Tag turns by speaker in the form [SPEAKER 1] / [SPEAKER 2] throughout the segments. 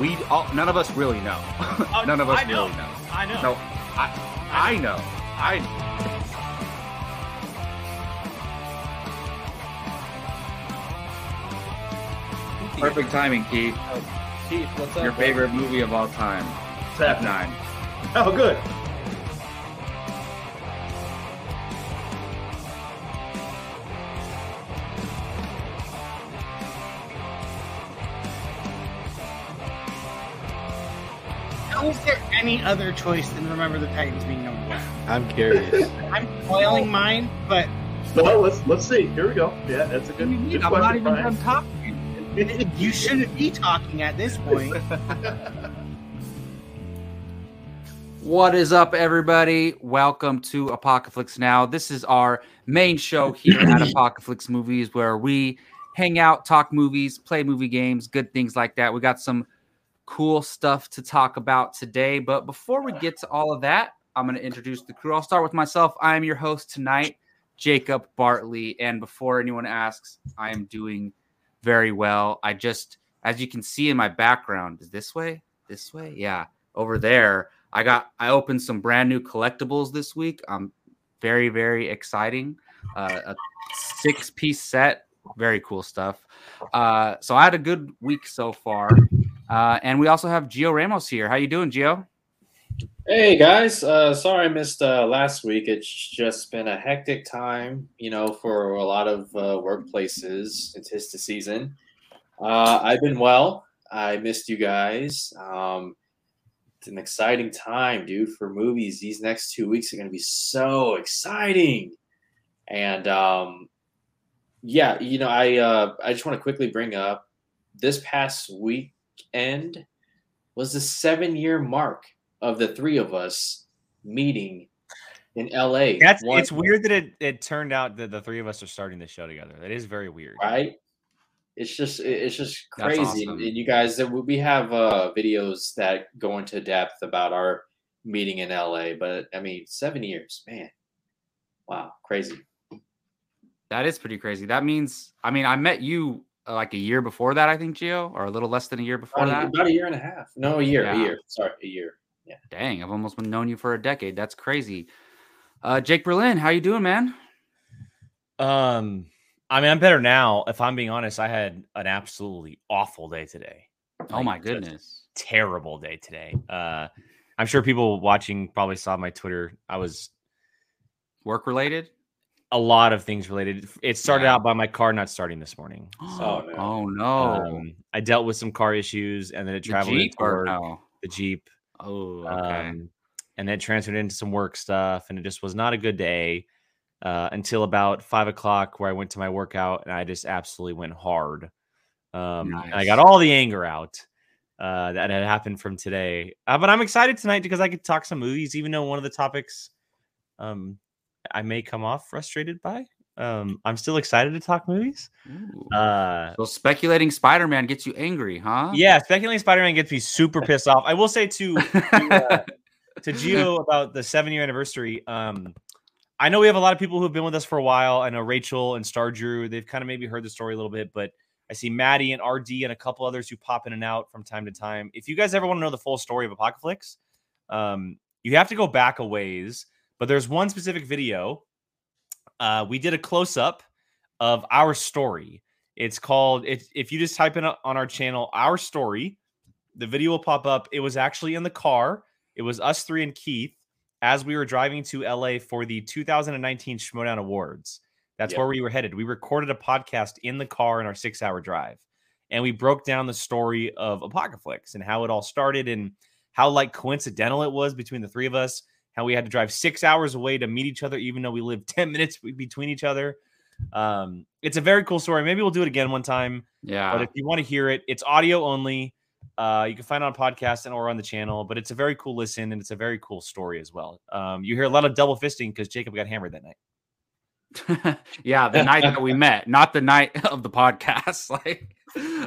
[SPEAKER 1] We all, none of us really know.
[SPEAKER 2] Oh,
[SPEAKER 1] none of us
[SPEAKER 2] I know.
[SPEAKER 1] really Uh, know.
[SPEAKER 2] I know.
[SPEAKER 1] No, I, I know. I
[SPEAKER 3] Perfect timing, Keith.
[SPEAKER 4] Keith, what's up?
[SPEAKER 3] Your
[SPEAKER 4] bud?
[SPEAKER 3] favorite movie of all time,
[SPEAKER 4] What's
[SPEAKER 3] Step
[SPEAKER 4] happening?
[SPEAKER 3] Nine.
[SPEAKER 4] Oh, good.
[SPEAKER 5] How is there any other choice than Remember the Titans being number one?
[SPEAKER 6] I'm curious.
[SPEAKER 5] I'm spoiling mine, but
[SPEAKER 4] Well, let's let's see. Here we go. Yeah, that's a good,
[SPEAKER 1] I'm
[SPEAKER 4] good
[SPEAKER 1] not
[SPEAKER 4] question.
[SPEAKER 1] even done talking.
[SPEAKER 4] Brian.
[SPEAKER 5] you shouldn't be talking at this point.
[SPEAKER 1] What is up, everybody? Welcome to Apocalypse Now. This is our main show here at Apocalypse Movies, where we hang out, talk movies, play movie games, good things like that. We got some cool stuff to talk about today. But before we get to all of that, I'm going to introduce the crew. I'll start with myself. I am your host tonight, Jacob Bartley. And before anyone asks, I am doing very well. I just, as you can see in my background, is this way? This way? Yeah, over there. I got I opened some brand new collectibles this week. I'm very very exciting. Uh, a six piece set, very cool stuff. Uh, so I had a good week so far, uh, and we also have Gio Ramos here. How you doing, Gio?
[SPEAKER 7] Hey guys, uh, sorry I missed uh, last week. It's just been a hectic time, you know, for a lot of uh, workplaces. It's his the season. Uh, I've been well. I missed you guys. Um, it's an exciting time, dude, for movies. These next two weeks are going to be so exciting, and um, yeah, you know, I uh, I just want to quickly bring up this past weekend was the seven year mark of the three of us meeting in LA.
[SPEAKER 2] That's
[SPEAKER 7] One-
[SPEAKER 2] it's weird that it, it turned out that the three of us are starting the show together. That is very weird.
[SPEAKER 7] right? It's just it- it's just
[SPEAKER 1] That's
[SPEAKER 7] crazy.
[SPEAKER 1] awesome.
[SPEAKER 7] And you guys, that we- we have uh, videos that go into depth about our meeting in LA. But I mean, seven years, man, wow, crazy.
[SPEAKER 1] That is pretty crazy. That means I mean I met you uh, like a year before that, I think, Gio, or a little less than a year before
[SPEAKER 7] About,
[SPEAKER 1] that.
[SPEAKER 7] about a year and a half. No, a year, a
[SPEAKER 1] Yeah.
[SPEAKER 7] year. Sorry, a year.
[SPEAKER 1] Dang, I've almost been known you for a decade. That's crazy. Uh, Jake Berlin, how you doing, man?
[SPEAKER 2] Um, I mean, I'm better now. If I'm being honest, I had an absolutely awful day today.
[SPEAKER 1] Oh
[SPEAKER 2] Like,
[SPEAKER 1] my
[SPEAKER 2] just
[SPEAKER 1] goodness.
[SPEAKER 2] terrible day today. Uh, I'm sure people watching probably saw my Twitter. I was
[SPEAKER 1] Work related?
[SPEAKER 2] a lot of things related. It started
[SPEAKER 1] Yeah.
[SPEAKER 2] out by my car not starting this morning. So,
[SPEAKER 7] no.
[SPEAKER 1] Oh no.
[SPEAKER 2] um, I dealt with some car issues, and then it
[SPEAKER 1] The
[SPEAKER 2] traveled
[SPEAKER 1] Jeep
[SPEAKER 2] into
[SPEAKER 1] or
[SPEAKER 2] work,
[SPEAKER 1] no?
[SPEAKER 2] the Jeep.
[SPEAKER 1] Oh, okay.
[SPEAKER 2] um, and then transferred into some work stuff and it just was not a good day uh, until about five o'clock where i went to my workout and i just absolutely went hard um, and i
[SPEAKER 1] Nice.
[SPEAKER 2] got all the anger out uh, that had happened from today uh, but i'm excited tonight because i could talk some movies even though one of the topics um, i may come off frustrated by um, i'm still excited to talk movies
[SPEAKER 1] Ooh.
[SPEAKER 2] uh,
[SPEAKER 1] um, so speculating Spider-Man gets you angry, huh?
[SPEAKER 2] yeah speculating spider-man gets me super pissed off i will say too to Geo about the seven year anniversary. Um, I know we have a lot of people who've been with us for a while. I know Rachel and Star Drew, they've kind of maybe heard the story a little bit, but I see Maddie and RD and a couple others who pop in and out from time to time. If you guys ever want to know the full story of Apocalypse, um, you have to go back a ways, but there's one specific video. Uh, we did a close up of our story. It's called, it, if you just type in on our channel, our story, the video will pop up. It was actually in the car. It was us three and Keith as we were driving to LA for the 2019 Schmodown Awards. That's
[SPEAKER 7] Yep.
[SPEAKER 2] where we were headed. We recorded a podcast in the car in our six hour drive. And we broke down the story of Apocalypse and how it all started and how like coincidental it was between the three of us, how we had to drive six hours away to meet each other, even though we lived 10 minutes be- between each other. Um, it's a very cool story. Maybe we'll do it again one time. But
[SPEAKER 1] Yeah.
[SPEAKER 2] if you want to hear it, it's audio only. Uh, you can find it on podcast and or on the channel, but it's a very cool listen and it's a very cool story as well. Um, you hear a lot of double fisting because Jacob got hammered that night.
[SPEAKER 1] yeah, the night that we met, not the night of the podcast. Like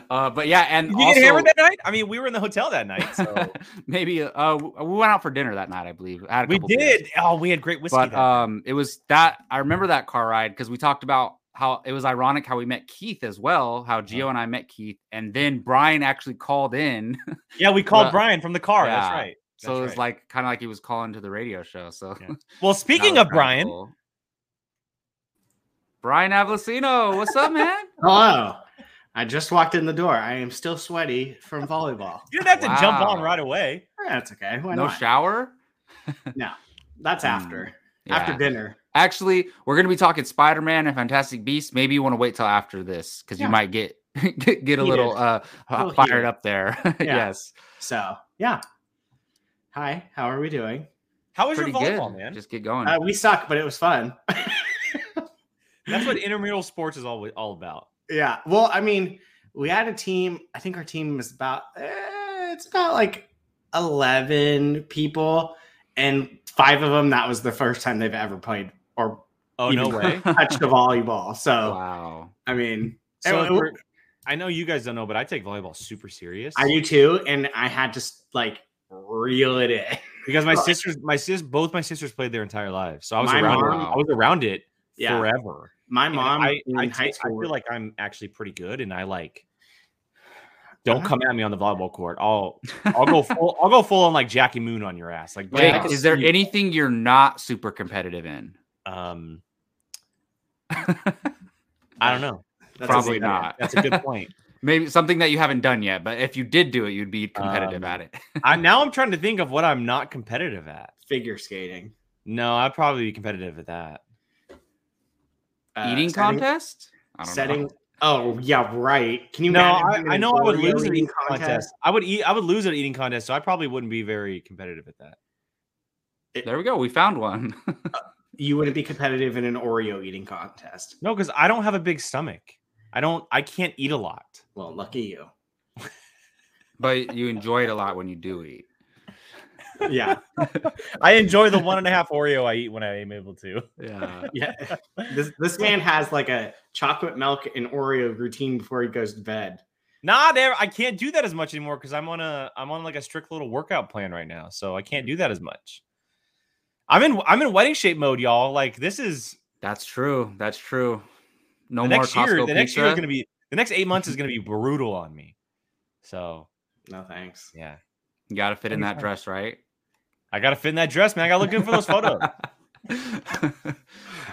[SPEAKER 1] uh but yeah, and
[SPEAKER 2] Did you
[SPEAKER 1] also,
[SPEAKER 2] get hammered that night? I mean, we were in the hotel that night. So
[SPEAKER 1] maybe uh we went out for dinner that night, I believe. I had a
[SPEAKER 2] we
[SPEAKER 1] couple beers.
[SPEAKER 2] did. Oh, we had great whiskey.
[SPEAKER 1] But uh,
[SPEAKER 2] that night.
[SPEAKER 1] um, it was that I remember that car ride because we talked about how it was ironic how we met Keith as well, how Gio and I met Keith, and then Brian actually called in.
[SPEAKER 2] Yeah, we called
[SPEAKER 1] Well,
[SPEAKER 2] Brian from the car. That's
[SPEAKER 1] yeah.
[SPEAKER 2] right.
[SPEAKER 1] so
[SPEAKER 2] That's
[SPEAKER 1] it was
[SPEAKER 2] right.
[SPEAKER 1] like kind of like he was calling to the radio show. So
[SPEAKER 2] Yeah. Well, speaking
[SPEAKER 1] that was
[SPEAKER 2] of
[SPEAKER 1] kinda
[SPEAKER 2] Brian,
[SPEAKER 1] cool. Brian Avellino, what's up, man?
[SPEAKER 5] Hello. I just walked in the door. I am still sweaty from volleyball. Eh,
[SPEAKER 2] you didn't have to jump
[SPEAKER 1] Wow.
[SPEAKER 2] on right away.
[SPEAKER 5] That's okay. Why
[SPEAKER 1] no
[SPEAKER 5] not?
[SPEAKER 1] shower?
[SPEAKER 5] That's
[SPEAKER 2] Mm,
[SPEAKER 5] after. After
[SPEAKER 1] Yeah.
[SPEAKER 5] dinner.
[SPEAKER 1] Actually, we're gonna be talking Spider Man and Fantastic Beasts. Maybe you want to wait till after this because
[SPEAKER 5] Yeah.
[SPEAKER 1] you might get get, get a little
[SPEAKER 5] Heated.
[SPEAKER 1] uh
[SPEAKER 5] little
[SPEAKER 1] fired
[SPEAKER 5] heated.
[SPEAKER 1] up there. yes,
[SPEAKER 5] So yeah. Hi, how are we doing?
[SPEAKER 2] How was
[SPEAKER 1] pretty
[SPEAKER 2] your volleyball,
[SPEAKER 1] good.
[SPEAKER 2] man?
[SPEAKER 1] Just get going.
[SPEAKER 5] Uh, we suck, but it was fun.
[SPEAKER 2] That's what intramural sports is all all about.
[SPEAKER 5] Yeah. Well, I mean, we had a team. I think our team is about eh, it's about like eleven people, and five of them that was the first time they've ever played or
[SPEAKER 2] Oh no
[SPEAKER 5] Even-
[SPEAKER 2] way!
[SPEAKER 5] touched a volleyball. So
[SPEAKER 1] wow.
[SPEAKER 5] I mean,
[SPEAKER 2] So
[SPEAKER 5] it-
[SPEAKER 2] for- I know you guys don't know, but I take volleyball super serious.
[SPEAKER 5] I do too, and I had to s- like reel it in.
[SPEAKER 2] because my sisters, my sis, both my sisters played their entire lives, so I was
[SPEAKER 5] My
[SPEAKER 2] around.
[SPEAKER 5] mom-
[SPEAKER 2] it. I was around it
[SPEAKER 5] Yeah.
[SPEAKER 2] forever.
[SPEAKER 5] My
[SPEAKER 2] And
[SPEAKER 5] mom
[SPEAKER 2] I,
[SPEAKER 5] in high
[SPEAKER 2] I take- I
[SPEAKER 5] school.
[SPEAKER 2] feel like I'm actually pretty good, and I like. Don't
[SPEAKER 5] Uh-huh.
[SPEAKER 2] come at me on the volleyball court. I'll I'll go full I'll go full on like Jackie Moon on your ass. Like
[SPEAKER 1] Jake,
[SPEAKER 7] I can
[SPEAKER 1] is there
[SPEAKER 7] see-
[SPEAKER 1] anything you're not super competitive in?
[SPEAKER 2] um I don't know.
[SPEAKER 5] That's
[SPEAKER 1] Probably
[SPEAKER 5] exactly-
[SPEAKER 1] not.
[SPEAKER 2] That's a good point.
[SPEAKER 1] Maybe something that you haven't done yet, but if you did do it, you'd be competitive
[SPEAKER 2] Um,
[SPEAKER 1] at it.
[SPEAKER 5] uh,
[SPEAKER 2] I now I'm trying to think of what I'm not competitive at.
[SPEAKER 5] Figure skating,
[SPEAKER 2] No, I'd probably be competitive at that.
[SPEAKER 5] Uh,
[SPEAKER 1] Eating
[SPEAKER 5] setting-
[SPEAKER 1] contest? I don't know.
[SPEAKER 5] setting. Oh yeah, right. Can you?
[SPEAKER 2] No,
[SPEAKER 5] imagine
[SPEAKER 2] I,
[SPEAKER 5] being
[SPEAKER 2] I
[SPEAKER 5] in
[SPEAKER 2] know I would
[SPEAKER 5] Oreo
[SPEAKER 2] lose an
[SPEAKER 5] eating
[SPEAKER 2] eating contest. I would eat I would lose an eating contest, so I probably wouldn't be very competitive at that.
[SPEAKER 1] There we go. We found one.
[SPEAKER 5] You wouldn't be competitive in an Oreo eating contest.
[SPEAKER 2] No, because I don't have a big stomach. I don't I can't eat a lot.
[SPEAKER 5] Well, lucky you.
[SPEAKER 1] but you enjoy it a lot when you do eat.
[SPEAKER 5] Yeah,
[SPEAKER 2] I enjoy the one and a half Oreo I eat when I am able to.
[SPEAKER 1] Yeah.
[SPEAKER 5] yeah. This this man has like a chocolate milk and Oreo routine before he goes to bed.
[SPEAKER 2] Not ever, I can't do that as much anymore because I'm on a I'm on like a strict little workout plan right now, so I can't do that as much. I'm in I'm in wedding shape mode, y'all. Like this is
[SPEAKER 1] That's true. That's true. No
[SPEAKER 2] the
[SPEAKER 1] more
[SPEAKER 2] next
[SPEAKER 1] Costco
[SPEAKER 2] year. The
[SPEAKER 1] pizza.
[SPEAKER 2] next year is gonna be the next eight months is gonna be brutal on me. So
[SPEAKER 5] No thanks.
[SPEAKER 2] yeah,
[SPEAKER 1] you gotta fit in that dress, right?
[SPEAKER 2] I gotta fit in that dress, man. I gotta look good for those photos. Oh,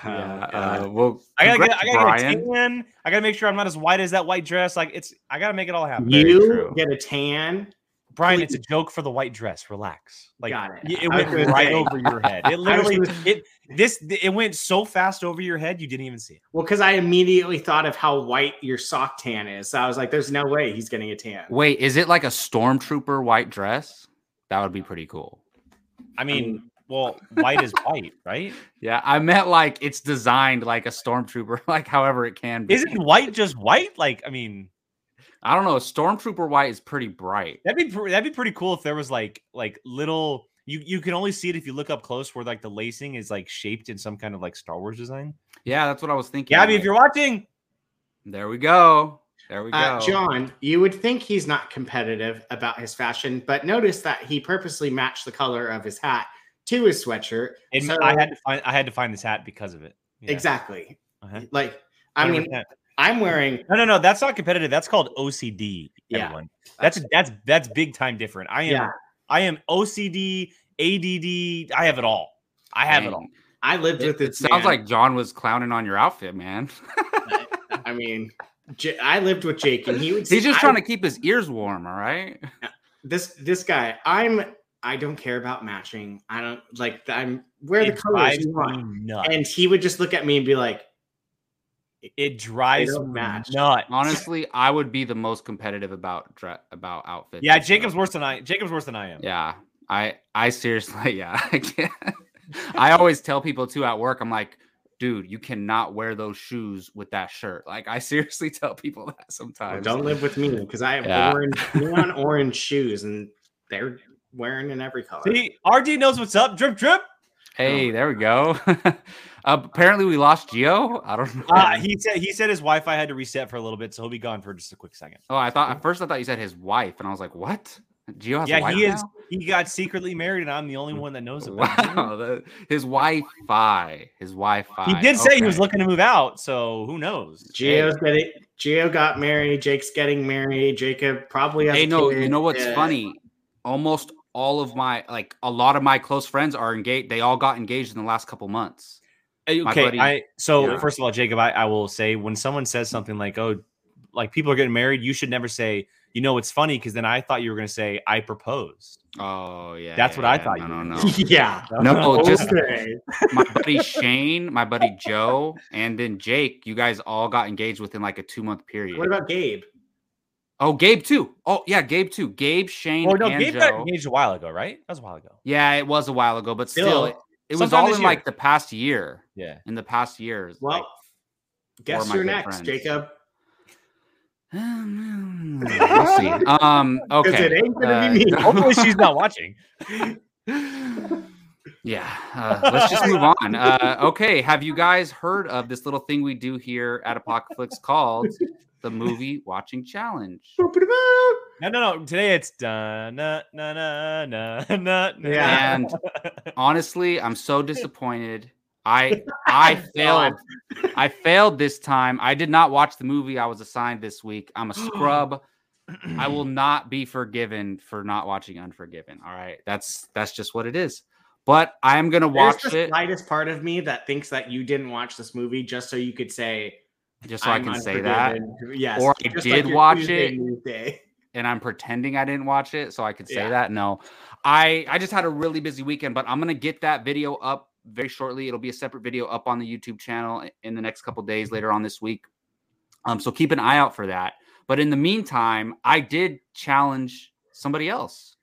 [SPEAKER 1] yeah.
[SPEAKER 5] God.
[SPEAKER 1] uh, well,
[SPEAKER 2] I gotta
[SPEAKER 1] congrats,
[SPEAKER 2] get I gotta get a
[SPEAKER 1] Brian.
[SPEAKER 2] tan. I gotta make sure I'm not as white as that white dress. Like it's I gotta make it all happen.
[SPEAKER 1] Very
[SPEAKER 5] You
[SPEAKER 1] true.
[SPEAKER 5] get a tan.
[SPEAKER 2] Brian, it's a joke for the white dress. Relax. Like
[SPEAKER 5] Got it.
[SPEAKER 2] y-
[SPEAKER 5] I
[SPEAKER 2] it
[SPEAKER 5] was
[SPEAKER 2] went
[SPEAKER 5] gonna
[SPEAKER 2] right
[SPEAKER 5] say.
[SPEAKER 2] over your head. It
[SPEAKER 5] I was
[SPEAKER 2] literally
[SPEAKER 5] gonna-
[SPEAKER 2] it this it went so fast over your head you didn't even see it.
[SPEAKER 5] Well, because I immediately thought of how white your sock tan is. So I was like, there's no way he's getting a tan.
[SPEAKER 1] Wait, is it like a stormtrooper white dress? That would be pretty cool.
[SPEAKER 2] I mean, well, white is white, right?
[SPEAKER 1] Yeah, I meant like it's designed like a stormtrooper, like however it can be.
[SPEAKER 2] Isn't white just white? Like, I mean,
[SPEAKER 1] I don't know. Stormtrooper white is pretty bright.
[SPEAKER 2] that'd be pr- that'd be pretty cool if there was like like little you you can only see it if you look up close where like the lacing is like shaped in some kind of like Star Wars design.
[SPEAKER 1] Yeah, that's what I was thinking.
[SPEAKER 2] Gabby,
[SPEAKER 1] like,
[SPEAKER 2] if you're watching,
[SPEAKER 1] there, we go. There we go.
[SPEAKER 5] Uh, John, you would think he's not competitive about his fashion, but notice that he purposely matched the color of his hat to his sweatshirt.
[SPEAKER 2] and
[SPEAKER 5] So-
[SPEAKER 2] I had to find I had to find this hat because of it. Yeah,
[SPEAKER 5] Exactly.
[SPEAKER 2] Uh-huh.
[SPEAKER 5] Like, I mean,
[SPEAKER 2] 100%.
[SPEAKER 5] I'm wearing
[SPEAKER 2] No, no, no. That's not competitive. That's called OCD.
[SPEAKER 5] Yeah.
[SPEAKER 2] Everyone. That's that's that's big time different. I am
[SPEAKER 5] Yeah.
[SPEAKER 2] I am OCD, ADD. I have it all. I have it all.
[SPEAKER 1] Dang.
[SPEAKER 5] I lived
[SPEAKER 1] It,
[SPEAKER 5] with
[SPEAKER 1] it
[SPEAKER 5] this.
[SPEAKER 1] sounds
[SPEAKER 5] man.
[SPEAKER 1] like John was clowning on your outfit, man.
[SPEAKER 5] I mean, J- I lived with Jake, and he would.
[SPEAKER 1] He's just
[SPEAKER 5] I-
[SPEAKER 1] trying to keep his ears warm, all right?
[SPEAKER 5] this this guy. I'm. I don't care about matching. I don't like. I'm wear the
[SPEAKER 2] It
[SPEAKER 5] colors
[SPEAKER 2] drives
[SPEAKER 5] you
[SPEAKER 2] me
[SPEAKER 5] want.
[SPEAKER 2] nuts.
[SPEAKER 5] And he would just look at me and be like,
[SPEAKER 2] It drives
[SPEAKER 5] They
[SPEAKER 2] me
[SPEAKER 5] don't match.
[SPEAKER 2] nuts.
[SPEAKER 1] Honestly, I would be the most competitive about dre- about outfits.
[SPEAKER 2] Yeah,
[SPEAKER 1] and stuff.
[SPEAKER 2] Jacob's worse than I. Jacob's worse than I am.
[SPEAKER 1] Yeah, I I seriously, yeah, I can't. I always tell people too at work. I'm like, dude, you cannot wear those shoes with that shirt. Like, I seriously tell people that
[SPEAKER 5] "Well,
[SPEAKER 1] sometimes.
[SPEAKER 5] "Don't live with me" because I have
[SPEAKER 1] Yeah.
[SPEAKER 5] orange, neon orange shoes, and they're wearing in every color.
[SPEAKER 2] See, RD knows what's up. Drip, drip.
[SPEAKER 1] Hey, there we go. uh, apparently, we lost Geo. I don't know.
[SPEAKER 2] Uh, he said he said his Wi-Fi had to reset for a little bit, so he'll be gone for just a quick second.
[SPEAKER 1] oh, I thought at first I thought you said his wife, and I was like, what? Gio has a
[SPEAKER 2] yeah,
[SPEAKER 1] wife
[SPEAKER 2] he is.
[SPEAKER 1] now?
[SPEAKER 2] He got secretly married, and I'm the only one that knows about it.
[SPEAKER 1] Wow, that- his Wi-Fi, his Wi-Fi.
[SPEAKER 2] He did say he was
[SPEAKER 1] Okay.
[SPEAKER 2] looking to move out, so who knows?
[SPEAKER 5] Gio's getting Gio got married. Jake's getting married. Jacob probably has.
[SPEAKER 1] Hey,
[SPEAKER 5] a
[SPEAKER 1] no,
[SPEAKER 5] kid.
[SPEAKER 1] you know what's
[SPEAKER 5] Yeah.
[SPEAKER 1] funny? Almost all of my like a lot of my close friends are engaged. They all got engaged in the last couple months.
[SPEAKER 2] Okay,
[SPEAKER 1] My buddy-
[SPEAKER 2] I so
[SPEAKER 1] Yeah.
[SPEAKER 2] first of all, Jacob, I, I will say when someone says something like, "Oh, like people are getting married," you should never say, "You know, it's funny," because then I thought you were going to say, "I proposed."
[SPEAKER 1] Oh yeah,
[SPEAKER 2] That's
[SPEAKER 1] yeah,
[SPEAKER 2] what I
[SPEAKER 1] yeah.
[SPEAKER 2] thought
[SPEAKER 1] No,
[SPEAKER 2] you
[SPEAKER 1] no,
[SPEAKER 2] meant. Oh.
[SPEAKER 1] no.
[SPEAKER 5] yeah.
[SPEAKER 1] No, just
[SPEAKER 5] Okay.
[SPEAKER 1] my buddy Shane, my buddy Joe, and then Jake. You guys all got engaged within like a two month period.
[SPEAKER 5] What about Gabe?
[SPEAKER 1] oh, Gabe too. Oh yeah, Gabe too. Gabe, Shane,
[SPEAKER 2] Oh no,
[SPEAKER 1] and
[SPEAKER 2] Gabe
[SPEAKER 1] Joe.
[SPEAKER 2] got engaged a while ago, right? That was a while ago.
[SPEAKER 1] Yeah, it was a while ago, but still,
[SPEAKER 5] Still,
[SPEAKER 1] it, it was
[SPEAKER 2] sometime
[SPEAKER 1] all
[SPEAKER 2] this
[SPEAKER 1] in
[SPEAKER 2] year.
[SPEAKER 1] like the past year.
[SPEAKER 2] Yeah.
[SPEAKER 1] In the past years, like,
[SPEAKER 5] Well, guess
[SPEAKER 1] my
[SPEAKER 5] you're
[SPEAKER 1] good
[SPEAKER 5] next,
[SPEAKER 1] friends.
[SPEAKER 5] Jacob.
[SPEAKER 1] we'll see. Um, okay. uh,
[SPEAKER 5] Because it ain't gonna be me.
[SPEAKER 2] Hopefully, she's not watching.
[SPEAKER 1] Yeah, uh, let's just move on. Uh, okay, have you guys heard of this little thing we do here at Apocalypse called the movie watching challenge?
[SPEAKER 2] No, no, no. Today it's da na na na na na. na.
[SPEAKER 5] Yeah.
[SPEAKER 1] And honestly, I'm so disappointed. I I failed. I failed this time. I did not watch the movie I was assigned this week. I'm a scrub. I will not be forgiven for not watching Unforgiven. All right, that's that's just what it is. But I am gonna watch
[SPEAKER 5] There's the
[SPEAKER 1] it
[SPEAKER 5] slightest part of me that thinks that you didn't watch this movie just so you could say
[SPEAKER 1] just so i
[SPEAKER 5] "I'm
[SPEAKER 1] can say that,
[SPEAKER 5] unforgiven." Yes,
[SPEAKER 1] Or I
[SPEAKER 5] just
[SPEAKER 1] did
[SPEAKER 5] your
[SPEAKER 1] watch
[SPEAKER 5] Tuesday
[SPEAKER 1] it.
[SPEAKER 5] news day.
[SPEAKER 1] and I'm pretending I didn't watch it so I can say
[SPEAKER 5] Yeah.
[SPEAKER 1] that. No, I I just had a really busy weekend, but I'm gonna get that video up very shortly. It'll be a separate video up on the YouTube channel i- in the next couple days later on this week. Um, so keep an eye out for that. But in the meantime, I did challenge somebody else,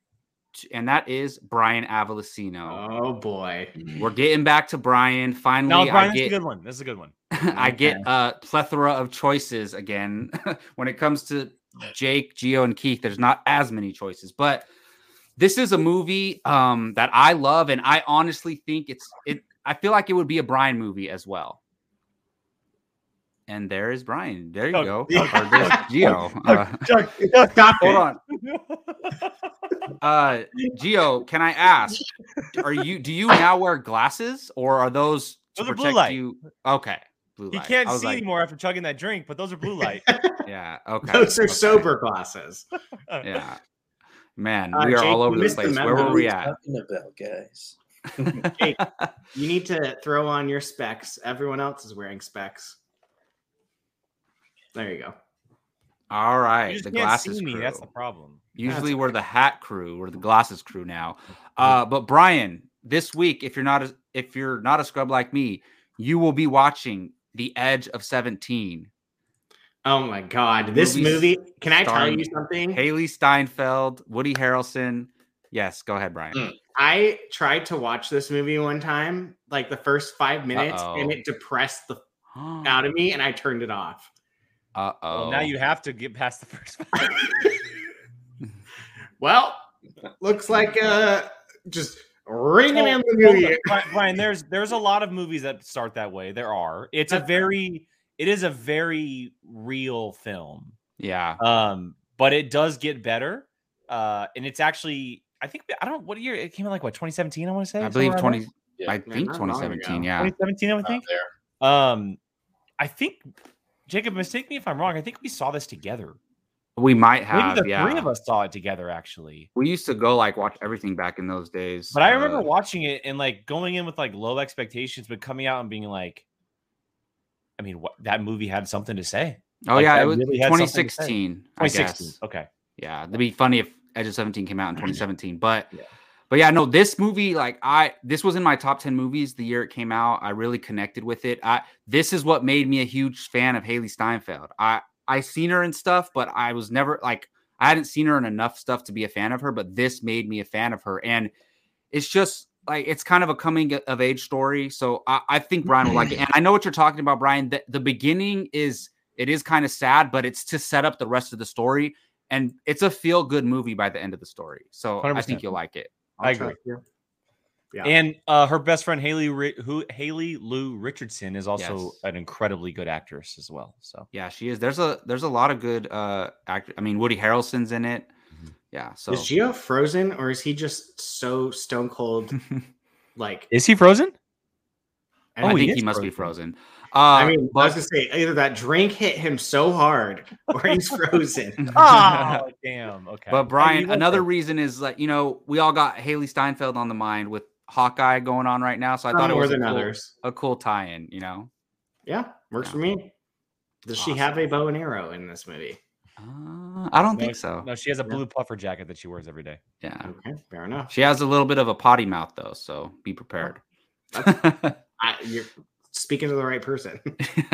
[SPEAKER 1] t- and that is Brian Avellino.
[SPEAKER 5] Oh boy.
[SPEAKER 1] We're getting back to Brian finally.
[SPEAKER 2] No, Brian,
[SPEAKER 1] I
[SPEAKER 2] that's a
[SPEAKER 1] get
[SPEAKER 2] good one. That's a good one.
[SPEAKER 1] I get a plethora of choices again. when it comes to Jake, Geo, and Keith, there's not as many choices, but this is a movie um, that I love, and I honestly think it's it. I feel like it would be a Brian movie as well. And there is Brian. There you
[SPEAKER 2] Oh,
[SPEAKER 1] go.
[SPEAKER 5] yeah.
[SPEAKER 1] Or there's Geo. Uh,
[SPEAKER 5] Doug, Doug, stop
[SPEAKER 1] hold
[SPEAKER 5] it.
[SPEAKER 1] on. Uh, Geo, can I ask? Are you? Do you now wear glasses, or are those to
[SPEAKER 2] Those are blue
[SPEAKER 1] protect
[SPEAKER 2] light.
[SPEAKER 1] you? Okay. Blue
[SPEAKER 2] He
[SPEAKER 1] light.
[SPEAKER 2] can't
[SPEAKER 1] I was
[SPEAKER 2] see
[SPEAKER 1] like,
[SPEAKER 2] anymore after chugging that drink, but those are blue light.
[SPEAKER 1] Yeah. Okay.
[SPEAKER 5] Those are
[SPEAKER 1] okay.
[SPEAKER 5] sober glasses.
[SPEAKER 1] Yeah. Man,
[SPEAKER 5] Uh,
[SPEAKER 1] we are
[SPEAKER 5] Jake,
[SPEAKER 1] all
[SPEAKER 5] you
[SPEAKER 1] over the
[SPEAKER 5] missed the
[SPEAKER 1] place. Where
[SPEAKER 5] memo.
[SPEAKER 1] were we
[SPEAKER 7] What are
[SPEAKER 1] at?
[SPEAKER 7] you talking about, guys?
[SPEAKER 5] You need to throw on your specs. Everyone else is wearing specs. There you go.
[SPEAKER 1] All
[SPEAKER 2] You
[SPEAKER 1] right.
[SPEAKER 2] just
[SPEAKER 1] The
[SPEAKER 2] can't
[SPEAKER 1] glasses
[SPEAKER 2] see me.
[SPEAKER 1] crew.
[SPEAKER 2] That's the problem.
[SPEAKER 1] Usually we're the hat crew. We're the glasses crew now. Uh, but Brian, this week, if you're not a, if you're not a scrub like me, you will be watching The Edge of Seventeen.
[SPEAKER 5] Oh my god. This movie.
[SPEAKER 1] Movies
[SPEAKER 5] Can I tell
[SPEAKER 1] starring
[SPEAKER 5] you something?
[SPEAKER 1] Haley Steinfeld, Woody Harrelson. Yes, go ahead, Brian.
[SPEAKER 7] Mm.
[SPEAKER 5] I tried to watch this movie one time, like the first five minutes, and
[SPEAKER 1] Uh-oh.
[SPEAKER 5] it depressed the f- out of me and I turned it off.
[SPEAKER 1] Uh oh.
[SPEAKER 2] Well, now you have to get past the first. five.
[SPEAKER 5] Well, looks like uh just ringing in the
[SPEAKER 2] Oh, Hold
[SPEAKER 5] new
[SPEAKER 2] on,
[SPEAKER 5] year.
[SPEAKER 2] Brian- Brian, there's there's a lot of movies that start that way. There are. It's a very it is a very real film.
[SPEAKER 1] Yeah.
[SPEAKER 2] Um, but it does get better. Uh, and it's actually I think I don't what year it came out like what 2017 I want to say.
[SPEAKER 1] I
[SPEAKER 2] somewhere
[SPEAKER 1] believe
[SPEAKER 2] around
[SPEAKER 1] twenty.
[SPEAKER 7] Yeah.
[SPEAKER 1] I
[SPEAKER 5] Yeah,
[SPEAKER 1] think
[SPEAKER 5] not long
[SPEAKER 1] twenty seventeen.
[SPEAKER 5] ago.
[SPEAKER 1] Yeah.
[SPEAKER 2] there. 2017 I would
[SPEAKER 7] Out
[SPEAKER 2] think.
[SPEAKER 7] there.
[SPEAKER 2] Um, I think Jacob, mistake me if I'm wrong. I think we saw this together.
[SPEAKER 1] We might
[SPEAKER 2] Maybe
[SPEAKER 1] have.
[SPEAKER 2] the
[SPEAKER 1] yeah.
[SPEAKER 2] three of us saw it together actually.
[SPEAKER 1] We used to go like watch everything back in those days.
[SPEAKER 2] But I remember
[SPEAKER 1] Uh,
[SPEAKER 2] watching it and like going in with like low expectations, but coming out and being like, I mean, what that movie had something to say.
[SPEAKER 1] oh
[SPEAKER 2] like,
[SPEAKER 1] yeah,
[SPEAKER 2] that
[SPEAKER 1] it was
[SPEAKER 2] really had something to say.
[SPEAKER 1] 2016. I guess.
[SPEAKER 2] 2016. Okay.
[SPEAKER 1] Yeah, it'd be funny if Edge of 17 came out in 2017. But
[SPEAKER 2] Yeah.
[SPEAKER 1] but yeah, no, this movie like I this was in my top 10 movies the year it came out. I really connected with it. I this is what made me a huge fan of Haley Steinfeld. I I seen her in stuff, but I was never like I hadn't seen her in enough stuff to be a fan of her. But this made me a fan of her, and it's just like it's kind of a coming of age story. So I, I think Brian will like it, and I know what you're talking about, Brian. The, the beginning is it is kind of sad, but it's to set up the rest of the story, and it's a feel good movie by the end of the story. So I
[SPEAKER 2] 100%.
[SPEAKER 1] think you'll like it.
[SPEAKER 2] I agree.
[SPEAKER 5] trust you. Yeah.
[SPEAKER 2] And uh, her best friend Haley, Ri- who Haley Lou Richardson is also
[SPEAKER 1] Yes.
[SPEAKER 2] an incredibly good actress as well. So
[SPEAKER 1] Yeah, she is. There's a there's a lot of good uh act- I mean, Woody Harrelson's in it. Yeah. So
[SPEAKER 5] Mm-hmm. Is Gio frozen or is he just so stone cold?
[SPEAKER 1] Hmm.
[SPEAKER 5] Like,
[SPEAKER 2] Is he frozen?
[SPEAKER 5] and
[SPEAKER 1] I
[SPEAKER 5] I
[SPEAKER 2] Oh,
[SPEAKER 1] think
[SPEAKER 5] think-
[SPEAKER 1] he,
[SPEAKER 2] is
[SPEAKER 1] must be frozen. Uh,
[SPEAKER 5] I mean, I was
[SPEAKER 1] but-
[SPEAKER 5] gonna say either that drink hit him so hard or he's frozen.
[SPEAKER 2] Oh damn. Okay.
[SPEAKER 1] But
[SPEAKER 2] Oh, you
[SPEAKER 1] Brian,
[SPEAKER 2] went
[SPEAKER 1] another
[SPEAKER 2] there.
[SPEAKER 1] reason is like you know we all got Haley Steinfeld on the mind with Hawkeye going on right now, so I
[SPEAKER 5] Some
[SPEAKER 1] thought it
[SPEAKER 5] Oh, more
[SPEAKER 1] was a
[SPEAKER 5] than
[SPEAKER 1] cool,
[SPEAKER 5] others.
[SPEAKER 1] a cool tie-in. You know,
[SPEAKER 5] Yeah, works
[SPEAKER 1] Yeah.
[SPEAKER 5] for me. Does she have a bow and arrow in this movie?
[SPEAKER 1] uh, I don't
[SPEAKER 2] No,
[SPEAKER 1] think so.
[SPEAKER 2] No, she has a
[SPEAKER 5] Yeah.
[SPEAKER 2] blue puffer jacket that she wears every day.
[SPEAKER 1] Yeah,
[SPEAKER 5] Okay, fair enough.
[SPEAKER 1] she has a little bit of a potty mouth though, so be prepared.
[SPEAKER 5] Oh, I, you're speaking to the right person.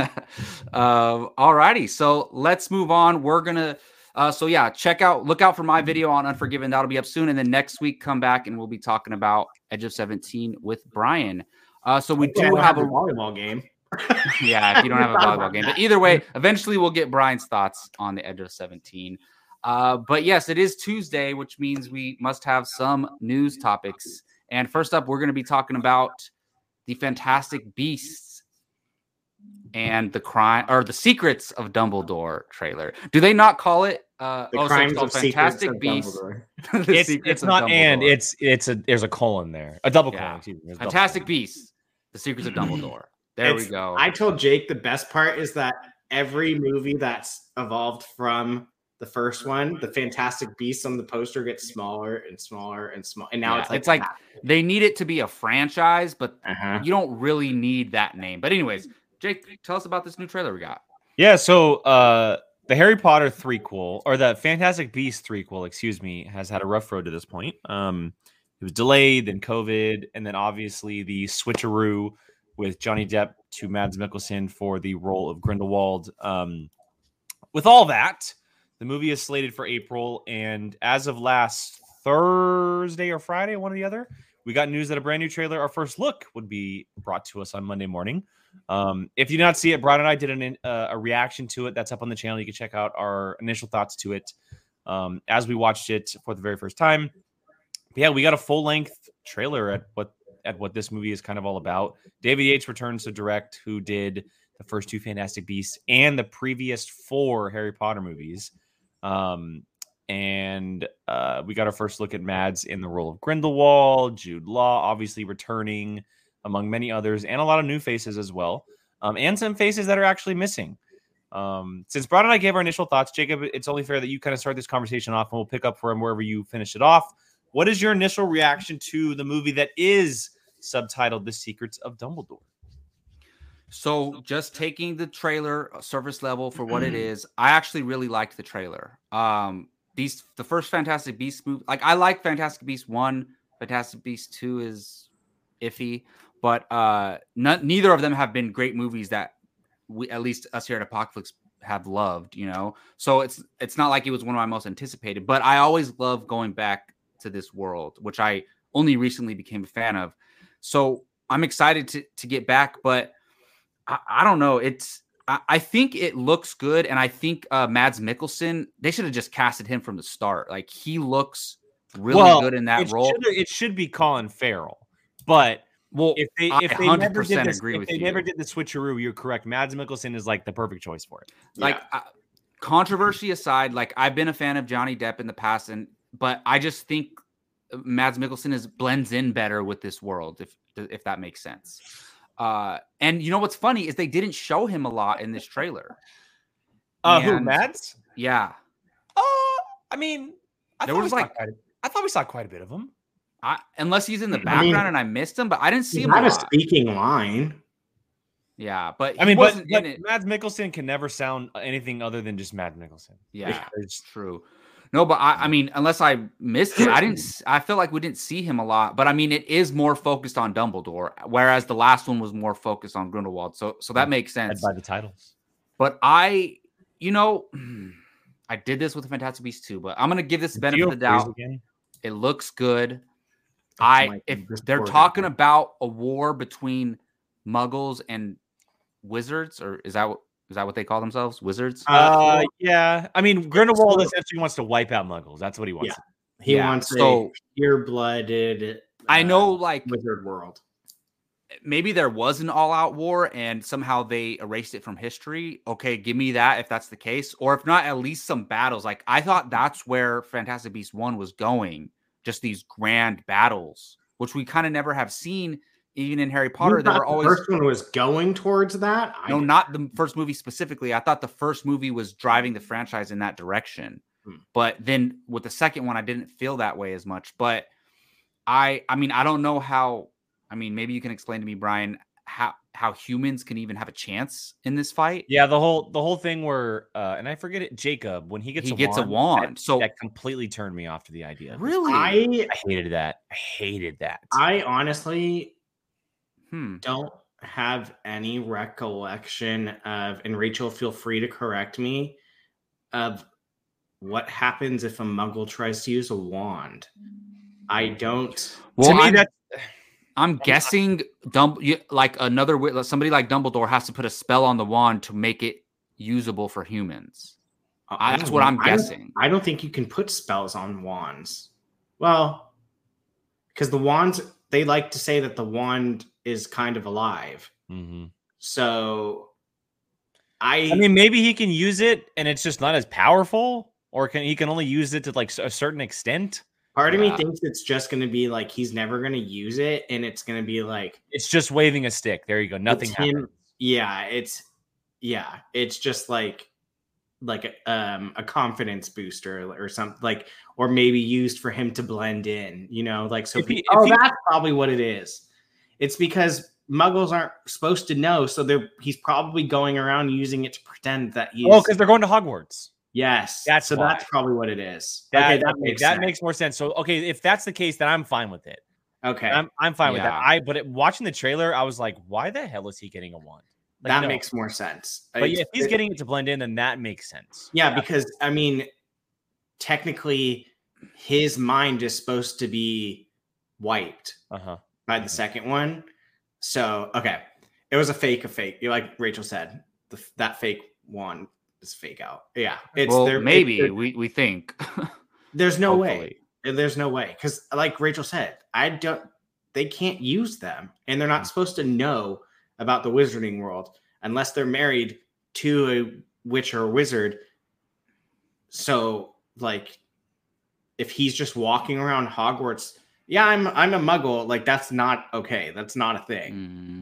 [SPEAKER 1] uh, all righty. So let's move on. We're going to, uh, so yeah, check out, look out for my video on Unforgiven. That'll be up soon. And then next week, come back and we'll be talking about Edge of 17 with Brian. Uh, so we
[SPEAKER 5] Yeah, I
[SPEAKER 1] do
[SPEAKER 5] don't
[SPEAKER 1] have
[SPEAKER 5] a
[SPEAKER 1] a,
[SPEAKER 5] volleyball game.
[SPEAKER 1] yeah, if you don't have a
[SPEAKER 5] Forgot
[SPEAKER 1] volleyball
[SPEAKER 5] about
[SPEAKER 1] game. But either way, eventually we'll get Brian's thoughts on the Edge of 17. Uh, but yes, it is Tuesday, which means we must have some news topics. And first up, we're going to be talking about the Fantastic Beasts and the crime or the Secrets of Dumbledore trailer. Do they not call it? Uh,
[SPEAKER 5] The
[SPEAKER 1] oh, so it's
[SPEAKER 5] crimes
[SPEAKER 1] called
[SPEAKER 5] of Fantastic Beasts.
[SPEAKER 1] The
[SPEAKER 2] It's,
[SPEAKER 1] Secrets
[SPEAKER 2] it's
[SPEAKER 1] of
[SPEAKER 2] not and
[SPEAKER 1] Dumbledore.
[SPEAKER 2] it's it's a there's a colon there. A double
[SPEAKER 1] Yeah.
[SPEAKER 2] colon, excuse me. There's a double
[SPEAKER 1] Fantastic
[SPEAKER 2] colon.
[SPEAKER 1] Beasts, the Secrets of Dumbledore. There we
[SPEAKER 5] It's-
[SPEAKER 1] go.
[SPEAKER 5] I told Jake the best part is that every movie that's evolved from the first one, the Fantastic Beasts on the poster gets smaller and smaller and small, and now
[SPEAKER 1] Yeah,
[SPEAKER 5] it's like
[SPEAKER 1] it's like-
[SPEAKER 5] that.
[SPEAKER 1] they need it to be a franchise, but
[SPEAKER 5] Uh-huh.
[SPEAKER 1] you don't really need that name. But anyways, Jake, tell us about this new trailer we got.
[SPEAKER 2] Yeah, so uh the Harry Potter threequel or the Fantastic Beast threequel, excuse me, has had a rough road to this point. Um it was delayed, then COVID, and then obviously the switcheroo with Johnny Depp to Mads Mikkelsen for the role of Grindelwald. Um with all that, the movie is slated for April and as of last Thursday or Friday, one or the other, we got news that a brand new trailer, our first look, would be brought to us on Monday morning. Um, if you did not see it, Brian and I did an, in- uh, a reaction to it. That's up on the channel. You can check out our initial thoughts to it um, as we watched it for the very first time. But yeah, we got a full length trailer at what at what this movie is kind of all about. David Yates returns to direct, who did the first two Fantastic Beasts and the previous four Harry Potter movies. Um, and uh, we got our first look at Mads in the role of Grindelwald, Jude Law, obviously returning among many others, and a lot of new faces as well, um, and some faces that are actually missing. Um, since Brad and I gave our initial thoughts, Jacob, it's only fair that you kind of start this conversation off, and we'll pick up from wherever you finish it off. What is your initial reaction to the movie that is subtitled "The Secrets of Dumbledore"?
[SPEAKER 1] So, just taking the trailer uh, surface level for what it is, I actually really liked the trailer. Um, these the first Fantastic Beast movie, like I like Fantastic Beast one, Fantastic Beast two is iffy, but uh, not, neither of them have been great movies that we, at least us here at Apocalypse, have loved. You know, so it's it's not like it was one of my most anticipated, but I always love going back to this world, which I only recently became a fan of. So I'm excited to to get back, but I, I don't know. It's I, I think it looks good, and I think uh, Mads Mikkelsen they should have just casted him from the start. Like he looks really
[SPEAKER 2] Well,
[SPEAKER 1] good in
[SPEAKER 2] It
[SPEAKER 1] that role.
[SPEAKER 2] should, it should be Colin Farrell, but
[SPEAKER 1] Well,
[SPEAKER 2] if they
[SPEAKER 1] I
[SPEAKER 2] if they never did
[SPEAKER 1] 100%
[SPEAKER 2] this,
[SPEAKER 1] agree
[SPEAKER 2] if
[SPEAKER 1] with
[SPEAKER 2] they
[SPEAKER 1] you.
[SPEAKER 2] never did the switcheroo, you're correct. Mads Mikkelsen is like the perfect choice for it.
[SPEAKER 1] like I, controversy aside, like I've been a fan of Johnny Depp in the past, and but I just think uh, Mads Mikkelsen is blends in better with this world, if if that makes sense. Uh, and you know what's funny is they didn't show him a lot in this trailer.
[SPEAKER 2] Uh, who
[SPEAKER 1] And-
[SPEAKER 2] Mads?
[SPEAKER 1] Yeah,
[SPEAKER 2] Uh, I mean, I
[SPEAKER 1] There was,
[SPEAKER 2] thought we saw
[SPEAKER 1] like-
[SPEAKER 2] quite a- I thought we saw quite a bit of him.
[SPEAKER 1] I, unless he's in the
[SPEAKER 5] I mean,
[SPEAKER 1] background and I missed him, but I didn't see
[SPEAKER 5] He's
[SPEAKER 1] him. A
[SPEAKER 5] not a
[SPEAKER 1] lot.
[SPEAKER 5] speaking line.
[SPEAKER 1] Yeah, but he
[SPEAKER 2] I mean, but,
[SPEAKER 1] wasn't
[SPEAKER 2] but
[SPEAKER 1] in it.
[SPEAKER 2] Mads Mikkelsen can never sound anything other than just Mads Mikkelsen.
[SPEAKER 1] Yeah,
[SPEAKER 2] There's-
[SPEAKER 1] True. No, but I, I mean, unless I missed it, I didn't. s- I feel like we didn't see him a lot. But I mean, it is more focused on Dumbledore, whereas the last one was more focused on Grindelwald. So, so that makes
[SPEAKER 2] led
[SPEAKER 1] sense.
[SPEAKER 2] by the titles.
[SPEAKER 1] But I, you know, I did this with the Fantastic Beasts too. But I'm gonna give this benefit of the doubt.
[SPEAKER 2] Again?
[SPEAKER 1] It looks good. I
[SPEAKER 5] Mike
[SPEAKER 1] if
[SPEAKER 5] and Chris
[SPEAKER 1] they're
[SPEAKER 5] Gordon.
[SPEAKER 1] talking about a war between Muggles and wizards, or is that what is that what they call themselves? Wizards.
[SPEAKER 2] Uh, yeah. I mean, Grindelwald essentially wants to wipe out Muggles. That's what he wants.
[SPEAKER 5] He
[SPEAKER 1] Yeah,
[SPEAKER 5] wants
[SPEAKER 1] so-
[SPEAKER 5] a pure blooded.
[SPEAKER 1] I know, like
[SPEAKER 5] Wizard World.
[SPEAKER 1] maybe there was an all-out war and somehow they erased it from history. Okay, give me that if that's the case, or if not, at least some battles. Like I thought that's where Fantastic Beasts One was going, just these grand battles, which we kind of never have seen. Even in Harry Potter,
[SPEAKER 5] You
[SPEAKER 1] there
[SPEAKER 5] thought
[SPEAKER 1] were
[SPEAKER 5] the
[SPEAKER 1] always
[SPEAKER 5] first one was going towards that. I
[SPEAKER 1] no,
[SPEAKER 5] did-
[SPEAKER 1] not the first movie specifically. I thought the first movie was driving the franchise in that direction.
[SPEAKER 5] Hmm.
[SPEAKER 1] But then with the second one, I didn't feel that way as much. But I I mean, I don't know how I mean, maybe you can explain to me, Brian, how how humans can even have a chance in this fight.
[SPEAKER 2] Yeah, the whole the whole thing where uh and I forget it, Jacob, when he gets
[SPEAKER 1] he
[SPEAKER 2] a
[SPEAKER 1] gets
[SPEAKER 2] wand,
[SPEAKER 1] a wand.
[SPEAKER 2] That,
[SPEAKER 1] so
[SPEAKER 2] that completely turned me off to the idea. of this.
[SPEAKER 1] really
[SPEAKER 5] I
[SPEAKER 2] I hated that. I hated that.
[SPEAKER 5] I honestly
[SPEAKER 1] hmm.
[SPEAKER 5] don't have any recollection of, and Rachel, feel free to correct me, of what happens if a muggle tries to use a wand. I don't.
[SPEAKER 1] Well,
[SPEAKER 2] to me
[SPEAKER 1] I'm,
[SPEAKER 2] that
[SPEAKER 1] I'm guessing Dumb you- like another wi- like somebody like Dumbledore has to put a spell on the wand to make it usable for humans. I, that's
[SPEAKER 5] don't
[SPEAKER 1] what
[SPEAKER 5] know.
[SPEAKER 1] I'm
[SPEAKER 5] I don't-
[SPEAKER 1] guessing.
[SPEAKER 5] I don't think you can put spells on wands. Well, because the wands, they like to say that the wand is kind of alive.
[SPEAKER 1] Mm-hmm.
[SPEAKER 2] Mhm.
[SPEAKER 5] So I,
[SPEAKER 2] I mean maybe he can use it and it's just not as powerful or can he can only use it to like s- a certain extent?
[SPEAKER 5] part of
[SPEAKER 1] Yeah.
[SPEAKER 5] me thinks it's just going to be like he's never going to use it, and it's going to be like
[SPEAKER 2] It's just waving a stick. There you go. Nothing
[SPEAKER 5] it's him-
[SPEAKER 2] happened.
[SPEAKER 5] Yeah, it's yeah, it's just like like um a confidence booster or something like or maybe used for him to blend in you know like so
[SPEAKER 2] If he-
[SPEAKER 5] pe-
[SPEAKER 2] if
[SPEAKER 5] oh
[SPEAKER 2] he-
[SPEAKER 5] that's probably what it is it's because muggles aren't supposed to know so they're he's probably going around using it to pretend that he's
[SPEAKER 2] Oh, because they're going to Hogwarts.
[SPEAKER 5] yes
[SPEAKER 2] That's
[SPEAKER 5] so
[SPEAKER 2] why.
[SPEAKER 5] that's probably what it is
[SPEAKER 2] That,
[SPEAKER 5] okay that makes
[SPEAKER 2] that
[SPEAKER 5] sense.
[SPEAKER 2] makes more sense. So okay, if that's the case, then I'm fine with it.
[SPEAKER 5] okay
[SPEAKER 2] I'm I'm fine with that.
[SPEAKER 1] Yeah.
[SPEAKER 2] I but it, watching the trailer, I was like, why the hell is he getting a wand? Like,
[SPEAKER 5] that
[SPEAKER 2] no.
[SPEAKER 5] makes more sense
[SPEAKER 2] But yeah,
[SPEAKER 5] It's-
[SPEAKER 2] if he's
[SPEAKER 5] it-
[SPEAKER 2] getting it to blend in, then that makes sense.
[SPEAKER 5] Yeah, because I mean, technically, his mind is supposed to be wiped
[SPEAKER 2] Uh huh.
[SPEAKER 5] by the second one. So okay, it was a fake, a fake. You're like Rachel said, the, that fake one is fake out. Yeah, it's
[SPEAKER 1] well,
[SPEAKER 5] there.
[SPEAKER 1] maybe
[SPEAKER 5] it-
[SPEAKER 1] we, we think.
[SPEAKER 5] there's no way.
[SPEAKER 1] hopefully.
[SPEAKER 5] There's no way because, like Rachel said, I don't. They can't use them, and they're
[SPEAKER 2] Mm.
[SPEAKER 5] not supposed to know about the wizarding world unless they're married to a witch or a wizard. So, like, if he's just walking around Hogwarts, yeah, I'm I'm a Muggle. Like, that's not okay. That's not a thing.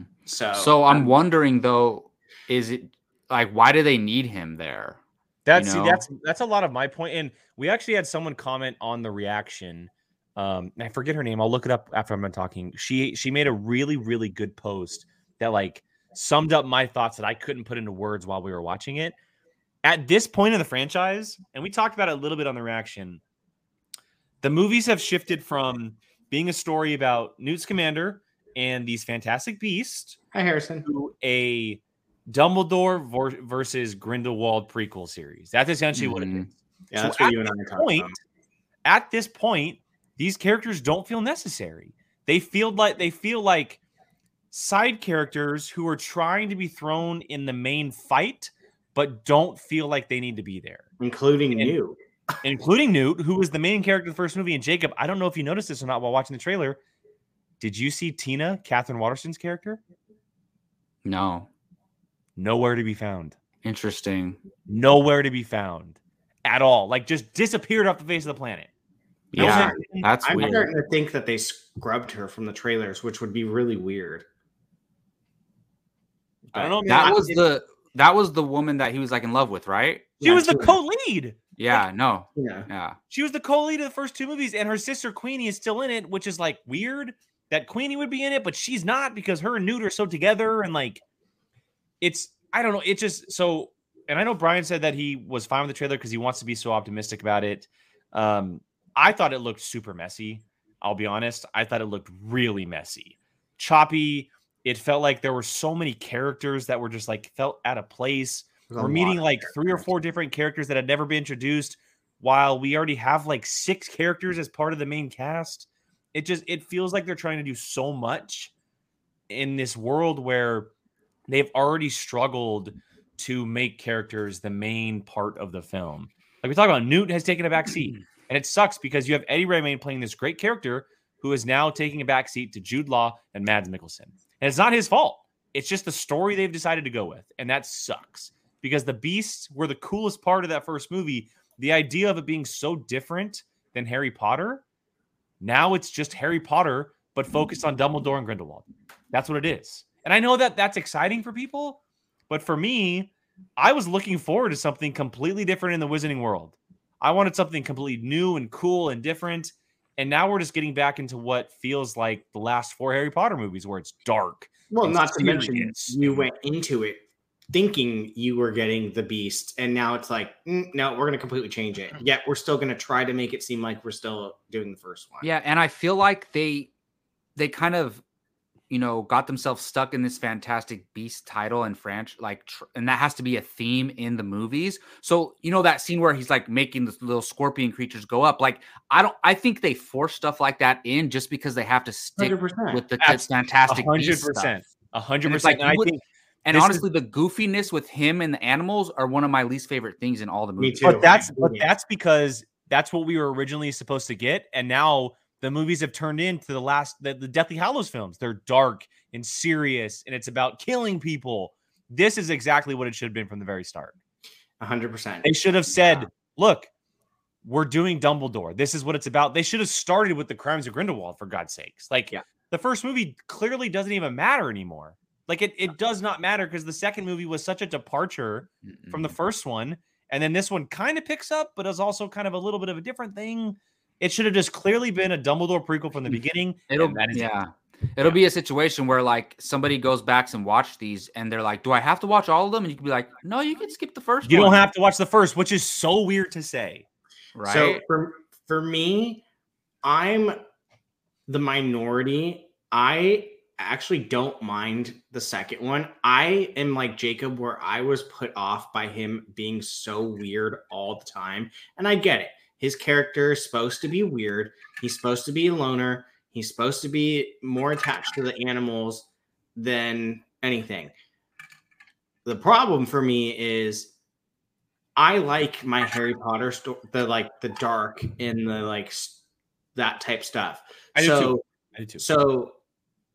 [SPEAKER 1] Mm.
[SPEAKER 5] So,
[SPEAKER 1] So I'm wondering though, is it like why do they need him there?
[SPEAKER 2] That's
[SPEAKER 1] know?
[SPEAKER 2] see, that's that's a lot of my point. And we actually had someone comment on the reaction. Um, and I forget her name. I'll look it up after I'm done talking. She she made a really really good post that like summed up my thoughts that I couldn't put into words while we were watching it. At this point in the franchise, and we talked about it a little bit on the reaction, the movies have shifted from being a story about Newt's commander and these fantastic beasts
[SPEAKER 5] hi, Harrison.
[SPEAKER 2] to a Dumbledore vor- versus Grindelwald prequel series. That's essentially what it
[SPEAKER 1] Mhm.
[SPEAKER 2] is.
[SPEAKER 5] Yeah,
[SPEAKER 2] So
[SPEAKER 5] that's what
[SPEAKER 2] at
[SPEAKER 5] you and I are
[SPEAKER 2] this
[SPEAKER 5] talking
[SPEAKER 2] point-
[SPEAKER 5] about.
[SPEAKER 2] At this point, these characters don't feel necessary. They feel like they feel like side characters who are trying to be thrown in the main fight, but don't feel like they need to be there.
[SPEAKER 5] including
[SPEAKER 2] and-
[SPEAKER 5] you.
[SPEAKER 2] Including Newt, who was the main character of the first movie, and Jacob. I don't know if you noticed this or not while watching the trailer. Did you see Tina, Catherine Waterston's character?
[SPEAKER 1] No.
[SPEAKER 2] Nowhere to be found.
[SPEAKER 1] Interesting.
[SPEAKER 2] nowhere to be found at all. Like just disappeared off the face of the planet. No
[SPEAKER 1] Yeah,
[SPEAKER 2] mention.
[SPEAKER 1] that's
[SPEAKER 5] I'm
[SPEAKER 1] weird.
[SPEAKER 5] starting to think that they scrubbed her from the trailers, which would be really weird.
[SPEAKER 2] I don't know. Man.
[SPEAKER 1] That was the that was the woman that he was like in love with, right?
[SPEAKER 2] she was the
[SPEAKER 5] Yeah.
[SPEAKER 2] co-lead.
[SPEAKER 1] Yeah, no.
[SPEAKER 5] Yeah.
[SPEAKER 1] Yeah.
[SPEAKER 2] She was the co-lead of the first two movies, and her sister Queenie is still in it, which is like weird that Queenie would be in it, but she's not because her and Newt are so together, and like it's I don't know. It just so and I know Brian said that he was fine with the trailer because he wants to be so optimistic about it. Um, I thought it looked super messy. I'll be honest. I thought it looked really messy, choppy. It felt like there were so many characters that were just like felt out of place.
[SPEAKER 5] There's a
[SPEAKER 2] We're
[SPEAKER 5] lot
[SPEAKER 2] meeting
[SPEAKER 5] of
[SPEAKER 2] like three or
[SPEAKER 5] characters.
[SPEAKER 2] four different characters that had never been introduced, while we already have like six characters as part of the main cast. It just it feels like they're trying to do so much in this world where they've already struggled to make characters the main part of the film. Like we talk about, Newt has taken a back seat, and it sucks because you have Eddie Redmayne playing this great character who is now taking a back seat to Jude Law and Mads Mikkelsen. And it's not his fault. It's just the story they've decided to go with. And that sucks because the beasts were the coolest part of that first movie. The idea of it being so different than Harry Potter, now it's just Harry Potter, but focused on Dumbledore and Grindelwald. That's what it is. And I know that that's exciting for people, but for me, I was looking forward to something completely different in the Wizarding world. I wanted something completely new and cool and different. And now we're just getting back into what feels like the last four Harry Potter movies, where it's dark.
[SPEAKER 5] Well,
[SPEAKER 2] It's
[SPEAKER 5] not to mention
[SPEAKER 2] serious.
[SPEAKER 5] you went into it thinking you were getting the beast, and now it's like, mm, no, we're going to completely change
[SPEAKER 2] Mm-hmm.
[SPEAKER 5] it. Yet we're still going to try to make it seem like we're still doing the first one.
[SPEAKER 1] Yeah, and I feel like they they kind of you know got themselves stuck in this fantastic beast title and French like tr- and that has to be a theme in the movies. So, you know that scene where he's like making the little scorpion creatures go up like I don't I think they force stuff like that in just because they have to stick
[SPEAKER 5] hundred percent.
[SPEAKER 1] with the
[SPEAKER 2] Abs-
[SPEAKER 1] fantastic
[SPEAKER 2] hundred
[SPEAKER 1] beast stuff.
[SPEAKER 2] percent, hundred
[SPEAKER 1] And it's
[SPEAKER 2] percent.
[SPEAKER 1] like,
[SPEAKER 2] I
[SPEAKER 1] you would-
[SPEAKER 2] think,
[SPEAKER 1] And
[SPEAKER 2] This is-
[SPEAKER 1] honestly, the goofiness with him and the animals are one of my least favorite things in all the
[SPEAKER 5] Me
[SPEAKER 1] movies.
[SPEAKER 5] too.
[SPEAKER 2] but that's but
[SPEAKER 5] Yeah.
[SPEAKER 2] that's because that's what we were originally supposed to get, and now the movies have turned into the last the, the Deathly Hallows films. They're dark and serious, and it's about killing people. This is exactly what it should have been from the very start.
[SPEAKER 5] A hundred percent.
[SPEAKER 2] They should have said, "Look, we're doing Dumbledore. This is what it's about." They should have started with the crimes of Grindelwald for God's sakes. Like
[SPEAKER 1] Yeah.
[SPEAKER 2] the first movie clearly doesn't even matter anymore. Like it, it does not matter because the second movie was such a departure from
[SPEAKER 5] Mm-hmm.
[SPEAKER 2] the first one, and then this one kind of picks up, but is also kind of a little bit of a different thing. It should have just clearly been a Dumbledore prequel from the
[SPEAKER 5] Mm-hmm.
[SPEAKER 2] beginning. and
[SPEAKER 1] It'll
[SPEAKER 2] that is it.
[SPEAKER 1] yeah. It'll be a situation where like somebody goes back and watch these and they're like, Do I have to watch all of them? And you can be like, No, you can skip the first
[SPEAKER 2] You
[SPEAKER 1] one.
[SPEAKER 2] don't have to watch the first, which is so weird to say.
[SPEAKER 1] right.
[SPEAKER 5] So for for me, I'm the minority. I actually don't mind the second one. I am like Jacob, where I was put off by him being so weird all the time. And I get it. His character is supposed to be weird. He's supposed to be a loner. He's supposed to be more attached to the animals than anything. The problem for me is I like my Harry Potter story, the like the dark and the like s- that type stuff.
[SPEAKER 2] I do
[SPEAKER 5] so,
[SPEAKER 2] too. I do too.
[SPEAKER 5] so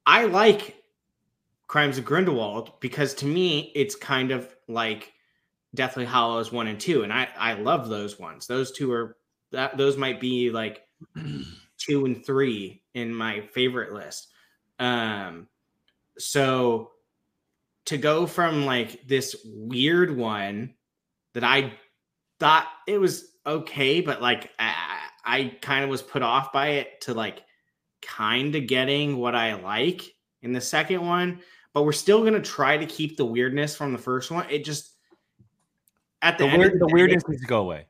[SPEAKER 5] I like Crimes of Grindelwald because to me it's kind of like Deathly Hollows 1 and 2 and I I love those ones. Those two are that those might be like 2 and 3 in my favorite list. Um so to go from like this weird one that I thought it was okay but like I, I I kind of was put off by it to like kind of getting what I like in the second one, but we're still going to try to keep the weirdness from the first one. It just at the,
[SPEAKER 2] The,
[SPEAKER 5] end
[SPEAKER 2] weird,
[SPEAKER 5] of
[SPEAKER 2] the
[SPEAKER 5] day-
[SPEAKER 2] weirdness needs to go away.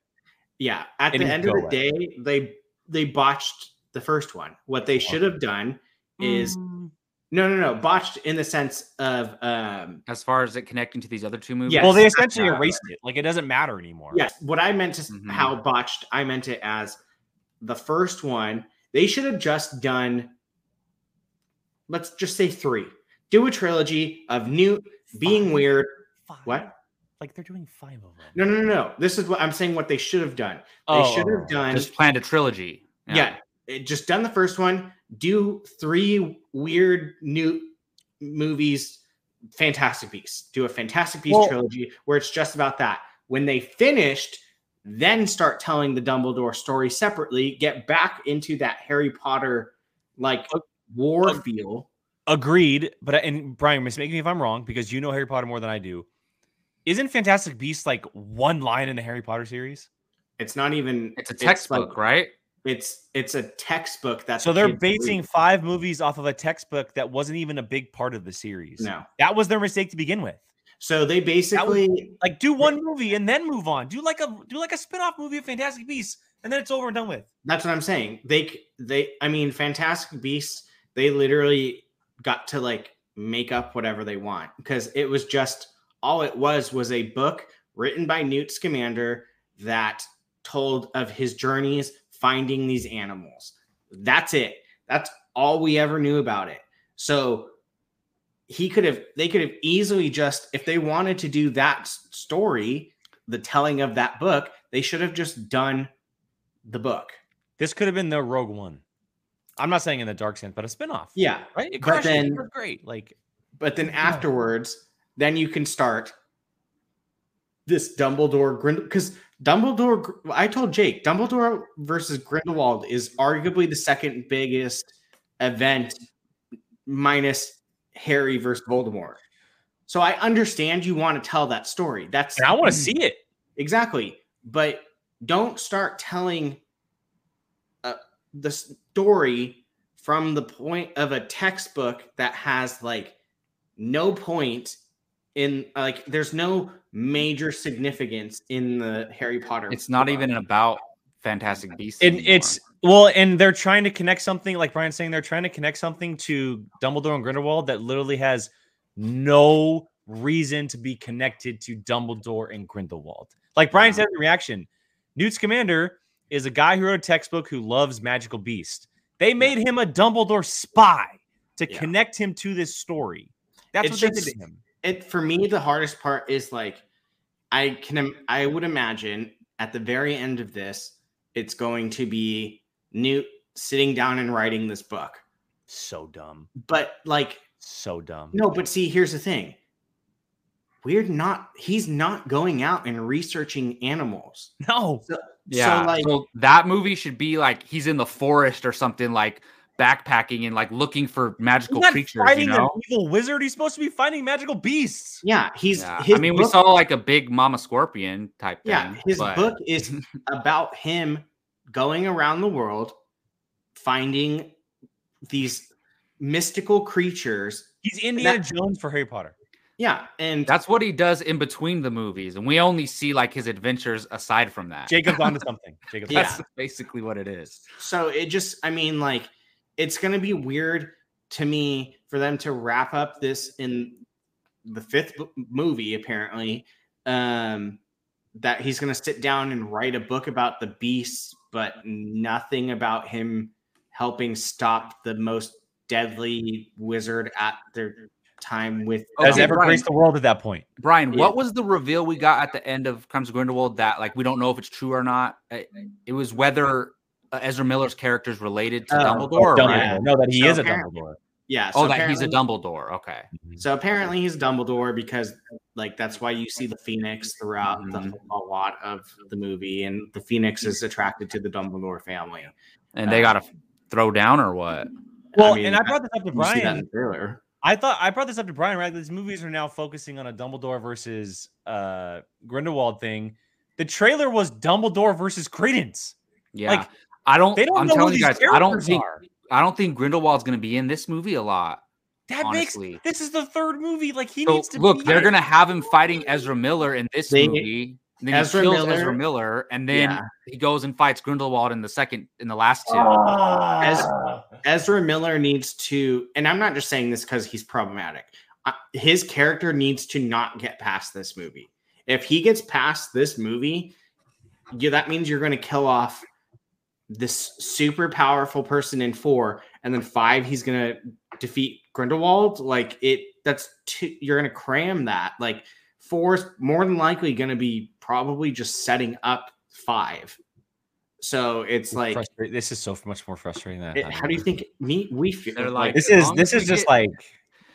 [SPEAKER 5] yeah, at
[SPEAKER 2] it
[SPEAKER 5] the
[SPEAKER 2] needs
[SPEAKER 5] end
[SPEAKER 2] to
[SPEAKER 5] of the
[SPEAKER 2] go
[SPEAKER 5] day, they they botched the first one. What they should have done
[SPEAKER 2] Hmm.
[SPEAKER 5] is no, no, no, botched in the sense of um
[SPEAKER 1] as far as it connecting to these other two movies.
[SPEAKER 5] Yes.
[SPEAKER 2] Well, they essentially
[SPEAKER 5] Uh,
[SPEAKER 2] erased it. Like it doesn't matter anymore.
[SPEAKER 5] yes, what I meant to s-
[SPEAKER 1] Mhm.
[SPEAKER 5] how botched I meant it as the first one. They should have just done let's just say 3. Do a trilogy of Newt being
[SPEAKER 2] Fine.
[SPEAKER 5] weird
[SPEAKER 2] Five.
[SPEAKER 5] What?
[SPEAKER 2] Like they're doing five of them.
[SPEAKER 5] No, no, no, no. This is what I'm saying. What they should have done. They
[SPEAKER 2] Oh,
[SPEAKER 5] should have done.
[SPEAKER 1] just planned a trilogy.
[SPEAKER 5] yeah, it- just done the first one. Do three weird new movies. Fantastic Beasts. Do a Fantastic Beasts
[SPEAKER 2] Well-
[SPEAKER 5] trilogy where it's just about that. When they finished, then start telling the Dumbledore story separately. Get back into that Harry Potter like war feel.
[SPEAKER 2] Agreed. But and Brian, mistake me if I'm wrong because you know Harry Potter more than I do. Isn't Fantastic Beasts like one line in the Harry Potter series?
[SPEAKER 5] It's not even.
[SPEAKER 1] It's a
[SPEAKER 5] like-
[SPEAKER 1] textbook, right?
[SPEAKER 5] It's it's a textbook that.
[SPEAKER 2] So
[SPEAKER 5] the
[SPEAKER 2] they're
[SPEAKER 5] kids read.
[SPEAKER 2] basing five movies off of a textbook that wasn't even a big part of the series.
[SPEAKER 5] no.
[SPEAKER 2] That was their mistake to begin with.
[SPEAKER 5] So they basically.
[SPEAKER 2] Like do one movie and then move on. Do like a do like a spin-off movie of Fantastic Beasts and then it's over and done with.
[SPEAKER 5] That's what I'm saying. They c- they I mean Fantastic Beasts, they literally got to like make up whatever they want because it was just all it was was a book written by Newt Scamander that told of his journeys finding these animals. That's it. That's all we ever knew about it. So he could have they could have easily just if they wanted to do that s- story, the telling of that book, they should have just done the book.
[SPEAKER 2] This could have been the Rogue One. I'm not saying in the dark sense, but a spin-off.
[SPEAKER 5] Yeah.
[SPEAKER 2] Right? It
[SPEAKER 5] But
[SPEAKER 2] crushed it.
[SPEAKER 5] then-
[SPEAKER 2] It was great. Like
[SPEAKER 5] But then afterwards, then you can start this Dumbledore Grindel because Dumbledore. Gr- I told Jake Dumbledore versus Grindelwald is arguably the second biggest event, minus Harry versus Voldemort. So I understand you want to tell that story. That's
[SPEAKER 2] And I want to see it.
[SPEAKER 5] Exactly. But don't start telling uh, the story from the point of a textbook that has like no point in like there's no major significance in the Harry Potter.
[SPEAKER 1] It's not even about Fantastic Beasts.
[SPEAKER 2] And
[SPEAKER 1] anymore.
[SPEAKER 2] it's well, and they're trying to connect something, like Brian's saying, they're trying to connect something to Dumbledore and Grindelwald that literally has no reason to be connected to Dumbledore and Grindelwald. Like Brian said in reaction, Newt Scamander is a guy who wrote a textbook who loves magical beast. They made him a Dumbledore spy to
[SPEAKER 5] Yeah.
[SPEAKER 2] connect him to this story. That's
[SPEAKER 5] It's
[SPEAKER 2] what they
[SPEAKER 5] just-
[SPEAKER 2] did to him.
[SPEAKER 5] it for me the hardest part is like i can im- i would imagine at the very end of this it's going to be newt sitting down and writing this book
[SPEAKER 2] So dumb.
[SPEAKER 5] but like
[SPEAKER 2] So dumb.
[SPEAKER 5] no but see here's the thing we're not he's not going out and researching animals
[SPEAKER 2] No.
[SPEAKER 1] yeah.
[SPEAKER 5] so like
[SPEAKER 1] so that movie should be like he's in the forest or something, like backpacking and like looking for
[SPEAKER 2] He's
[SPEAKER 1] magical
[SPEAKER 2] not
[SPEAKER 1] creatures.
[SPEAKER 2] fighting
[SPEAKER 1] You know.
[SPEAKER 2] an evil wizard. He's supposed to be fighting magical beasts.
[SPEAKER 5] yeah he's
[SPEAKER 1] Yeah.
[SPEAKER 5] his
[SPEAKER 1] I mean, we
[SPEAKER 5] book-
[SPEAKER 1] saw like a big mama scorpion type
[SPEAKER 5] yeah
[SPEAKER 1] thing.
[SPEAKER 5] his
[SPEAKER 1] but-
[SPEAKER 5] book is about him going around the world finding these mystical creatures
[SPEAKER 2] He's Indiana
[SPEAKER 5] That-
[SPEAKER 2] Jones for Harry Potter.
[SPEAKER 5] yeah and
[SPEAKER 1] That's what he does in between the movies, and we only see like his adventures aside from that.
[SPEAKER 2] Jacob's onto something. Jacob's
[SPEAKER 5] Yeah.
[SPEAKER 1] That's basically what it is.
[SPEAKER 5] so it just i mean like it's going to be weird to me for them to wrap up this in the fifth b- movie apparently um that he's going to sit down and write a book about the beasts but nothing about him helping stop the most deadly wizard at their time with
[SPEAKER 2] has
[SPEAKER 1] Okay,
[SPEAKER 2] ever
[SPEAKER 1] Brian.
[SPEAKER 2] graced the world at that point.
[SPEAKER 1] Brian,
[SPEAKER 5] Yeah.
[SPEAKER 1] what was the reveal we got at the end of Crimes of Grindelwald that like we don't know if it's true or not? It, it was whether uh, Ezra Miller's character is related to
[SPEAKER 5] Oh,
[SPEAKER 1] Dumbledore.
[SPEAKER 2] Dumbledore.
[SPEAKER 1] Right?
[SPEAKER 5] yeah.
[SPEAKER 2] No, that he
[SPEAKER 5] So
[SPEAKER 2] is a
[SPEAKER 5] apparently-
[SPEAKER 2] Dumbledore.
[SPEAKER 5] yeah
[SPEAKER 1] Oh,
[SPEAKER 5] so
[SPEAKER 1] that he's a
[SPEAKER 5] apparently-
[SPEAKER 1] Dumbledore. Okay.
[SPEAKER 5] So apparently he's Dumbledore because like that's why you see the Phoenix throughout the, a lot of the movie, and the Phoenix is attracted to the Dumbledore family.
[SPEAKER 1] And they got to throw down or what?
[SPEAKER 2] Well,
[SPEAKER 5] mean,
[SPEAKER 2] and I brought this up to
[SPEAKER 5] You see that in
[SPEAKER 2] Brian.
[SPEAKER 5] the trailer.
[SPEAKER 2] I thought I brought this up to Brian, right? These movies are now focusing on a Dumbledore versus uh Grindelwald thing. The trailer was Dumbledore versus Credence.
[SPEAKER 1] Yeah.
[SPEAKER 2] Like,
[SPEAKER 1] I don't,
[SPEAKER 2] They don't
[SPEAKER 1] I'm
[SPEAKER 2] know who
[SPEAKER 1] telling
[SPEAKER 2] these
[SPEAKER 1] you guys,
[SPEAKER 2] characters
[SPEAKER 1] I don't think,
[SPEAKER 2] are.
[SPEAKER 1] I don't think Grindelwald's going to be in this movie a lot.
[SPEAKER 2] That
[SPEAKER 1] honestly.
[SPEAKER 2] makes this is the third movie. Like he
[SPEAKER 1] So
[SPEAKER 2] needs to
[SPEAKER 1] look,
[SPEAKER 2] be
[SPEAKER 1] they're
[SPEAKER 2] there.
[SPEAKER 1] gonna have him fighting Ezra Miller in this
[SPEAKER 5] They-
[SPEAKER 1] movie. And then
[SPEAKER 5] Ezra
[SPEAKER 1] he kills
[SPEAKER 5] Miller-
[SPEAKER 1] Ezra Miller, and then
[SPEAKER 5] Yeah.
[SPEAKER 1] he goes and fights Grindelwald in the second, in the last two.
[SPEAKER 5] Oh. As-
[SPEAKER 2] Ah.
[SPEAKER 5] Ezra Miller needs to, and I'm not just saying this because he's problematic. Uh, his character needs to not get past this movie. If he gets past this movie, yeah, that means you're going to kill off this super powerful person in four, and then five, he's going to defeat Grindelwald. Like it, that's two, you're going to cram that. Like four is more than likely going to be probably just setting up five. So it's like
[SPEAKER 2] Frustra- this is so much more frustrating than I
[SPEAKER 5] it-
[SPEAKER 2] thought it
[SPEAKER 5] how do
[SPEAKER 2] was.
[SPEAKER 5] you think me we feel
[SPEAKER 1] They're like-
[SPEAKER 2] this
[SPEAKER 1] as
[SPEAKER 2] is
[SPEAKER 1] long
[SPEAKER 2] this
[SPEAKER 1] as
[SPEAKER 2] is
[SPEAKER 1] we
[SPEAKER 2] just
[SPEAKER 1] get-
[SPEAKER 2] like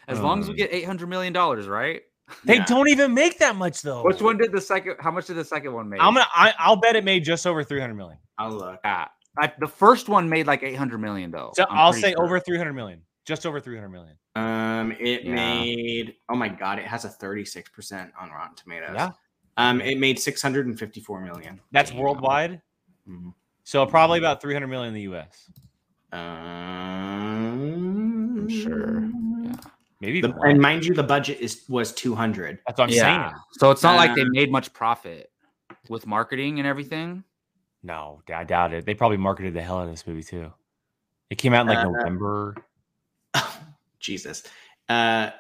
[SPEAKER 1] As long as we
[SPEAKER 2] Um,
[SPEAKER 1] get eight hundred million dollars, right?
[SPEAKER 2] they
[SPEAKER 5] Yeah.
[SPEAKER 2] don't even make that much though.
[SPEAKER 1] Which one did the second? How much did the second one make?
[SPEAKER 2] I'm gonna. I, I'll bet it made just over 300 million.
[SPEAKER 5] I'll look.
[SPEAKER 1] Ah, I- the first one made like eight hundred million though.
[SPEAKER 2] So
[SPEAKER 1] I'm
[SPEAKER 2] i will
[SPEAKER 1] pretty
[SPEAKER 2] say
[SPEAKER 1] sure.
[SPEAKER 2] over 300 million. Just over 300 million.
[SPEAKER 5] Um it
[SPEAKER 1] Yeah.
[SPEAKER 5] made oh my god, it has a 36% on Rotten Tomatoes.
[SPEAKER 2] Yeah.
[SPEAKER 5] Um it made 654 million.
[SPEAKER 2] That's worldwide.
[SPEAKER 1] Mm-hmm.
[SPEAKER 5] Mhm.
[SPEAKER 2] So probably about 300 million in the U.S.
[SPEAKER 5] Um
[SPEAKER 1] sure. Yeah.
[SPEAKER 2] Maybe.
[SPEAKER 5] The,
[SPEAKER 2] even
[SPEAKER 5] and
[SPEAKER 2] less.
[SPEAKER 5] mind you the budget is was 200.
[SPEAKER 2] That's what I'm
[SPEAKER 1] Yeah.
[SPEAKER 2] saying.
[SPEAKER 1] So it's not like they made much profit with marketing and everything.
[SPEAKER 2] No, I doubt it. They probably marketed the hell out of this movie too. It came out in like
[SPEAKER 5] Uh,
[SPEAKER 2] November.
[SPEAKER 5] Jesus. Uh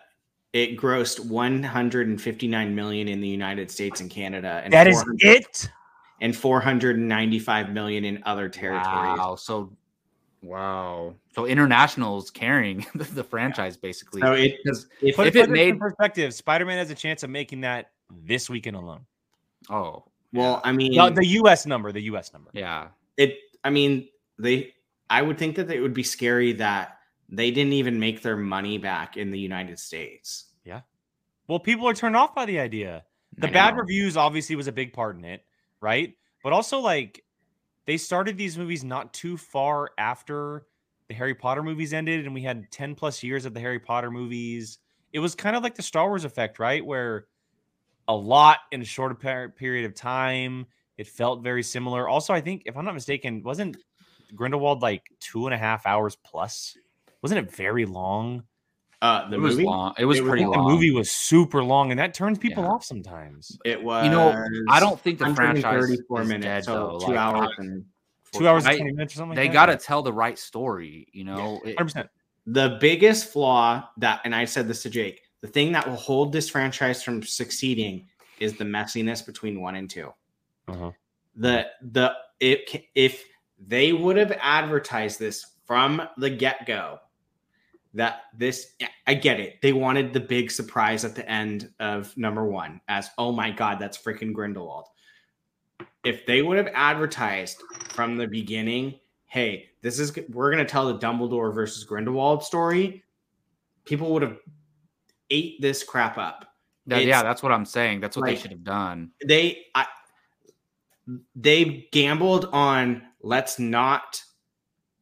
[SPEAKER 5] it grossed 159 million in the United States and Canada and
[SPEAKER 2] That is
[SPEAKER 5] 400
[SPEAKER 2] it.
[SPEAKER 5] and 495 million in other territories.
[SPEAKER 1] Wow. So wow. So international's carrying the, the franchise basically.
[SPEAKER 5] So it
[SPEAKER 1] Because
[SPEAKER 5] if,
[SPEAKER 1] If
[SPEAKER 2] Put, put
[SPEAKER 1] it
[SPEAKER 2] this in
[SPEAKER 1] made-
[SPEAKER 2] perspective, Spider-Man has a chance of making that this weekend alone.
[SPEAKER 1] oh
[SPEAKER 5] well, I mean
[SPEAKER 2] No, the U.S. number. The U.S. number.
[SPEAKER 1] yeah.
[SPEAKER 5] it i mean they i would think that it would be scary that they didn't even make their money back in the United States.
[SPEAKER 2] Well, people are turned off by the idea. The
[SPEAKER 1] I
[SPEAKER 2] bad
[SPEAKER 1] know.
[SPEAKER 2] reviews obviously was a big part in it, right? But also like they started these movies not too far after the Harry Potter movies ended and we had 10 plus years of the Harry Potter movies. It was kind of like the Star Wars effect, right? Where a lot in a short per- period of time, it felt very similar. Also, I think if I'm not mistaken, wasn't Grindelwald like two and a half hours plus? Wasn't it very long?
[SPEAKER 5] Uh, the
[SPEAKER 1] it was
[SPEAKER 5] movie.
[SPEAKER 1] long. It was
[SPEAKER 5] It was
[SPEAKER 1] pretty
[SPEAKER 2] the
[SPEAKER 1] long.
[SPEAKER 2] movie was super long, and that turns people
[SPEAKER 1] Yeah.
[SPEAKER 2] off sometimes.
[SPEAKER 5] It was.
[SPEAKER 1] know, I don't think the franchise is
[SPEAKER 5] 134 minutes,
[SPEAKER 1] dead
[SPEAKER 5] so
[SPEAKER 1] though.
[SPEAKER 5] two
[SPEAKER 1] Like,
[SPEAKER 5] hours and
[SPEAKER 2] Two hours and
[SPEAKER 1] I-
[SPEAKER 2] twenty minutes or something.
[SPEAKER 1] They got to tell the right story, you know. It-
[SPEAKER 2] Hundred percent.
[SPEAKER 5] the biggest flaw that, and I said this to Jake, the thing that will hold this franchise from succeeding is the messiness between one and 2
[SPEAKER 2] Uh-huh.
[SPEAKER 5] The the it, ca- if they would have advertised this from the get go, that this I get it. They wanted the big surprise at the end of number one as oh my god, that's freaking Grindelwald. If they would have advertised from the beginning hey, this is we're gonna tell the Dumbledore versus Grindelwald story, people would have ate this crap up.
[SPEAKER 1] that- yeah,
[SPEAKER 5] it's-
[SPEAKER 1] that's what I'm saying. That's what
[SPEAKER 5] like-
[SPEAKER 1] they should have done.
[SPEAKER 5] They I, they gambled on let's not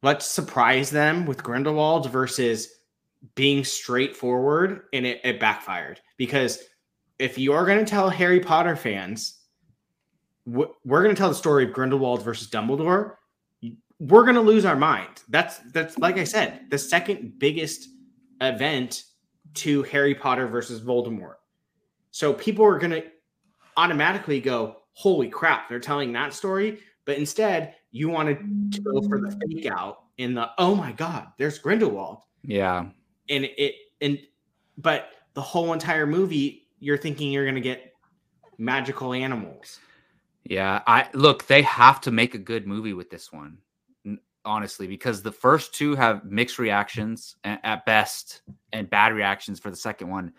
[SPEAKER 5] let's surprise them with Grindelwald versus being straightforward, and it, it backfired because if you're gonna tell Harry Potter fans. wh- We're going to tell the story of Grindelwald versus Dumbledore we're gonna lose our mind. That's that's like I said, the second biggest event to Harry Potter versus Voldemort. So people are gonna automatically go, "Holy crap!" They're telling that story. But instead, you wanted to go for the fake out in the, "Oh my God, there's Grindelwald,"
[SPEAKER 1] Yeah,
[SPEAKER 5] and it and but the whole entire movie, you're thinking you're gonna get magical animals.
[SPEAKER 1] yeah. I look. They have to make a good movie with this one, n- honestly, because the first two have mixed reactions a- at best and bad reactions for the second one.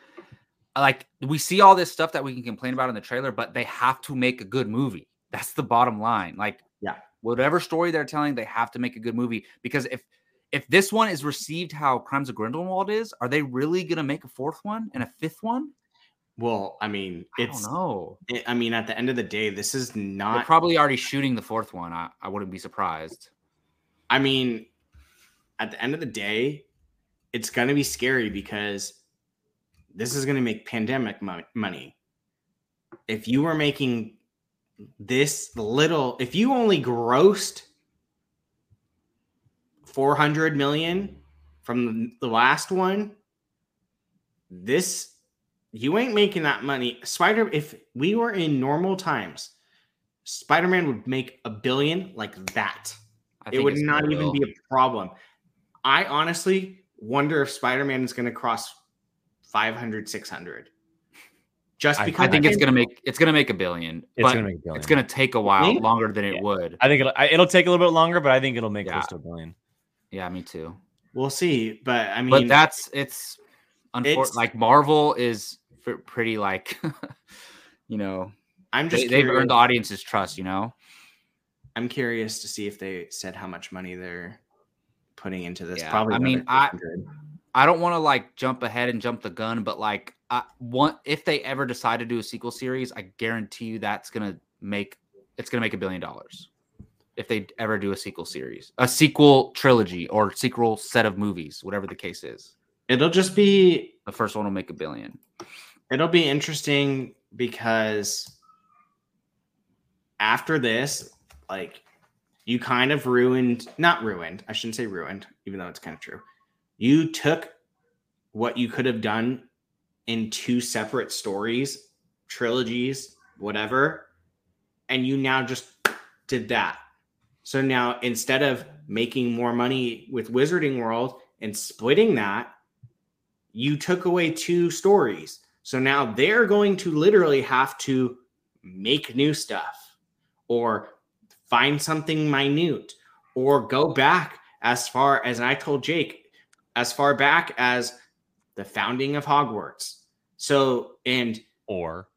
[SPEAKER 1] Like we see all this stuff that we can complain about in the trailer, but they have to make a good movie. That's the bottom line. Like,
[SPEAKER 5] Yeah.
[SPEAKER 1] whatever story they're telling, they have to make a good movie because if if this one is received how Crimes of Grindelwald is, are they really gonna make a fourth one and a fifth one?
[SPEAKER 5] Well, I mean,
[SPEAKER 1] I
[SPEAKER 5] it's.
[SPEAKER 1] don't know.
[SPEAKER 5] I- I mean, at the end of the day, this is
[SPEAKER 1] They're
[SPEAKER 5] not
[SPEAKER 1] probably already shooting the fourth one. I, I wouldn't be surprised.
[SPEAKER 5] I mean, at the end of the day, it's going to be scary because this is going to make pandemic mo- money. If you were making this little, if you only grossed 400 million from the last one, this you ain't making that money. Spider, if we were in normal times, Spider Man would make a billion like that
[SPEAKER 1] I
[SPEAKER 5] it would
[SPEAKER 1] it's
[SPEAKER 5] not
[SPEAKER 1] gonna
[SPEAKER 5] even
[SPEAKER 1] will.
[SPEAKER 5] be a problem. I honestly wonder if Spider-Man is going to cross 500, 600. Just
[SPEAKER 2] I-
[SPEAKER 5] because
[SPEAKER 1] I think it's gonna make it's gonna make a billion,
[SPEAKER 2] It's
[SPEAKER 1] but
[SPEAKER 2] gonna make a billion.
[SPEAKER 1] it's gonna take a while
[SPEAKER 5] Think?
[SPEAKER 1] longer than it
[SPEAKER 2] Yeah.
[SPEAKER 1] would.
[SPEAKER 2] I think it'll, I- it'll take a little bit longer, but I think it'll make
[SPEAKER 1] Yeah.
[SPEAKER 2] close to a billion.
[SPEAKER 1] Yeah, me too.
[SPEAKER 5] We'll see, but I mean,
[SPEAKER 1] but that's
[SPEAKER 5] It's-
[SPEAKER 1] it's, unfortunate. Like Marvel is fr- pretty like, you know,
[SPEAKER 5] I'm just
[SPEAKER 1] they, they've
[SPEAKER 5] curious.
[SPEAKER 1] earned the audience's trust. You know,
[SPEAKER 5] I'm curious to see if they said how much money they're putting into this.
[SPEAKER 1] Yeah,
[SPEAKER 5] Probably.
[SPEAKER 1] I mean,
[SPEAKER 5] another
[SPEAKER 1] I-
[SPEAKER 5] 600.
[SPEAKER 1] I don't want to like jump ahead and jump the gun, but like, I want if they ever decide to do a sequel series, I guarantee you that's gonna make it's gonna make a billion dollars if they ever do a sequel series, a sequel trilogy or sequel set of movies, whatever the case is.
[SPEAKER 5] it'll just be
[SPEAKER 1] The first one will make a billion.
[SPEAKER 5] It'll be interesting because after this, like you kind of ruined, not ruined, I shouldn't say ruined, even though it's kind of true. You took what you could have done in two separate stories, trilogies, whatever, and you now just did that. So now instead of making more money with Wizarding World and splitting that, you took away two stories. So now they're going to literally have to make new stuff or find something minute or go back as far as and I told Jake, as far back as the founding of Hogwarts. So, and
[SPEAKER 2] Or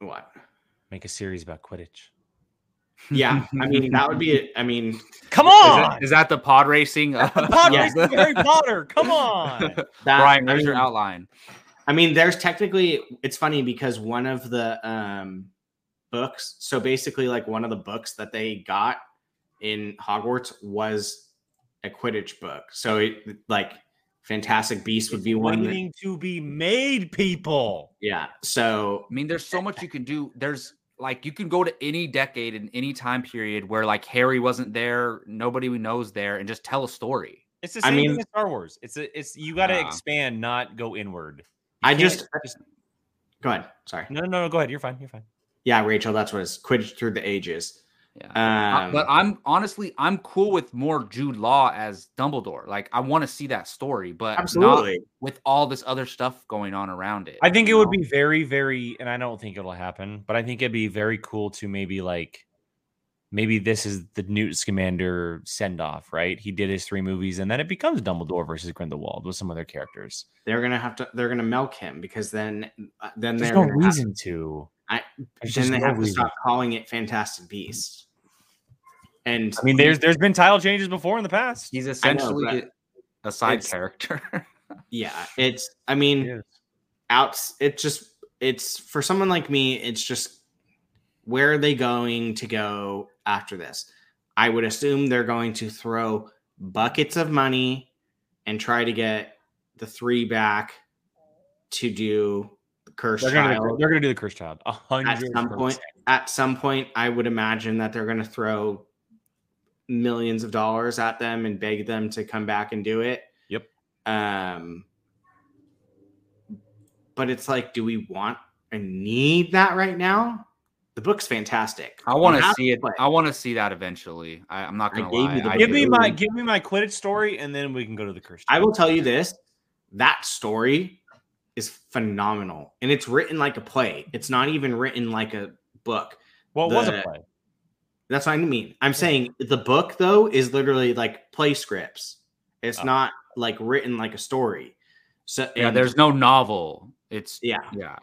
[SPEAKER 5] what?
[SPEAKER 2] make a series about Quidditch.
[SPEAKER 5] Yeah, I mean that would be. I mean
[SPEAKER 2] Come
[SPEAKER 1] Is
[SPEAKER 2] on,
[SPEAKER 1] that, is that the pod racing? Uh,
[SPEAKER 2] Pod
[SPEAKER 5] Yeah.
[SPEAKER 2] racing Harry Potter. Come on.
[SPEAKER 5] that.
[SPEAKER 1] Brian,
[SPEAKER 5] I
[SPEAKER 1] where's your
[SPEAKER 5] mean-
[SPEAKER 1] outline?
[SPEAKER 5] I mean, there's technically it's funny because one of the um books, so basically like one of the books that they got in Hogwarts was a Quidditch book. So it like Fantastic Beast would be one. that-
[SPEAKER 2] Waiting to be made, people.
[SPEAKER 5] yeah. So
[SPEAKER 1] I mean, there's so much you can do. There's like you can go to any decade and any time period where like Harry wasn't there, nobody we know's there, and just tell a story.
[SPEAKER 2] It's the
[SPEAKER 5] I
[SPEAKER 2] same
[SPEAKER 5] mean-
[SPEAKER 2] thing as Star Wars. It's a, it's you got to
[SPEAKER 1] Ah.
[SPEAKER 2] expand, not go inward.
[SPEAKER 5] I
[SPEAKER 2] can't
[SPEAKER 5] just, go ahead. Sorry.
[SPEAKER 2] No, no, no, no. Go ahead. You're fine. You're fine.
[SPEAKER 5] Yeah, Rachel, that's what it's Quidditch through the ages.
[SPEAKER 2] Uh,
[SPEAKER 1] Yeah. I-
[SPEAKER 5] Um,
[SPEAKER 1] but I'm honestly, I'm cool with more Jude Law as Dumbledore. Like, I want to see that story, but not
[SPEAKER 5] absolutely.
[SPEAKER 1] with all this other stuff going on around it.
[SPEAKER 2] I think it
[SPEAKER 1] you
[SPEAKER 2] would
[SPEAKER 1] know?
[SPEAKER 2] be very, very, and I don't think it'll happen, but I think it'd be very cool to maybe like, maybe this is the Newt Scamander send off, right? He did his three movies, and then it becomes Dumbledore versus Grindelwald with some other characters.
[SPEAKER 5] They're gonna have to. They're gonna milk him because then, uh, then
[SPEAKER 2] There's
[SPEAKER 5] they're
[SPEAKER 2] no
[SPEAKER 5] gonna have-
[SPEAKER 2] reason to.
[SPEAKER 5] I-
[SPEAKER 2] There's
[SPEAKER 5] then
[SPEAKER 2] just
[SPEAKER 5] they
[SPEAKER 2] no
[SPEAKER 5] have to
[SPEAKER 2] reason.
[SPEAKER 5] stop calling it Fantastic Beast. And
[SPEAKER 2] I mean, there's there's been title changes before in the past.
[SPEAKER 1] He's essentially
[SPEAKER 5] but
[SPEAKER 1] a side
[SPEAKER 5] it's-
[SPEAKER 1] character.
[SPEAKER 5] yeah, it's. I mean,
[SPEAKER 2] Yes.
[SPEAKER 5] outs. It just. It's for someone like me. It's just where are they going to go after this? I would assume they're going to throw buckets of money and try to get the three back to do the curse
[SPEAKER 2] They're gonna, do the-
[SPEAKER 5] child.
[SPEAKER 2] they're gonna do the cursed child. A hundred
[SPEAKER 5] at some point
[SPEAKER 2] percent.
[SPEAKER 5] at some point i would imagine that they're going to throw millions of dollars at them and beg them to come back and do it
[SPEAKER 2] Yep.
[SPEAKER 5] um but it's like do we want and need that right now the book's fantastic
[SPEAKER 1] I want
[SPEAKER 5] You
[SPEAKER 1] to
[SPEAKER 5] have
[SPEAKER 1] see it.
[SPEAKER 5] play.
[SPEAKER 1] I want to see that eventually. I, I'm not
[SPEAKER 5] I
[SPEAKER 1] gonna
[SPEAKER 5] gave
[SPEAKER 1] lie.
[SPEAKER 5] you the
[SPEAKER 1] I
[SPEAKER 5] book.
[SPEAKER 2] Give
[SPEAKER 1] do.
[SPEAKER 2] me my give me my Quidditch story, and then we can go to the cursed.
[SPEAKER 5] i
[SPEAKER 2] Child.
[SPEAKER 5] will tell you this that story is phenomenal and it's written like a play it's not even written like a book
[SPEAKER 2] Well, it was a
[SPEAKER 5] the-
[SPEAKER 2] play.
[SPEAKER 5] That's what I mean. I'm saying the book though is literally like play scripts. It's
[SPEAKER 2] Oh.
[SPEAKER 5] not like written like a story. So
[SPEAKER 1] Yeah,
[SPEAKER 5] and-
[SPEAKER 1] there's no novel. It's
[SPEAKER 5] yeah.
[SPEAKER 1] yeah.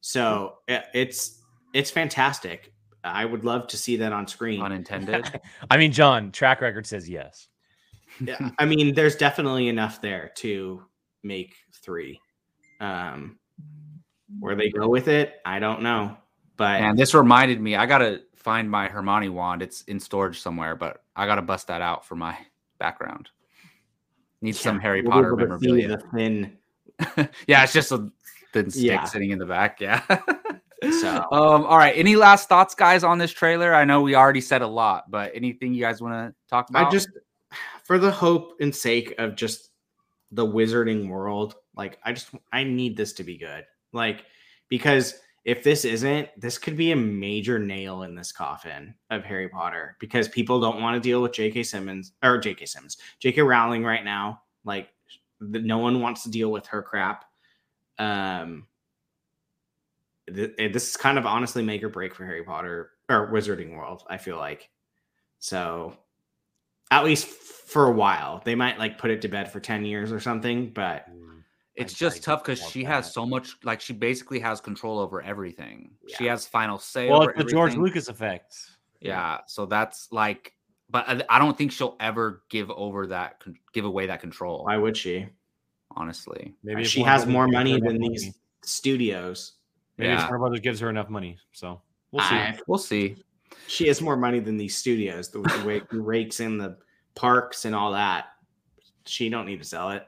[SPEAKER 5] So i- it's it's fantastic. I would love to see that on screen.
[SPEAKER 1] unintended.
[SPEAKER 2] I mean, John track record says yes.
[SPEAKER 5] Yeah, I mean, there's definitely enough there to make three. Um, where they go with it, I don't know, but
[SPEAKER 1] and this reminded me, I gotta find my Hermione wand. It's in storage somewhere, but I gotta bust that out for my background. Need some
[SPEAKER 5] yeah,
[SPEAKER 1] Harry
[SPEAKER 5] we'll be
[SPEAKER 1] Potter
[SPEAKER 5] able to see
[SPEAKER 1] memorabilia.
[SPEAKER 5] the thin
[SPEAKER 1] yeah, it's just a thin stick
[SPEAKER 5] Yeah.
[SPEAKER 1] sitting in the back. Yeah.
[SPEAKER 5] So-
[SPEAKER 1] um, all right. Any last thoughts, guys, on this trailer? I know we already said a lot, but anything you guys want to talk about?
[SPEAKER 5] I just for the hope and sake of just the wizarding world, like I just I need this to be good. Like because if this isn't, this could be a major nail in this coffin of Harry Potter because people don't want to deal with J.K. Simmons or J.K. Simmons, J.K. Rowling right now. Like th- no one wants to deal with her crap. Um, th- eh, this is kind of honestly make or break for Harry Potter or Wizarding World. I feel like so at least f- for a while. They might like put it to bed for 10 years or something, but
[SPEAKER 1] it's
[SPEAKER 2] I-
[SPEAKER 1] just
[SPEAKER 2] I
[SPEAKER 1] tough because
[SPEAKER 2] love
[SPEAKER 1] she
[SPEAKER 2] that.
[SPEAKER 1] has so much. Like she basically has control over everything. She
[SPEAKER 5] Yeah.
[SPEAKER 1] has final say.
[SPEAKER 2] Well,
[SPEAKER 1] over
[SPEAKER 2] it's the George
[SPEAKER 1] everything.
[SPEAKER 2] Lucas effect.
[SPEAKER 1] Yeah, so that's like, but uh, I- I don't think she'll ever give over that, con- give away that control.
[SPEAKER 5] why would she?
[SPEAKER 1] honestly,
[SPEAKER 2] Maybe if
[SPEAKER 5] Uh, she
[SPEAKER 2] Warner
[SPEAKER 5] has
[SPEAKER 2] Brothers
[SPEAKER 5] more
[SPEAKER 2] gives her
[SPEAKER 5] money
[SPEAKER 2] enough
[SPEAKER 5] than
[SPEAKER 2] money.
[SPEAKER 5] these studios.
[SPEAKER 2] Maybe if
[SPEAKER 1] Yeah.
[SPEAKER 2] Warner Brothers gives her enough money. So we'll see.
[SPEAKER 5] I-
[SPEAKER 1] we'll see.
[SPEAKER 5] she has more money than these studios. The, the way who rakes in the parks and all that. She don't need to sell it.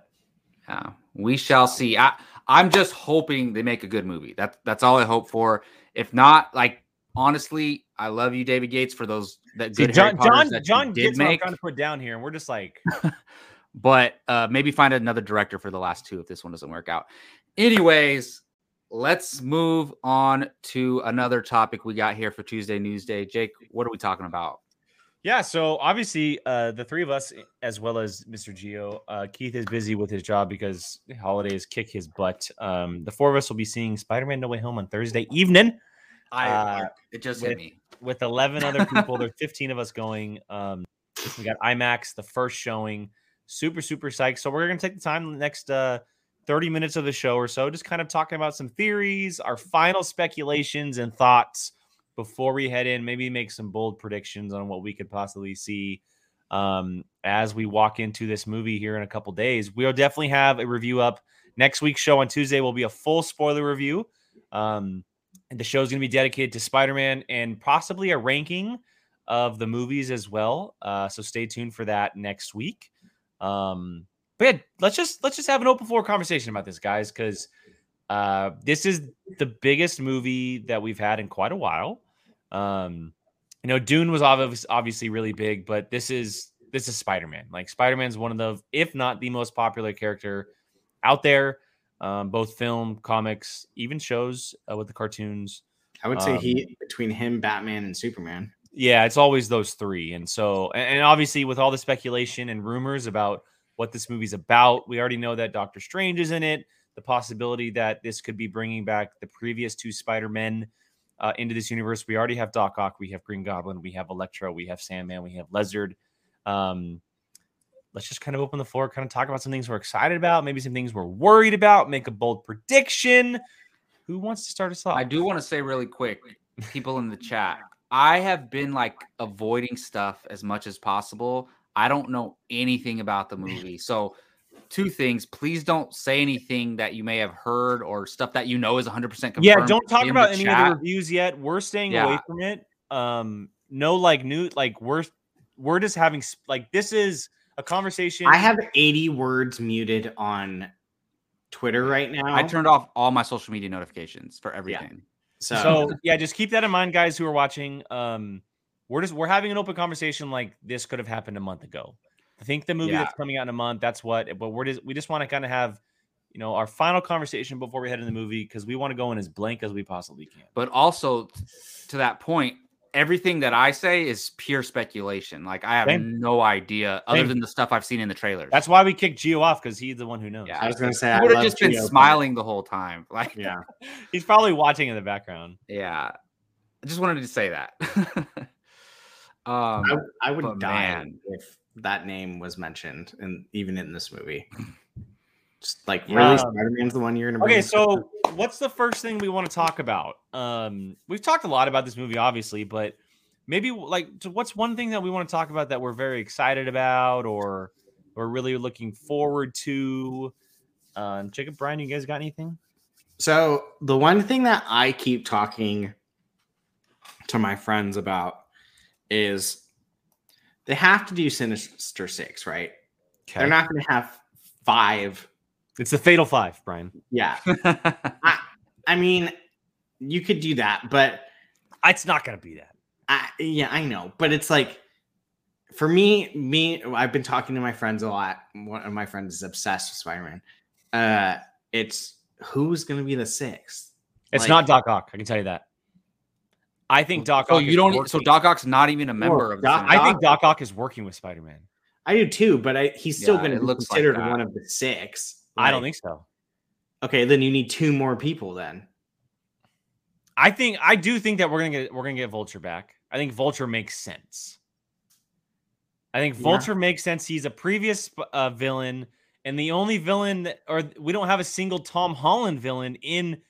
[SPEAKER 1] Yeah, we shall see. I, I'm just hoping they make a good movie. That's that's all I hope for. If not, like honestly, I love you, David Gates, for those that
[SPEAKER 2] See,
[SPEAKER 1] good Harry
[SPEAKER 2] John,
[SPEAKER 1] Potters
[SPEAKER 2] John,
[SPEAKER 1] that you
[SPEAKER 2] John
[SPEAKER 1] did
[SPEAKER 2] gets what I'm
[SPEAKER 1] make.
[SPEAKER 2] trying to put down here, and we're just like,
[SPEAKER 1] but uh, maybe find another director for the last two if this one doesn't work out. Anyways, let's move on to another topic we got here for Tuesday Newsday. Jake, what are we talking about?
[SPEAKER 2] yeah. So obviously, uh, the three of us, as well as Mr. Geo, uh, Keith is busy with his job because holidays kick his butt. Um, the four of us will be seeing Spider-Man: No Way Home on Thursday evening.
[SPEAKER 1] I
[SPEAKER 2] Uh,
[SPEAKER 1] it just
[SPEAKER 2] with-
[SPEAKER 1] hit me.
[SPEAKER 2] with 11 other people. There's 15 of us going. Um, we got IMAX, the first showing. Super, super psyched. So we're going to take the time the next uh, 30 minutes of the show or so, just kind of talking about some theories, our final speculations and thoughts before we head in, maybe make some bold predictions on what we could possibly see um, as we walk into this movie here in a couple days. We'll definitely have a review up next week's show on Tuesday. Will be a full spoiler review. Um, and the show's going to be dedicated to Spider Man and possibly a ranking of the movies as well. Uh, so stay tuned for that next week. Um, but yeah, let's just let's just have an open floor conversation about this, guys, because uh, this is the biggest movie that we've had in quite a while. Um, you know, Dune was obviously obviously really big, but this is this is Spider Man. Like Spider Man's one of the, if not the most popular character out there, um, both film, comics, even shows uh, with the cartoons.
[SPEAKER 5] I would say
[SPEAKER 2] Um,
[SPEAKER 5] he between him, Batman, and Superman.
[SPEAKER 2] Yeah, it's always those three. And so, and, and obviously, with all the speculation and rumors about what this movie's about, we already know that Doctor Strange is in it. The possibility that this could be bringing back the previous two Spider Men uh, into this universe. We already have Doc Ock, we have Green Goblin, we have Electro, we have Sandman, we have Lizard. Um, let's just kind of open the floor, kind of talk about some things we're excited about, maybe some things we're worried about, make a bold prediction. Who wants to start us off?
[SPEAKER 1] I do want to say really quick, people in the chat, I have been like avoiding stuff as much as possible. I don't know anything about the movie. So, two things please don't say anything that you may have heard or stuff that you know is 100% confirmed.
[SPEAKER 2] yeah don't talk
[SPEAKER 1] in the
[SPEAKER 2] about any of the
[SPEAKER 1] chat.
[SPEAKER 2] reviews yet we're staying away
[SPEAKER 1] Yeah.
[SPEAKER 2] from it um no like new like we're we're just having s- like this is a conversation
[SPEAKER 5] I have 80 words muted on Twitter right now.
[SPEAKER 1] I turned off all my social media notifications for everything.
[SPEAKER 5] so,
[SPEAKER 2] so yeah just keep that in mind guys who are watching um we're just we're having an open conversation like this could have happened a month ago i think the movie
[SPEAKER 1] Yeah.
[SPEAKER 2] that's coming out in a month that's what but we're just we just want to kind of have you know our final conversation before we head into the movie because we want to go in as blank as we possibly can
[SPEAKER 1] But also, t- to that point, everything that I say is pure speculation. Like, I have
[SPEAKER 2] Same.
[SPEAKER 1] no idea other
[SPEAKER 2] Same.
[SPEAKER 1] than the stuff I've seen in the trailers.
[SPEAKER 2] that's why we kicked Gio off because he's the one who knows
[SPEAKER 1] Yeah.
[SPEAKER 5] I was going to say,
[SPEAKER 1] I
[SPEAKER 5] I
[SPEAKER 1] would
[SPEAKER 5] love
[SPEAKER 1] have just been
[SPEAKER 5] Gio, but-
[SPEAKER 1] smiling the whole time. Like,
[SPEAKER 5] Yeah.
[SPEAKER 2] he's probably watching in the background
[SPEAKER 1] Yeah. I just wanted to say that. um,
[SPEAKER 5] I, I would
[SPEAKER 1] But
[SPEAKER 5] die
[SPEAKER 1] man.
[SPEAKER 5] if that name was mentioned, and even in this movie. Just like really,
[SPEAKER 2] Um,
[SPEAKER 5] Spider Man's the one you're gonna.
[SPEAKER 2] Okay,
[SPEAKER 5] bring-
[SPEAKER 2] so what's the first thing we want to talk about? Um, we've talked a lot about this movie, obviously, but maybe like, so what's one thing that we want to talk about that we're very excited about, or we're really looking forward to? Um, Jacob, Brian, you guys got anything?
[SPEAKER 5] So the one thing that I keep talking to my friends about is they have to do Sinister Six, right? They're not going to have five.
[SPEAKER 2] It's the Fatal Five, Brian.
[SPEAKER 5] Yeah, I mean, you could do that, but
[SPEAKER 2] It's not going to be that.
[SPEAKER 5] I yeah, I know, but it's like for me, me, I've been talking to my friends a lot. One of my friends is obsessed with Spider Man. Uh, it's who's going to be the sixth?
[SPEAKER 2] It's
[SPEAKER 5] Like-
[SPEAKER 2] not Doc Ock. I can tell you that. I think Doc.
[SPEAKER 1] so
[SPEAKER 2] Ock
[SPEAKER 1] Oh, you
[SPEAKER 2] is
[SPEAKER 1] don't. e, So
[SPEAKER 2] working-
[SPEAKER 1] Doc Ock's not even a member of the.
[SPEAKER 5] Doc-
[SPEAKER 1] Sinister
[SPEAKER 2] I think Doc Ock is working with Spider Man.
[SPEAKER 5] I do too, but I, he's still
[SPEAKER 1] Yeah,
[SPEAKER 5] going
[SPEAKER 1] it
[SPEAKER 5] to be
[SPEAKER 1] looks like
[SPEAKER 5] considered
[SPEAKER 1] that.
[SPEAKER 5] one of the six.
[SPEAKER 2] I don't
[SPEAKER 5] Like,
[SPEAKER 2] think so.
[SPEAKER 5] Okay, then you need two more people. Then
[SPEAKER 2] I think I do think that we're gonna get we're gonna get Vulture back. I think Vulture makes sense. I think
[SPEAKER 5] Yeah.
[SPEAKER 2] Vulture makes sense. He's a previous uh, villain, and the only villain, that, or we don't have a single Tom Holland villain in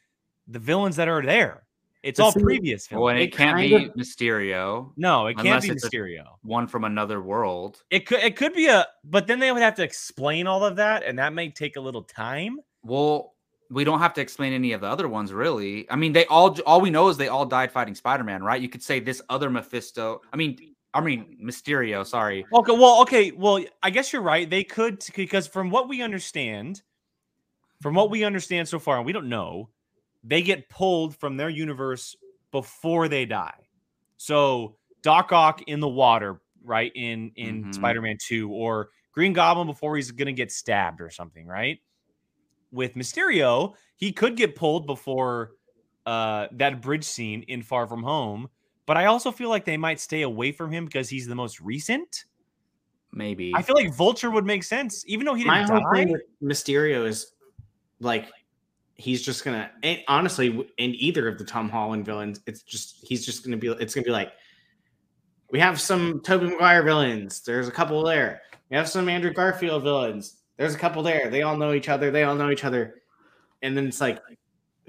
[SPEAKER 2] the villains that are there. It's
[SPEAKER 5] The
[SPEAKER 2] all
[SPEAKER 5] thing-
[SPEAKER 2] previous
[SPEAKER 1] Well,
[SPEAKER 2] villains.
[SPEAKER 1] and it
[SPEAKER 5] It
[SPEAKER 1] can't
[SPEAKER 5] kind
[SPEAKER 1] be Mysterio,
[SPEAKER 2] no, it can't
[SPEAKER 1] unless
[SPEAKER 2] be
[SPEAKER 1] it's a-
[SPEAKER 2] Mysterio.
[SPEAKER 1] one from another world.
[SPEAKER 2] It could it could be a, but then they would have to explain all of that, and that may take a little time.
[SPEAKER 1] Well, we don't have to explain any of the other ones, really. I mean, they all. All we know is they all died fighting Spider-Man, right? You could say this other Mephisto. I mean, I mean Mysterio. Sorry.
[SPEAKER 2] Okay, well, okay, well, I guess you're right. They could because from what we understand, from what we understand so far, and we don't know, they get pulled from their universe before they die. So Doc Ock in the water, right? In in
[SPEAKER 1] Mhm.
[SPEAKER 2] Spider-Man 2, or Green Goblin before he's gonna get stabbed or something, right? With Mysterio, he could get pulled before uh that bridge scene in Far From Home. But I also feel like they might stay away from him because he's the most recent.
[SPEAKER 1] Maybe.
[SPEAKER 2] I feel like Vulture would make sense, even though he
[SPEAKER 5] my
[SPEAKER 2] didn't
[SPEAKER 5] whole
[SPEAKER 2] die.
[SPEAKER 5] thing with Mysterio is like he's just gonna and honestly w- in either of the Tom Holland villains, it's just he's just gonna be it's gonna be like we have some Toby Maguire villains. There's a couple there. We have some Andrew Garfield villains. There's a couple there. They all know each other. They all know each other. And then it's like,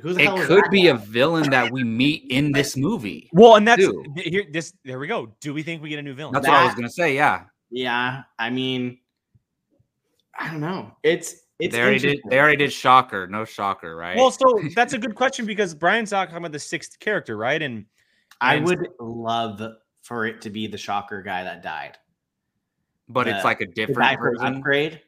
[SPEAKER 5] Who the hell
[SPEAKER 1] It
[SPEAKER 5] was
[SPEAKER 1] could
[SPEAKER 5] that
[SPEAKER 1] be a
[SPEAKER 5] guy?
[SPEAKER 1] villain that we meet in this movie.
[SPEAKER 2] Well, and that's
[SPEAKER 1] Dude.
[SPEAKER 2] th- here. This there we go. Do we think we get a new villain?
[SPEAKER 1] That's what I was
[SPEAKER 5] That-
[SPEAKER 1] gonna say. Yeah,
[SPEAKER 5] Yeah, I mean, I don't know. It's it's
[SPEAKER 1] they already did.
[SPEAKER 5] interesting.
[SPEAKER 1] They already did Shocker. No Shocker, right?
[SPEAKER 2] Well, so that's a good question because Brian's not talking about the sixth character, right? And
[SPEAKER 5] I
[SPEAKER 2] and-
[SPEAKER 5] would love for it to be the shocker guy that died.
[SPEAKER 1] but it's
[SPEAKER 5] the-
[SPEAKER 1] like a
[SPEAKER 5] The guy
[SPEAKER 1] different
[SPEAKER 5] for
[SPEAKER 1] version.
[SPEAKER 5] upgrade.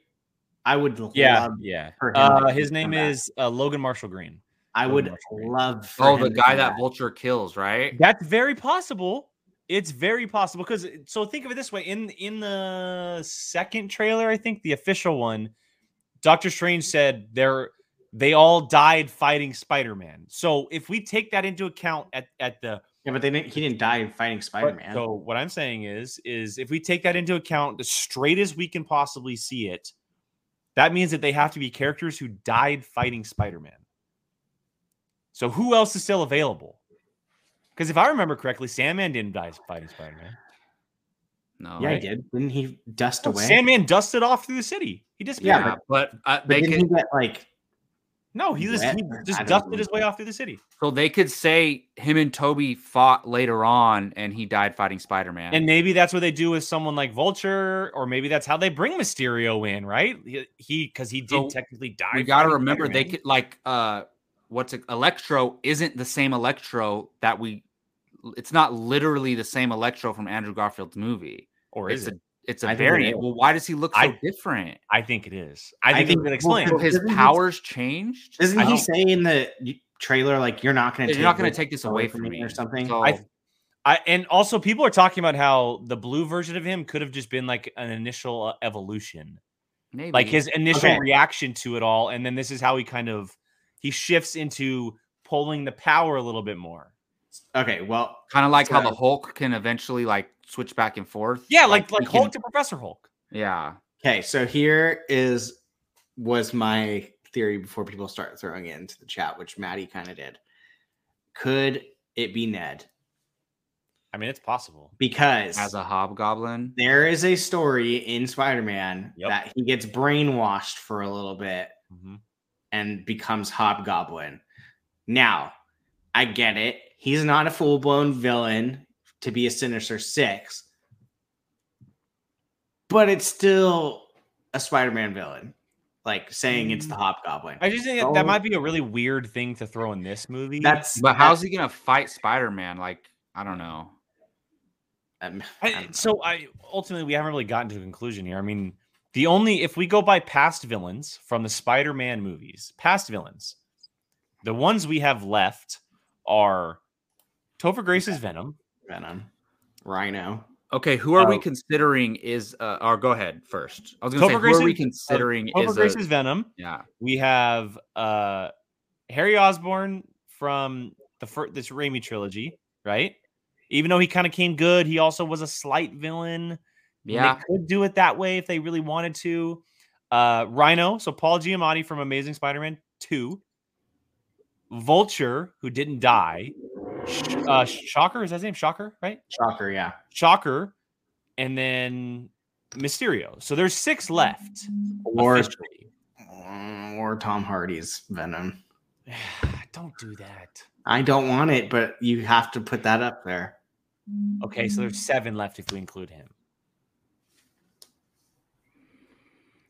[SPEAKER 5] I would
[SPEAKER 2] yeah,
[SPEAKER 5] love
[SPEAKER 2] yeah.
[SPEAKER 5] Um, for him.
[SPEAKER 2] Uh,
[SPEAKER 5] to
[SPEAKER 2] his
[SPEAKER 5] come
[SPEAKER 2] name
[SPEAKER 5] back.
[SPEAKER 2] is uh, Logan Marshall Green.
[SPEAKER 5] I would
[SPEAKER 2] Marshall.
[SPEAKER 5] love. For
[SPEAKER 1] Oh,
[SPEAKER 5] him
[SPEAKER 1] the
[SPEAKER 5] to
[SPEAKER 1] guy
[SPEAKER 5] come
[SPEAKER 1] that
[SPEAKER 5] back.
[SPEAKER 1] Vulture kills, right?
[SPEAKER 2] That's very possible. It's very possible because so think of it this way: in in the second trailer, I think the official one, Doctor Strange said they're they all died fighting Spider Man. So if we take that into account at at the
[SPEAKER 5] Yeah, but they didn't. He didn't die in fighting Spider
[SPEAKER 2] But-
[SPEAKER 5] Man.
[SPEAKER 2] So what I'm saying is, is if we take that into account, the straight as we can possibly see it, that means that they have to be characters who died fighting Spider-Man. So who else is still available? Because if I remember correctly, Sandman didn't die fighting Spider-Man.
[SPEAKER 1] No.
[SPEAKER 5] yeah,
[SPEAKER 1] right?
[SPEAKER 5] he did. Didn't he dust away?
[SPEAKER 2] Sandman dusted off through the city. He disappeared.
[SPEAKER 1] Yeah,
[SPEAKER 5] Yeah,
[SPEAKER 1] but, uh,
[SPEAKER 5] but
[SPEAKER 1] they
[SPEAKER 5] didn't
[SPEAKER 1] could.
[SPEAKER 5] he get like?
[SPEAKER 2] No, he just, he
[SPEAKER 5] Wet. I
[SPEAKER 2] just
[SPEAKER 5] don't
[SPEAKER 2] dusted his way off through the city.
[SPEAKER 1] So they could say him and Toby fought later on, and he died fighting Spider Man.
[SPEAKER 2] And maybe that's what they do with someone like Vulture, or maybe that's how they bring Mysterio in, right? He because he, did
[SPEAKER 1] So
[SPEAKER 2] technically die.
[SPEAKER 1] we gotta
[SPEAKER 2] fighting
[SPEAKER 1] remember they
[SPEAKER 2] Spider-Man.
[SPEAKER 1] could like uh, what's it? Electro isn't the same Electro that we. It's not literally the same Electro from Andrew Garfield's movie.
[SPEAKER 2] or
[SPEAKER 1] it's
[SPEAKER 2] is it?
[SPEAKER 1] a it's a
[SPEAKER 5] I think it
[SPEAKER 1] variant.
[SPEAKER 5] is.
[SPEAKER 1] Well, why does he look so
[SPEAKER 2] I-
[SPEAKER 1] different?
[SPEAKER 2] I think it is. I
[SPEAKER 5] I
[SPEAKER 2] think,
[SPEAKER 5] think-
[SPEAKER 2] it can
[SPEAKER 5] well,
[SPEAKER 2] explain.
[SPEAKER 1] So his
[SPEAKER 5] Doesn't he-
[SPEAKER 1] powers changed.
[SPEAKER 5] Doesn't
[SPEAKER 1] I
[SPEAKER 5] he
[SPEAKER 1] don't-
[SPEAKER 5] say in the trailer like you're not going to?
[SPEAKER 1] You're not going to take this away from me
[SPEAKER 5] or something?
[SPEAKER 1] So,
[SPEAKER 2] I- I, and also, people are talking about how the blue version of him could have just been like an initial uh, evolution,
[SPEAKER 1] maybe.
[SPEAKER 2] like his initial
[SPEAKER 5] Okay.
[SPEAKER 2] reaction to it all, and then this is how he kind of he shifts into pulling the power a little bit more.
[SPEAKER 5] okay, well,
[SPEAKER 1] kind of like how
[SPEAKER 5] so-
[SPEAKER 1] the Hulk can eventually like switch back and forth.
[SPEAKER 2] Yeah, like like
[SPEAKER 1] he can-
[SPEAKER 2] Hulk to Professor Hulk.
[SPEAKER 1] yeah.
[SPEAKER 5] Okay, so here is was my theory before people start throwing it into the chat, which Maddie kind of did. Could it be Ned?
[SPEAKER 2] I mean, it's possible.
[SPEAKER 5] Because
[SPEAKER 1] as a hobgoblin.
[SPEAKER 5] there is a story in Spider-Man
[SPEAKER 2] Yep.
[SPEAKER 5] that he gets brainwashed for a little bit
[SPEAKER 2] Mhm.
[SPEAKER 5] and becomes Hobgoblin. Now, I get it. He's not a full-blown villain to be a Sinister Six, but it's still a Spider-Man villain. Like saying it's the Hobgoblin.
[SPEAKER 2] I just think that, that
[SPEAKER 5] Oh.
[SPEAKER 2] might be a really weird thing to throw in this movie.
[SPEAKER 5] That's
[SPEAKER 1] But how's he gonna fight Spider Man? Like I don't know.
[SPEAKER 5] um,
[SPEAKER 2] I, so I ultimately we haven't really gotten to a conclusion here. I mean, the only if we go by past villains from the Spider-Man movies, past villains, the ones we have left are Topher Grace's Venom.
[SPEAKER 5] Venom, Rhino.
[SPEAKER 1] Okay, who are we
[SPEAKER 2] Oh.
[SPEAKER 1] considering is? Uh, or go ahead first. I was gonna
[SPEAKER 2] Topher
[SPEAKER 1] say who are we
[SPEAKER 2] Grace's- uh,
[SPEAKER 1] considering
[SPEAKER 2] Topher
[SPEAKER 1] is?
[SPEAKER 2] Grace's
[SPEAKER 1] A,
[SPEAKER 2] Venom.
[SPEAKER 1] yeah,
[SPEAKER 2] We have uh Harry Osborn from the first this Raimi trilogy, right? Even though he kind of came good, he also was a slight villain. And
[SPEAKER 1] yeah.
[SPEAKER 2] They could do it that way if they really wanted to. Uh, Rhino, so Paul Giamatti from Amazing Spider-Man 2. Vulture, who didn't die. Sh- uh, Shocker, is that his name? Shocker, right?
[SPEAKER 5] Shocker, yeah.
[SPEAKER 2] Shocker. And then Mysterio. So there's six left.
[SPEAKER 5] Or
[SPEAKER 2] officially.
[SPEAKER 5] or Tom Hardy's Venom.
[SPEAKER 2] Don't do that.
[SPEAKER 5] I don't want it, but you have to put that up there.
[SPEAKER 2] Okay, so there's seven left if we include him.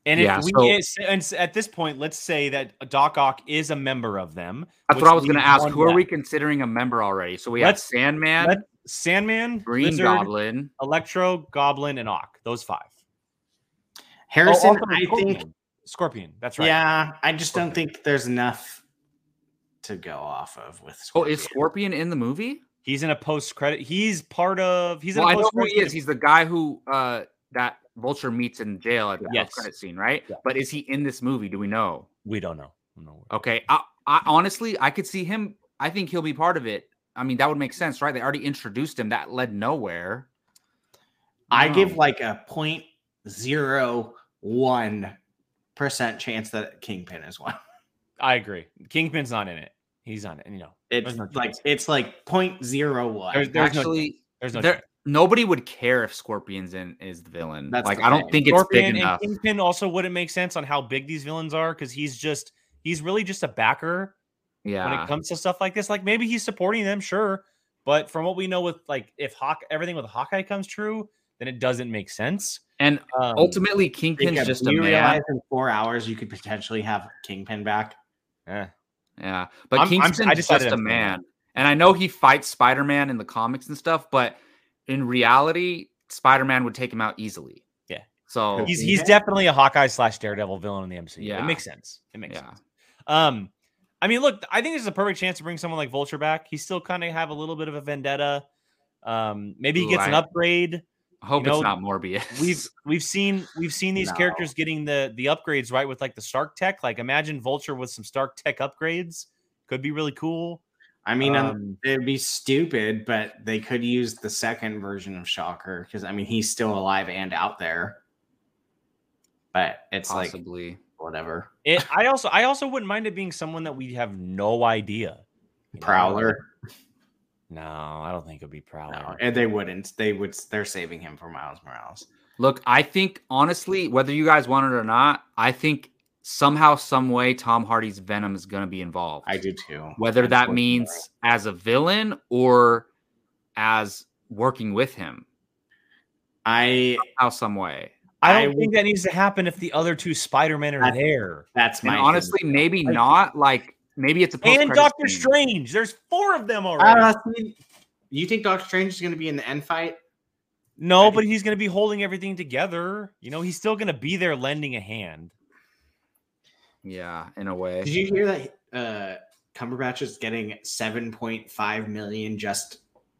[SPEAKER 2] And
[SPEAKER 1] Yeah,
[SPEAKER 2] if we
[SPEAKER 1] so-
[SPEAKER 2] it's- and s- at this point, let's say that Doc Ock is a member of them.
[SPEAKER 1] That's
[SPEAKER 2] which
[SPEAKER 1] what I was gonna
[SPEAKER 2] leaves
[SPEAKER 1] ask.
[SPEAKER 2] one
[SPEAKER 1] Who are we
[SPEAKER 2] left.
[SPEAKER 1] considering a member already? So we have
[SPEAKER 2] Let's-
[SPEAKER 1] Sandman,
[SPEAKER 2] Let- Sandman,
[SPEAKER 1] Green
[SPEAKER 2] Lizard,
[SPEAKER 1] Goblin.
[SPEAKER 2] Electro, Goblin, and Ock. Those five. Oh,
[SPEAKER 5] Harrison,
[SPEAKER 2] also
[SPEAKER 5] I
[SPEAKER 2] Scorpion.
[SPEAKER 5] think.
[SPEAKER 2] Scorpion. That's right.
[SPEAKER 5] Yeah, I just don't think there's enough to go off of with.
[SPEAKER 1] Oh, is
[SPEAKER 5] Scorpion.
[SPEAKER 1] Scorpion in the movie?
[SPEAKER 2] He's in a post credit. He's part of. He's
[SPEAKER 1] well, I
[SPEAKER 2] in a
[SPEAKER 1] know
[SPEAKER 2] post
[SPEAKER 1] who he is. He's the guy who uh, that Vulture meets in jail at the
[SPEAKER 2] Yes.
[SPEAKER 1] credit scene, right?
[SPEAKER 2] Yeah.
[SPEAKER 1] But is he in this movie? Do we know?
[SPEAKER 2] We don't know. No.
[SPEAKER 1] Okay. I, I honestly, I could see him. I think he'll be part of it. I mean, that would make sense, right? They already introduced him. That led nowhere.
[SPEAKER 5] I give
[SPEAKER 1] No.
[SPEAKER 5] like a point zero one percent chance that Kingpin is one.
[SPEAKER 2] I agree. Kingpin's not in it. He's on it. You know,
[SPEAKER 5] It's
[SPEAKER 2] no
[SPEAKER 5] like
[SPEAKER 2] chance.
[SPEAKER 5] it's like point zero one.
[SPEAKER 2] There's- there's no
[SPEAKER 1] Actually,
[SPEAKER 2] there's no.
[SPEAKER 1] there,
[SPEAKER 2] chance.
[SPEAKER 1] nobody would care if Scorpion's in is the villain.
[SPEAKER 5] That's
[SPEAKER 1] like,
[SPEAKER 5] the
[SPEAKER 1] I don't
[SPEAKER 5] thing.
[SPEAKER 1] think it's
[SPEAKER 2] Scorpion
[SPEAKER 1] big
[SPEAKER 2] and
[SPEAKER 1] enough.
[SPEAKER 2] Kingpin also wouldn't make sense on how big these villains are because he's just he's really just a backer when
[SPEAKER 1] Yeah.
[SPEAKER 2] it comes to stuff like this. Like maybe he's supporting them, sure, but from what we know with like if Hawk everything with Hawkeye comes true, then it doesn't make sense.
[SPEAKER 1] and
[SPEAKER 2] Um,
[SPEAKER 1] ultimately, Kingpin's
[SPEAKER 5] Jacob,
[SPEAKER 1] just
[SPEAKER 5] do
[SPEAKER 1] a
[SPEAKER 5] you
[SPEAKER 1] man.
[SPEAKER 5] realize in four hours you could potentially have Kingpin back.
[SPEAKER 2] eh.
[SPEAKER 1] Yeah, but
[SPEAKER 2] I'm- I'm- I
[SPEAKER 1] Kingpin's
[SPEAKER 2] decided
[SPEAKER 1] just a
[SPEAKER 2] I'm saying that.
[SPEAKER 1] man, and I know he fights Spider Man in the comics and stuff, but in reality, Spider Man would take him out easily.
[SPEAKER 2] Yeah.
[SPEAKER 1] So
[SPEAKER 2] he's
[SPEAKER 5] Okay.
[SPEAKER 2] he's definitely a Hawkeye slash Daredevil villain in the MCU.
[SPEAKER 1] Yeah.
[SPEAKER 2] It makes sense. It makes
[SPEAKER 1] yeah,
[SPEAKER 2] sense. Um, I mean, look, I think this is a perfect chance to bring someone like Vulture back. He still kind of have a little bit of a vendetta. Um, maybe he
[SPEAKER 1] Ooh,
[SPEAKER 2] gets an
[SPEAKER 1] I-
[SPEAKER 2] upgrade.
[SPEAKER 1] I hope
[SPEAKER 2] you know,
[SPEAKER 1] it's not Morbius.
[SPEAKER 2] We've we've seen we've seen these
[SPEAKER 5] No.
[SPEAKER 2] characters getting the the upgrades right with like the Stark tech. Like imagine Vulture with some Stark tech upgrades could be really cool.
[SPEAKER 5] I mean, um,
[SPEAKER 2] Um,
[SPEAKER 5] it'd be stupid, but they could use the second version of Shocker because I mean he's still alive and out there. But it's like
[SPEAKER 1] possibly.
[SPEAKER 5] whatever.
[SPEAKER 2] it, I also I also wouldn't mind it being someone that we have no idea. You know,
[SPEAKER 5] Prowler.
[SPEAKER 2] No, I don't think it'd be Prowler.
[SPEAKER 5] No, and they wouldn't. They would they're saving him for Miles Morales.
[SPEAKER 1] Look, I think honestly, whether you guys want it or not, I think somehow, some way, Tom Hardy's Venom is going to be involved.
[SPEAKER 5] I do too.
[SPEAKER 1] Whether that
[SPEAKER 5] Unfortunately.
[SPEAKER 1] means as a villain or as working with him,
[SPEAKER 5] I
[SPEAKER 1] how some way.
[SPEAKER 2] I
[SPEAKER 5] I
[SPEAKER 2] don't think that needs to happen if the other two Spider Men are
[SPEAKER 5] I-
[SPEAKER 2] there.
[SPEAKER 5] that's my
[SPEAKER 1] And honestly,
[SPEAKER 5] thing.
[SPEAKER 1] maybe not. Like maybe it's a
[SPEAKER 2] And
[SPEAKER 1] post-credit
[SPEAKER 2] Doctor
[SPEAKER 1] scene.
[SPEAKER 2] Strange. There's four of them already.
[SPEAKER 5] Uh, you think Doctor Strange is going to be in the end fight?
[SPEAKER 2] no, but he's going to be holding everything together. You know, he's still going to be there lending a hand.
[SPEAKER 1] Yeah, in a way.
[SPEAKER 5] Did you hear that uh, Cumberbatch is getting 7.5 million just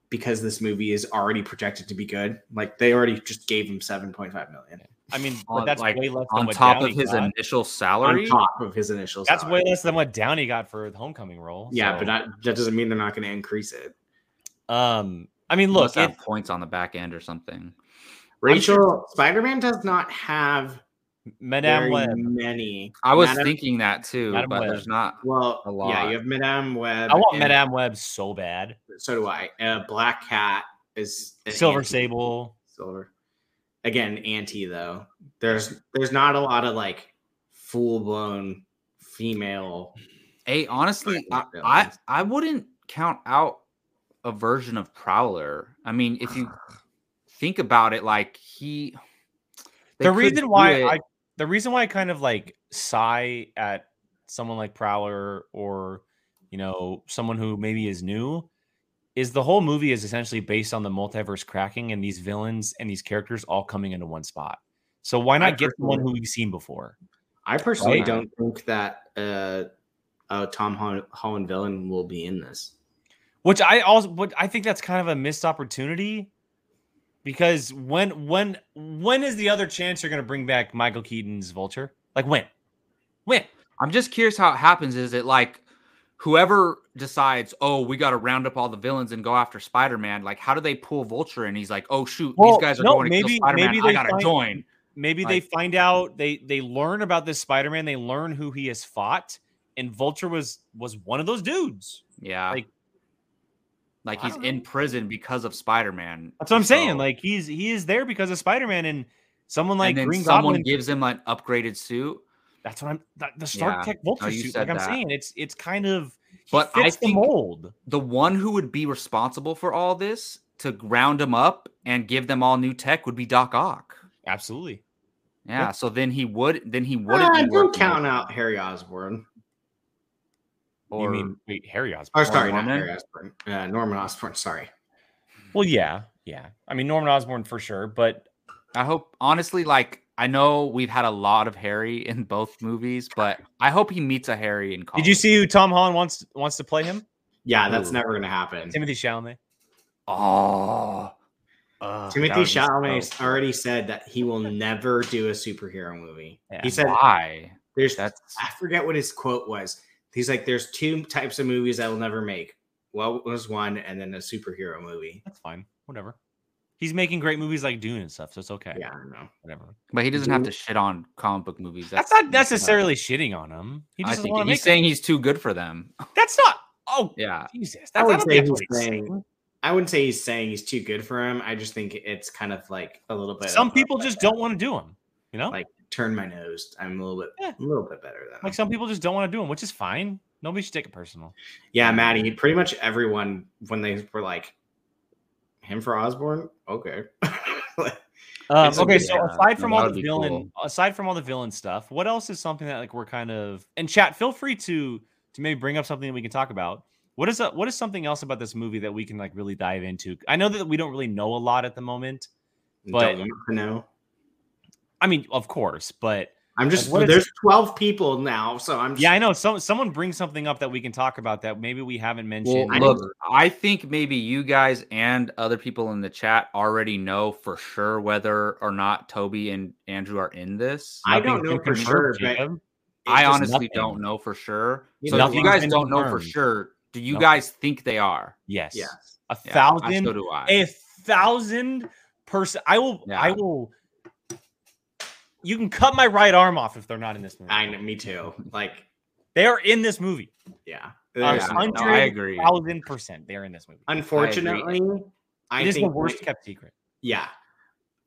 [SPEAKER 5] because this movie is already projected to be good? Like they already just gave him 7.5 million
[SPEAKER 2] I mean,
[SPEAKER 1] On,
[SPEAKER 2] but that's
[SPEAKER 1] like,
[SPEAKER 2] way less than
[SPEAKER 1] on
[SPEAKER 2] what
[SPEAKER 1] top
[SPEAKER 2] Downey
[SPEAKER 1] of his
[SPEAKER 2] got.
[SPEAKER 1] initial
[SPEAKER 5] on
[SPEAKER 1] salary.
[SPEAKER 5] top of his initial.
[SPEAKER 2] That's way
[SPEAKER 5] salary.
[SPEAKER 2] less than what Downey got for the Homecoming role.
[SPEAKER 5] Yeah,
[SPEAKER 2] so,
[SPEAKER 5] but not, that doesn't mean they're not going to increase it.
[SPEAKER 2] um, I mean,
[SPEAKER 1] he
[SPEAKER 2] look,
[SPEAKER 1] must
[SPEAKER 2] it,
[SPEAKER 1] have points on the back end or something.
[SPEAKER 5] Rachel Spider Man does not have
[SPEAKER 2] Madame
[SPEAKER 5] very
[SPEAKER 2] Web.
[SPEAKER 5] many.
[SPEAKER 1] I was
[SPEAKER 5] Madam-
[SPEAKER 1] thinking that too,
[SPEAKER 2] Madam
[SPEAKER 1] but
[SPEAKER 2] Web.
[SPEAKER 1] there's not.
[SPEAKER 5] Well,
[SPEAKER 1] a lot.
[SPEAKER 5] yeah, you have Madame Web.
[SPEAKER 2] I want
[SPEAKER 5] and-
[SPEAKER 2] Madame Web so bad.
[SPEAKER 5] So do I. Uh, Black Cat is an
[SPEAKER 2] Silver
[SPEAKER 5] anti-
[SPEAKER 2] Sable.
[SPEAKER 5] silver again anti though there's there's not a lot of like full-blown female
[SPEAKER 1] Hey, honestly, I,
[SPEAKER 5] Right, yeah,
[SPEAKER 1] I
[SPEAKER 5] that's-
[SPEAKER 1] I wouldn't count out a version of Prowler. I mean, if you think about it, like he. they
[SPEAKER 2] the
[SPEAKER 1] could
[SPEAKER 2] reason
[SPEAKER 1] do
[SPEAKER 2] why
[SPEAKER 1] it-
[SPEAKER 2] I the reason why I kind of like sigh at someone like Prowler or you know someone who maybe is new is the whole movie is essentially based on the multiverse cracking and these villains and these characters all coming into one spot. So why not get someone who we've seen before?
[SPEAKER 5] i personally
[SPEAKER 1] Right.
[SPEAKER 5] don't think that uh a tom Hol- holland villain will be in this
[SPEAKER 2] Which I also but I think that's kind of a missed opportunity because when when when is the other chance you're going to bring back Michael Keaton's Vulture? Like when? When?
[SPEAKER 1] I'm just curious how it happens. Is it like whoever decides, oh, we got to round up all the villains and go after Spider Man? Like, how do they pull Vulture? And he's like, oh, shoot,
[SPEAKER 2] Well,
[SPEAKER 1] these guys are
[SPEAKER 2] no,
[SPEAKER 1] going to
[SPEAKER 2] maybe-
[SPEAKER 1] kill Spider
[SPEAKER 2] maybe
[SPEAKER 1] Man.
[SPEAKER 2] they
[SPEAKER 1] I got to
[SPEAKER 2] find-
[SPEAKER 1] join.
[SPEAKER 2] maybe they
[SPEAKER 1] Like-
[SPEAKER 2] find out they they learn about this spider-man they learn who he has fought and vulture was was one of those dudes
[SPEAKER 1] Yeah. Like,
[SPEAKER 2] like- I
[SPEAKER 1] he's
[SPEAKER 2] don't
[SPEAKER 1] in
[SPEAKER 2] know.
[SPEAKER 1] prison because of Spider Man.
[SPEAKER 2] that's what i'm saying
[SPEAKER 1] So-
[SPEAKER 2] like he's he is there because of spider-man and someone like
[SPEAKER 1] and then
[SPEAKER 2] green
[SPEAKER 1] someone
[SPEAKER 2] goblin
[SPEAKER 1] gives him an upgraded suit.
[SPEAKER 2] that's what i'm that, the stark
[SPEAKER 1] Yeah.
[SPEAKER 2] tech vulture
[SPEAKER 1] No, you
[SPEAKER 2] suit
[SPEAKER 1] said
[SPEAKER 2] like i'm
[SPEAKER 1] that.
[SPEAKER 2] saying it's it's kind of he
[SPEAKER 1] But I
[SPEAKER 2] fits the
[SPEAKER 1] think-
[SPEAKER 2] mold
[SPEAKER 1] the one who would be responsible for all this to round them up and give them all new tech would be Doc Ock.
[SPEAKER 2] absolutely
[SPEAKER 1] Yeah,
[SPEAKER 2] Yeah.
[SPEAKER 1] so then he would then he
[SPEAKER 5] what
[SPEAKER 1] wouldn't
[SPEAKER 5] ah,
[SPEAKER 1] be
[SPEAKER 5] don't
[SPEAKER 1] working
[SPEAKER 5] count
[SPEAKER 1] with-
[SPEAKER 5] out harry osborn
[SPEAKER 1] or
[SPEAKER 2] you mean wait harry osborn
[SPEAKER 5] or Oh, sorry not
[SPEAKER 1] Norman?
[SPEAKER 5] harry osborn uh, norman osborn sorry
[SPEAKER 2] well yeah yeah i mean norman osborn for sure but
[SPEAKER 1] I hope honestly like I know we've had a lot of Harry in both movies, but I hope he meets a Harry in college.
[SPEAKER 2] did you see who tom holland wants wants to play him
[SPEAKER 5] yeah that's
[SPEAKER 1] Ooh.
[SPEAKER 5] never gonna happen
[SPEAKER 2] timothy chalamet
[SPEAKER 1] Oh. Ugh, that
[SPEAKER 5] timothy
[SPEAKER 1] would be so
[SPEAKER 5] chalamet
[SPEAKER 1] cool.
[SPEAKER 5] already said that he will never do a superhero movie
[SPEAKER 2] Yeah.
[SPEAKER 5] he said
[SPEAKER 1] why?
[SPEAKER 5] there's
[SPEAKER 1] That's
[SPEAKER 5] I forget what his quote was. He's like, "There's two types of movies I will never make. What was one, and then a superhero movie."
[SPEAKER 2] that's fine whatever he's making great movies like dune and stuff so it's okay
[SPEAKER 5] Yeah, I don't know.
[SPEAKER 2] whatever
[SPEAKER 1] but he doesn't have to shit on comic book movies.
[SPEAKER 2] That's, not necessarily shitting on him. He
[SPEAKER 1] I
[SPEAKER 2] just doesn't
[SPEAKER 1] think
[SPEAKER 2] want to make
[SPEAKER 1] he's saying he's too good for them.
[SPEAKER 2] it. That's not. Oh
[SPEAKER 1] Yeah.
[SPEAKER 2] Jesus!
[SPEAKER 5] I
[SPEAKER 2] That's
[SPEAKER 5] would
[SPEAKER 2] not
[SPEAKER 5] say he's saying. I wouldn't say he's saying he's too good for him. I just think it's kind of like a little bit.
[SPEAKER 2] Some
[SPEAKER 5] of a,
[SPEAKER 2] people just don't want to do him. You know,
[SPEAKER 5] like turn my nose. I'm a little bit,
[SPEAKER 2] Yeah.
[SPEAKER 5] a little bit better than.
[SPEAKER 2] like
[SPEAKER 5] him.
[SPEAKER 2] some people just don't want to do him, which is fine. Nobody should take it personal.
[SPEAKER 5] Yeah, Maddie. Pretty much everyone when they were like, him for Osborne. Okay.
[SPEAKER 2] Um,
[SPEAKER 7] It's
[SPEAKER 2] okay,
[SPEAKER 7] okay,
[SPEAKER 2] so
[SPEAKER 7] yeah.
[SPEAKER 2] aside from
[SPEAKER 1] No,
[SPEAKER 2] all
[SPEAKER 1] that
[SPEAKER 2] the
[SPEAKER 1] would be
[SPEAKER 2] villain, aside from all the villain stuff, what else is something that like we're kind of and chat? Feel free to to maybe bring up something that we can talk about. What is a, what is something else about this movie that we can like really dive into? I know that we don't really know a lot at the moment. But-
[SPEAKER 5] Don't want to know.
[SPEAKER 2] I mean, of course, but
[SPEAKER 5] I'm just
[SPEAKER 2] What is-
[SPEAKER 5] there's 12 people now, so I'm just,
[SPEAKER 2] yeah, I know. Some someone brings something up that we can talk about that maybe we haven't
[SPEAKER 1] Well,
[SPEAKER 2] mentioned.
[SPEAKER 1] look, I think maybe you guys and other people in the chat already know for sure whether or not Toby and Andrew are in this.
[SPEAKER 5] I
[SPEAKER 2] Nothing's
[SPEAKER 5] don't know
[SPEAKER 2] been
[SPEAKER 5] for sure,
[SPEAKER 2] confirmed,
[SPEAKER 5] but
[SPEAKER 2] Jacob.
[SPEAKER 1] I
[SPEAKER 5] just-
[SPEAKER 1] honestly
[SPEAKER 2] nothing.
[SPEAKER 1] don't know for sure.
[SPEAKER 5] Yeah,
[SPEAKER 1] So if you
[SPEAKER 2] nothing's
[SPEAKER 1] guys
[SPEAKER 2] been
[SPEAKER 1] don't know for
[SPEAKER 2] confirmed.
[SPEAKER 1] sure, do you
[SPEAKER 2] No.
[SPEAKER 1] guys think they are?
[SPEAKER 2] yes,
[SPEAKER 5] yeah.
[SPEAKER 2] a
[SPEAKER 1] Yeah, I,
[SPEAKER 2] thousand
[SPEAKER 1] so do I.
[SPEAKER 2] a thousand person. I will. I
[SPEAKER 1] Yeah.
[SPEAKER 2] will. You can cut my right arm off if they're not in this movie.
[SPEAKER 5] I know, me too. Like,
[SPEAKER 2] They are in this movie.
[SPEAKER 5] yeah.
[SPEAKER 2] I'm
[SPEAKER 1] Yeah,
[SPEAKER 5] There's-
[SPEAKER 1] no, I
[SPEAKER 2] hundred
[SPEAKER 1] agree.
[SPEAKER 2] thousand percent. They are in this movie.
[SPEAKER 5] Unfortunately, I,
[SPEAKER 2] It is the
[SPEAKER 5] think
[SPEAKER 2] worst
[SPEAKER 5] we-
[SPEAKER 2] kept secret
[SPEAKER 5] Yeah.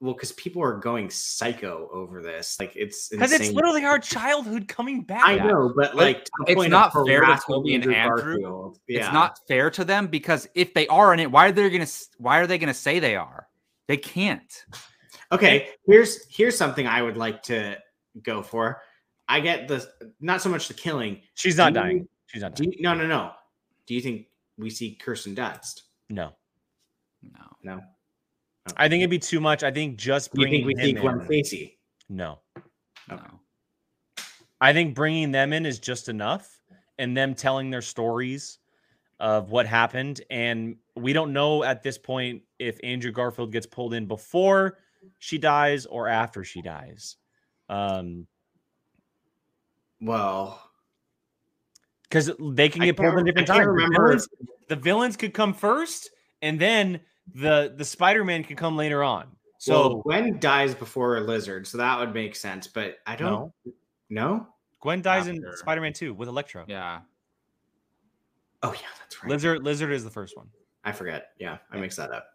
[SPEAKER 5] Well, because people are going psycho over this. Like it's
[SPEAKER 2] because
[SPEAKER 5] insane.
[SPEAKER 2] it's literally our childhood coming back.
[SPEAKER 5] I know, but like to the
[SPEAKER 1] it's
[SPEAKER 5] point
[SPEAKER 1] not
[SPEAKER 5] of
[SPEAKER 1] fair to
[SPEAKER 5] harassing
[SPEAKER 1] Toby and Andrew.
[SPEAKER 5] Garfield. Yeah.
[SPEAKER 1] It's not fair to them because if they are in it, why are they gonna s- why are they gonna say they are? They can't.
[SPEAKER 5] okay. Here's here's something I would like to go for. I get the not so much the killing.
[SPEAKER 2] She's not
[SPEAKER 5] Do you-
[SPEAKER 2] dying. She's not
[SPEAKER 5] Do
[SPEAKER 2] dying.
[SPEAKER 5] you, no no no. Do you think we see Kirsten Dunst?
[SPEAKER 2] No,
[SPEAKER 1] No.
[SPEAKER 2] I think it'd be too much. I think just
[SPEAKER 5] Do you
[SPEAKER 2] bringing
[SPEAKER 5] think we
[SPEAKER 2] him
[SPEAKER 5] see
[SPEAKER 2] in-
[SPEAKER 5] Gwen Stacy?
[SPEAKER 2] No,
[SPEAKER 1] No.
[SPEAKER 2] I think bringing them in is just enough, and them telling their stories of what happened. And we don't know at this point if Andrew Garfield gets pulled in before she dies or after she dies, um, because
[SPEAKER 5] Well,
[SPEAKER 2] they can
[SPEAKER 5] I
[SPEAKER 2] get pulled in
[SPEAKER 5] can't-
[SPEAKER 2] different
[SPEAKER 5] I can't
[SPEAKER 2] times. The
[SPEAKER 5] remember.
[SPEAKER 2] villains- the villains could come first, and then the the Spider Man could come later on.
[SPEAKER 5] So
[SPEAKER 2] So
[SPEAKER 5] Gwen dies before a lizard, so that would make sense. But I don't know.
[SPEAKER 2] Gwen dies in
[SPEAKER 1] After.
[SPEAKER 2] Spider Man Two with Electro.
[SPEAKER 1] Yeah.
[SPEAKER 5] Oh yeah, that's right.
[SPEAKER 2] Lizard Lizard is the first one.
[SPEAKER 5] I forget. Yeah, I mixed that up.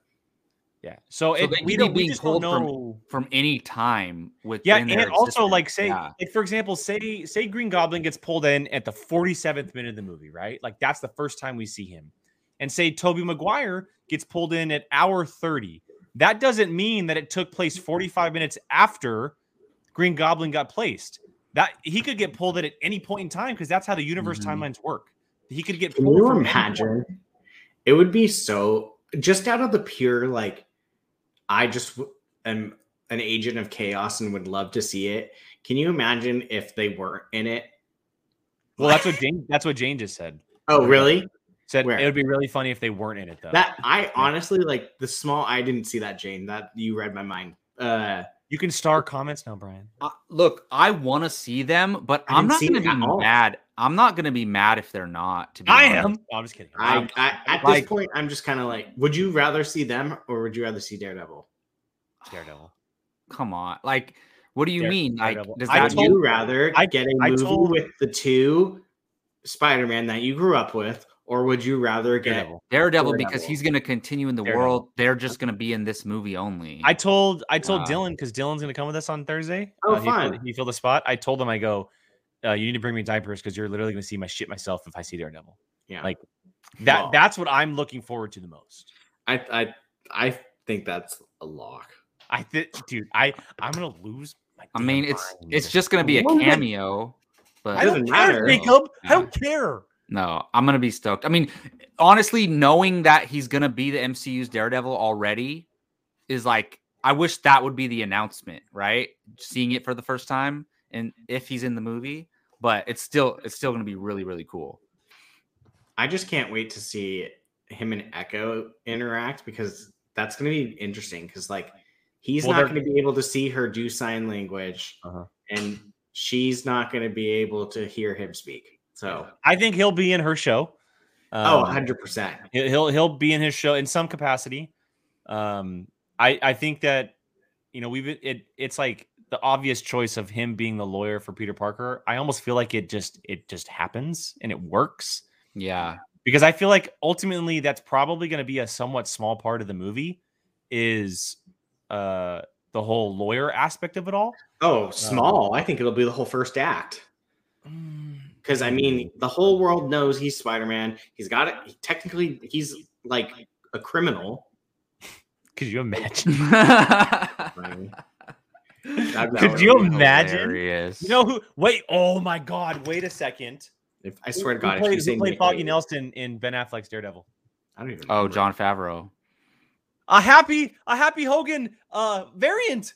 [SPEAKER 2] Yeah. So,
[SPEAKER 1] So
[SPEAKER 2] it,
[SPEAKER 1] they could
[SPEAKER 2] we
[SPEAKER 1] be
[SPEAKER 2] don't we
[SPEAKER 1] being
[SPEAKER 2] just
[SPEAKER 1] pulled
[SPEAKER 2] don't
[SPEAKER 1] from-
[SPEAKER 2] know.
[SPEAKER 1] From any time with
[SPEAKER 2] Yeah, and also like say if for example, say say Green Goblin gets pulled in at the 47th minute of the movie, right? Like that's the first time we see him. And say Toby Maguire gets pulled in at hour 30. That doesn't mean that it took place 45 minutes after Green Goblin got placed. That he could get pulled in at any point in time because that's how the universe
[SPEAKER 1] Mhm.
[SPEAKER 2] timelines work. He could get
[SPEAKER 5] Can
[SPEAKER 2] pulled
[SPEAKER 5] you
[SPEAKER 2] from any point.
[SPEAKER 5] imagine? It would be so just out of the pure like I just w- am an agent of chaos and would love to see it. Can you imagine if they were in it?
[SPEAKER 2] Well, that's what Jane that's what Jane just said.
[SPEAKER 5] Oh, really?
[SPEAKER 2] Said
[SPEAKER 5] Where?
[SPEAKER 2] it would be really funny if they weren't in it though.
[SPEAKER 5] That I honestly like the small I didn't see that Jane. That you read my mind. Uh
[SPEAKER 2] you can star comments now, Brian.
[SPEAKER 1] Uh, look, I want to see them, but
[SPEAKER 5] I didn't
[SPEAKER 1] I'm not
[SPEAKER 5] see
[SPEAKER 1] going to
[SPEAKER 5] it at
[SPEAKER 1] be
[SPEAKER 5] all.
[SPEAKER 1] mad. I'm not going to be mad if they're not. To be
[SPEAKER 2] I
[SPEAKER 1] honest.
[SPEAKER 2] am. No, I'm just kidding.
[SPEAKER 5] I, I at
[SPEAKER 1] Like-
[SPEAKER 5] this point I'm just kind of like, would you rather see them or would you rather see Daredevil?
[SPEAKER 2] Daredevil.
[SPEAKER 1] Come on, like, what do you
[SPEAKER 2] Dare-
[SPEAKER 1] mean? Like,
[SPEAKER 2] Daredevil.
[SPEAKER 1] does
[SPEAKER 2] I
[SPEAKER 1] that
[SPEAKER 5] Would
[SPEAKER 2] told-
[SPEAKER 1] mean
[SPEAKER 5] you rather
[SPEAKER 2] I-
[SPEAKER 5] get a
[SPEAKER 2] I
[SPEAKER 5] movie
[SPEAKER 2] told-
[SPEAKER 5] with the two Spider-Man that you grew up with, or would you rather get
[SPEAKER 2] Daredevil.
[SPEAKER 1] Daredevil
[SPEAKER 5] Daredevil.
[SPEAKER 1] because he's going to continue in the
[SPEAKER 2] Daredevil.
[SPEAKER 1] world? They're just going to be in this movie only.
[SPEAKER 2] I told I told
[SPEAKER 1] Uh,
[SPEAKER 2] Dylan because Dylan's gonna come with us on Thursday. uh,
[SPEAKER 5] Oh,
[SPEAKER 2] he filled-
[SPEAKER 5] fun.
[SPEAKER 2] He filled the spot. I told him I go. Uh, you need to bring me diapers because you're literally gonna see my shit myself if I see Daredevil.
[SPEAKER 5] Yeah,
[SPEAKER 2] Like, That
[SPEAKER 5] Wow.
[SPEAKER 2] that's what I'm looking forward to the most.
[SPEAKER 5] I I I think that's a lock.
[SPEAKER 2] I think, dude, I I'm gonna lose. My
[SPEAKER 1] I
[SPEAKER 2] damn
[SPEAKER 1] mean, it's
[SPEAKER 2] mind.
[SPEAKER 1] it's just going to be a
[SPEAKER 2] Well, like-
[SPEAKER 1] cameo, but
[SPEAKER 2] I don't
[SPEAKER 5] doesn't
[SPEAKER 2] care,
[SPEAKER 5] matter.
[SPEAKER 2] Jacob. I
[SPEAKER 1] Yeah.
[SPEAKER 2] don't care.
[SPEAKER 1] No, I'm gonna be stoked. I mean, honestly, knowing that he's gonna be the MCU's Daredevil already is like I wish that would be the announcement, right? Seeing it for the first time and if he's in the movie, but it's still it's still gonna be really, really cool.
[SPEAKER 5] I just can't wait to see him and Echo interact because that's going to be interesting. Because like he's
[SPEAKER 2] Well,
[SPEAKER 5] not
[SPEAKER 2] they're-
[SPEAKER 5] going to be able to see her do sign language,
[SPEAKER 2] Uh-huh.
[SPEAKER 5] and she's not going to be able to hear him speak. So
[SPEAKER 2] I think he'll be in her show.
[SPEAKER 5] oh,
[SPEAKER 2] Um,
[SPEAKER 5] 100 percent.
[SPEAKER 2] He'll he'll, he'll be in his show in some capacity. Um, I I think that you know we've it it's like the obvious choice of him being the lawyer for Peter Parker. I almost feel like it just it just happens and it works
[SPEAKER 1] Yeah.
[SPEAKER 2] because I feel like ultimately that's probably going to be a somewhat small part of the movie is uh the whole lawyer aspect of it all. mm,
[SPEAKER 5] Oh, small. I think it'll be the whole first act. Because I mean, the whole world knows he's Spider Man. He's got it. He, technically, he's like a criminal.
[SPEAKER 2] Could you imagine?
[SPEAKER 1] Could
[SPEAKER 5] God, that
[SPEAKER 2] Could
[SPEAKER 5] would
[SPEAKER 2] you
[SPEAKER 5] be
[SPEAKER 2] imagine?
[SPEAKER 1] Hilarious.
[SPEAKER 2] You know who? Wait. Oh my God. Wait a second.
[SPEAKER 5] If, I swear to
[SPEAKER 2] Who
[SPEAKER 5] God, if
[SPEAKER 2] played,
[SPEAKER 5] you
[SPEAKER 2] who
[SPEAKER 5] say
[SPEAKER 2] played
[SPEAKER 5] Nick
[SPEAKER 2] Foggy
[SPEAKER 5] Cage-
[SPEAKER 2] Nelson in Ben Affleck's Daredevil?
[SPEAKER 5] I don't even.
[SPEAKER 1] Oh,
[SPEAKER 5] remember.
[SPEAKER 1] John Favreau.
[SPEAKER 2] A happy, a happy Hogan uh variant.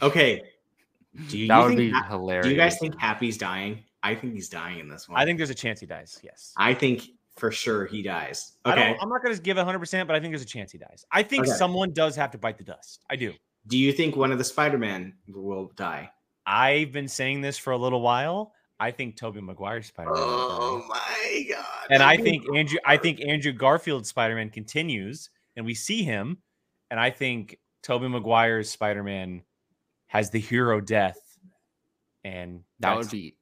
[SPEAKER 5] Okay. Do you,
[SPEAKER 1] That
[SPEAKER 5] you
[SPEAKER 1] would
[SPEAKER 5] think
[SPEAKER 1] be
[SPEAKER 5] Ha-
[SPEAKER 1] hilarious.
[SPEAKER 5] Do you guys think Happy's dying? I think he's dying in this one.
[SPEAKER 2] I think there's a chance he dies. Yes.
[SPEAKER 5] I think for sure he dies.
[SPEAKER 2] I
[SPEAKER 5] Okay.
[SPEAKER 2] don't, I'm not going to give 100%, but I think there's a chance he dies. I think
[SPEAKER 5] Okay.
[SPEAKER 2] someone does have to bite the dust. I do.
[SPEAKER 5] Do you think one of the Spider Man will die?
[SPEAKER 2] I've been saying this for a little while. I think Toby Maguire's Spider-Man. will die.
[SPEAKER 5] Oh my god!
[SPEAKER 2] and I think Andrew I think Andrew Garfield's Spider-Man continues and we see him and I think Toby Maguire's Spider-Man has the hero death and
[SPEAKER 1] that
[SPEAKER 2] that's-
[SPEAKER 1] would be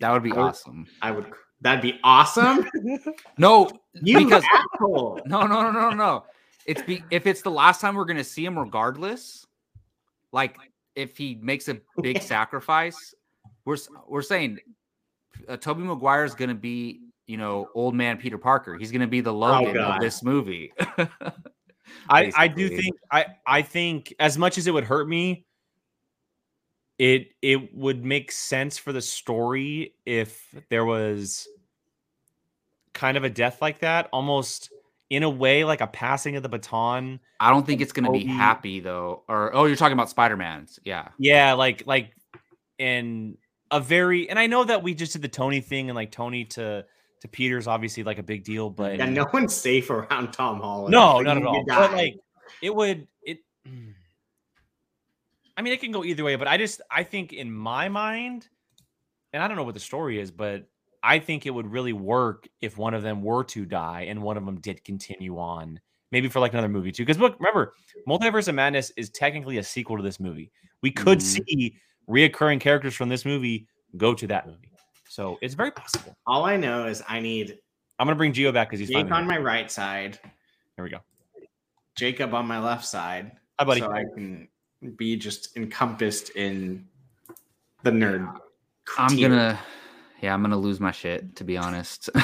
[SPEAKER 1] that would be
[SPEAKER 5] I would-
[SPEAKER 1] awesome?
[SPEAKER 5] I would. That'd be awesome.
[SPEAKER 1] No,
[SPEAKER 5] You
[SPEAKER 1] Because-
[SPEAKER 5] asshole.
[SPEAKER 1] no, no, no, no, no. It's be if it's the last time we're gonna see him, regardless. Like if he makes a big sacrifice, we're s- we're saying uh, Toby Maguire is gonna be you know old man Peter Parker. He's gonna be the Logan of
[SPEAKER 5] God.
[SPEAKER 1] this movie.
[SPEAKER 2] I, I do
[SPEAKER 1] basically.
[SPEAKER 2] think I, I think as much as it would hurt me, it it would make sense for the story if there was kind of a death like that, almost in a way like a passing of the baton.
[SPEAKER 1] I don't think it's gonna be
[SPEAKER 2] Toby-
[SPEAKER 1] happy though. Or oh, you're talking about Spider Man's. Yeah,
[SPEAKER 2] Yeah, like like and a very and I know that we just did the Tony thing and like Tony to to Peter's obviously like a big deal, but
[SPEAKER 5] Yeah, no one's safe around Tom Holland.
[SPEAKER 2] No,
[SPEAKER 5] Like,
[SPEAKER 2] not
[SPEAKER 5] you
[SPEAKER 2] at all.
[SPEAKER 5] could
[SPEAKER 2] But
[SPEAKER 5] die.
[SPEAKER 2] like, it would it. hmm. I mean, it can go either way, but I just I think in my mind, and I don't know what the story is, but I think it would really work if one of them were to die and one of them did continue on, maybe for like another movie too. Because look, remember, Multiverse of Madness is technically a sequel to this movie. We could
[SPEAKER 5] Mm-hmm.
[SPEAKER 1] Mhm.
[SPEAKER 2] see reoccurring characters from this movie go to that movie, so it's very possible.
[SPEAKER 5] all I know is I need
[SPEAKER 2] I'm gonna bring Geo back because he's
[SPEAKER 5] Jake
[SPEAKER 2] finally
[SPEAKER 5] on my
[SPEAKER 2] here.
[SPEAKER 5] right side,
[SPEAKER 2] There we go.
[SPEAKER 5] Jacob on my left side,
[SPEAKER 2] Hi, buddy.
[SPEAKER 5] so I can be just encompassed in the nerd.
[SPEAKER 1] I'm
[SPEAKER 5] tier.
[SPEAKER 1] gonna. Yeah, I'm gonna lose my shit to be honest.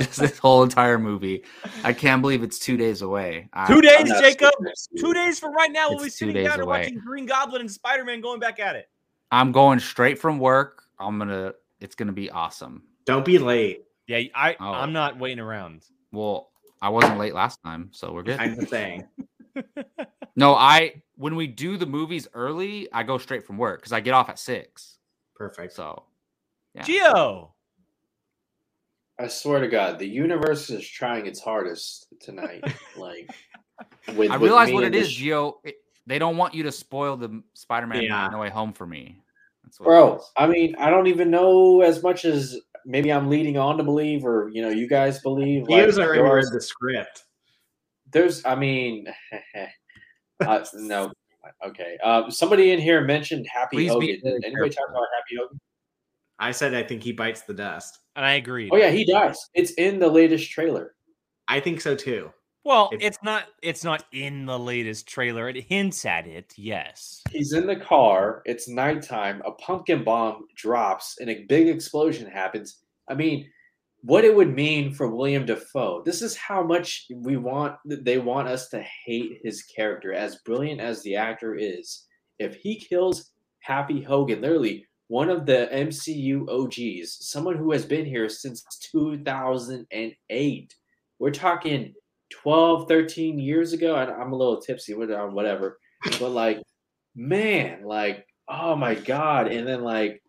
[SPEAKER 1] Just this whole entire movie, I can't believe it's two days away. I-
[SPEAKER 2] Two
[SPEAKER 7] I'm
[SPEAKER 2] days,
[SPEAKER 7] not
[SPEAKER 2] Jacob.
[SPEAKER 7] scared next week.
[SPEAKER 2] Two days from right now, we'll be
[SPEAKER 1] It's two
[SPEAKER 2] sitting
[SPEAKER 1] days
[SPEAKER 2] down and
[SPEAKER 1] away.
[SPEAKER 2] watching Green Goblin and Spider Man going back at it.
[SPEAKER 1] I'm going straight from work. I'm gonna. It's gonna be awesome.
[SPEAKER 5] Don't be late.
[SPEAKER 2] Yeah, I
[SPEAKER 1] Oh.
[SPEAKER 2] I'm not waiting around.
[SPEAKER 1] Well, I wasn't late last time, so we're
[SPEAKER 5] I'm
[SPEAKER 1] good.
[SPEAKER 5] just saying.
[SPEAKER 1] no, I when we do the movies early, I go straight from work because I get off at six.
[SPEAKER 5] Perfect.
[SPEAKER 1] So Yeah.
[SPEAKER 2] Geo,
[SPEAKER 7] I swear to God, the universe is trying its hardest tonight. like, with,
[SPEAKER 1] I
[SPEAKER 7] with
[SPEAKER 1] realize
[SPEAKER 7] me
[SPEAKER 1] what it
[SPEAKER 7] and this
[SPEAKER 1] is, Geo. It- they don't want you to spoil the m- Spider-Man
[SPEAKER 5] Yeah.
[SPEAKER 1] No Way Home for me. That's what it
[SPEAKER 7] Bro,
[SPEAKER 1] is.
[SPEAKER 7] I mean, I don't even know as much as maybe I'm leading on to believe, or you know, you guys believe.
[SPEAKER 5] He was
[SPEAKER 7] like,
[SPEAKER 5] already
[SPEAKER 7] there
[SPEAKER 5] read
[SPEAKER 7] are-
[SPEAKER 5] the script.
[SPEAKER 7] There's, I mean, uh, no, okay. Uh, somebody in here mentioned Happy
[SPEAKER 1] Please
[SPEAKER 7] Hogan.
[SPEAKER 1] be
[SPEAKER 7] Did anybody talk
[SPEAKER 1] careful.
[SPEAKER 7] about Happy Hogan?
[SPEAKER 5] I said I think he bites the dust.
[SPEAKER 2] and I agree.
[SPEAKER 7] Oh yeah, he dies. It's in the latest trailer.
[SPEAKER 5] I think so too.
[SPEAKER 2] Well,
[SPEAKER 5] If-
[SPEAKER 2] it's not it's not in the latest trailer. It hints at it. Yes.
[SPEAKER 7] He's in the car. It's nighttime. A pumpkin bomb drops, and a big explosion happens. I mean, what it would mean for William Defoe. This is how much we want. They want us to hate his character, as brilliant as the actor is. If he kills Happy Hogan, literally one of the MCU OGs, someone who has been here since 2008. We're talking 12, 13 years ago. And I'm a little tipsy, what- uh, whatever. But like, man, like, oh my God. And then, like,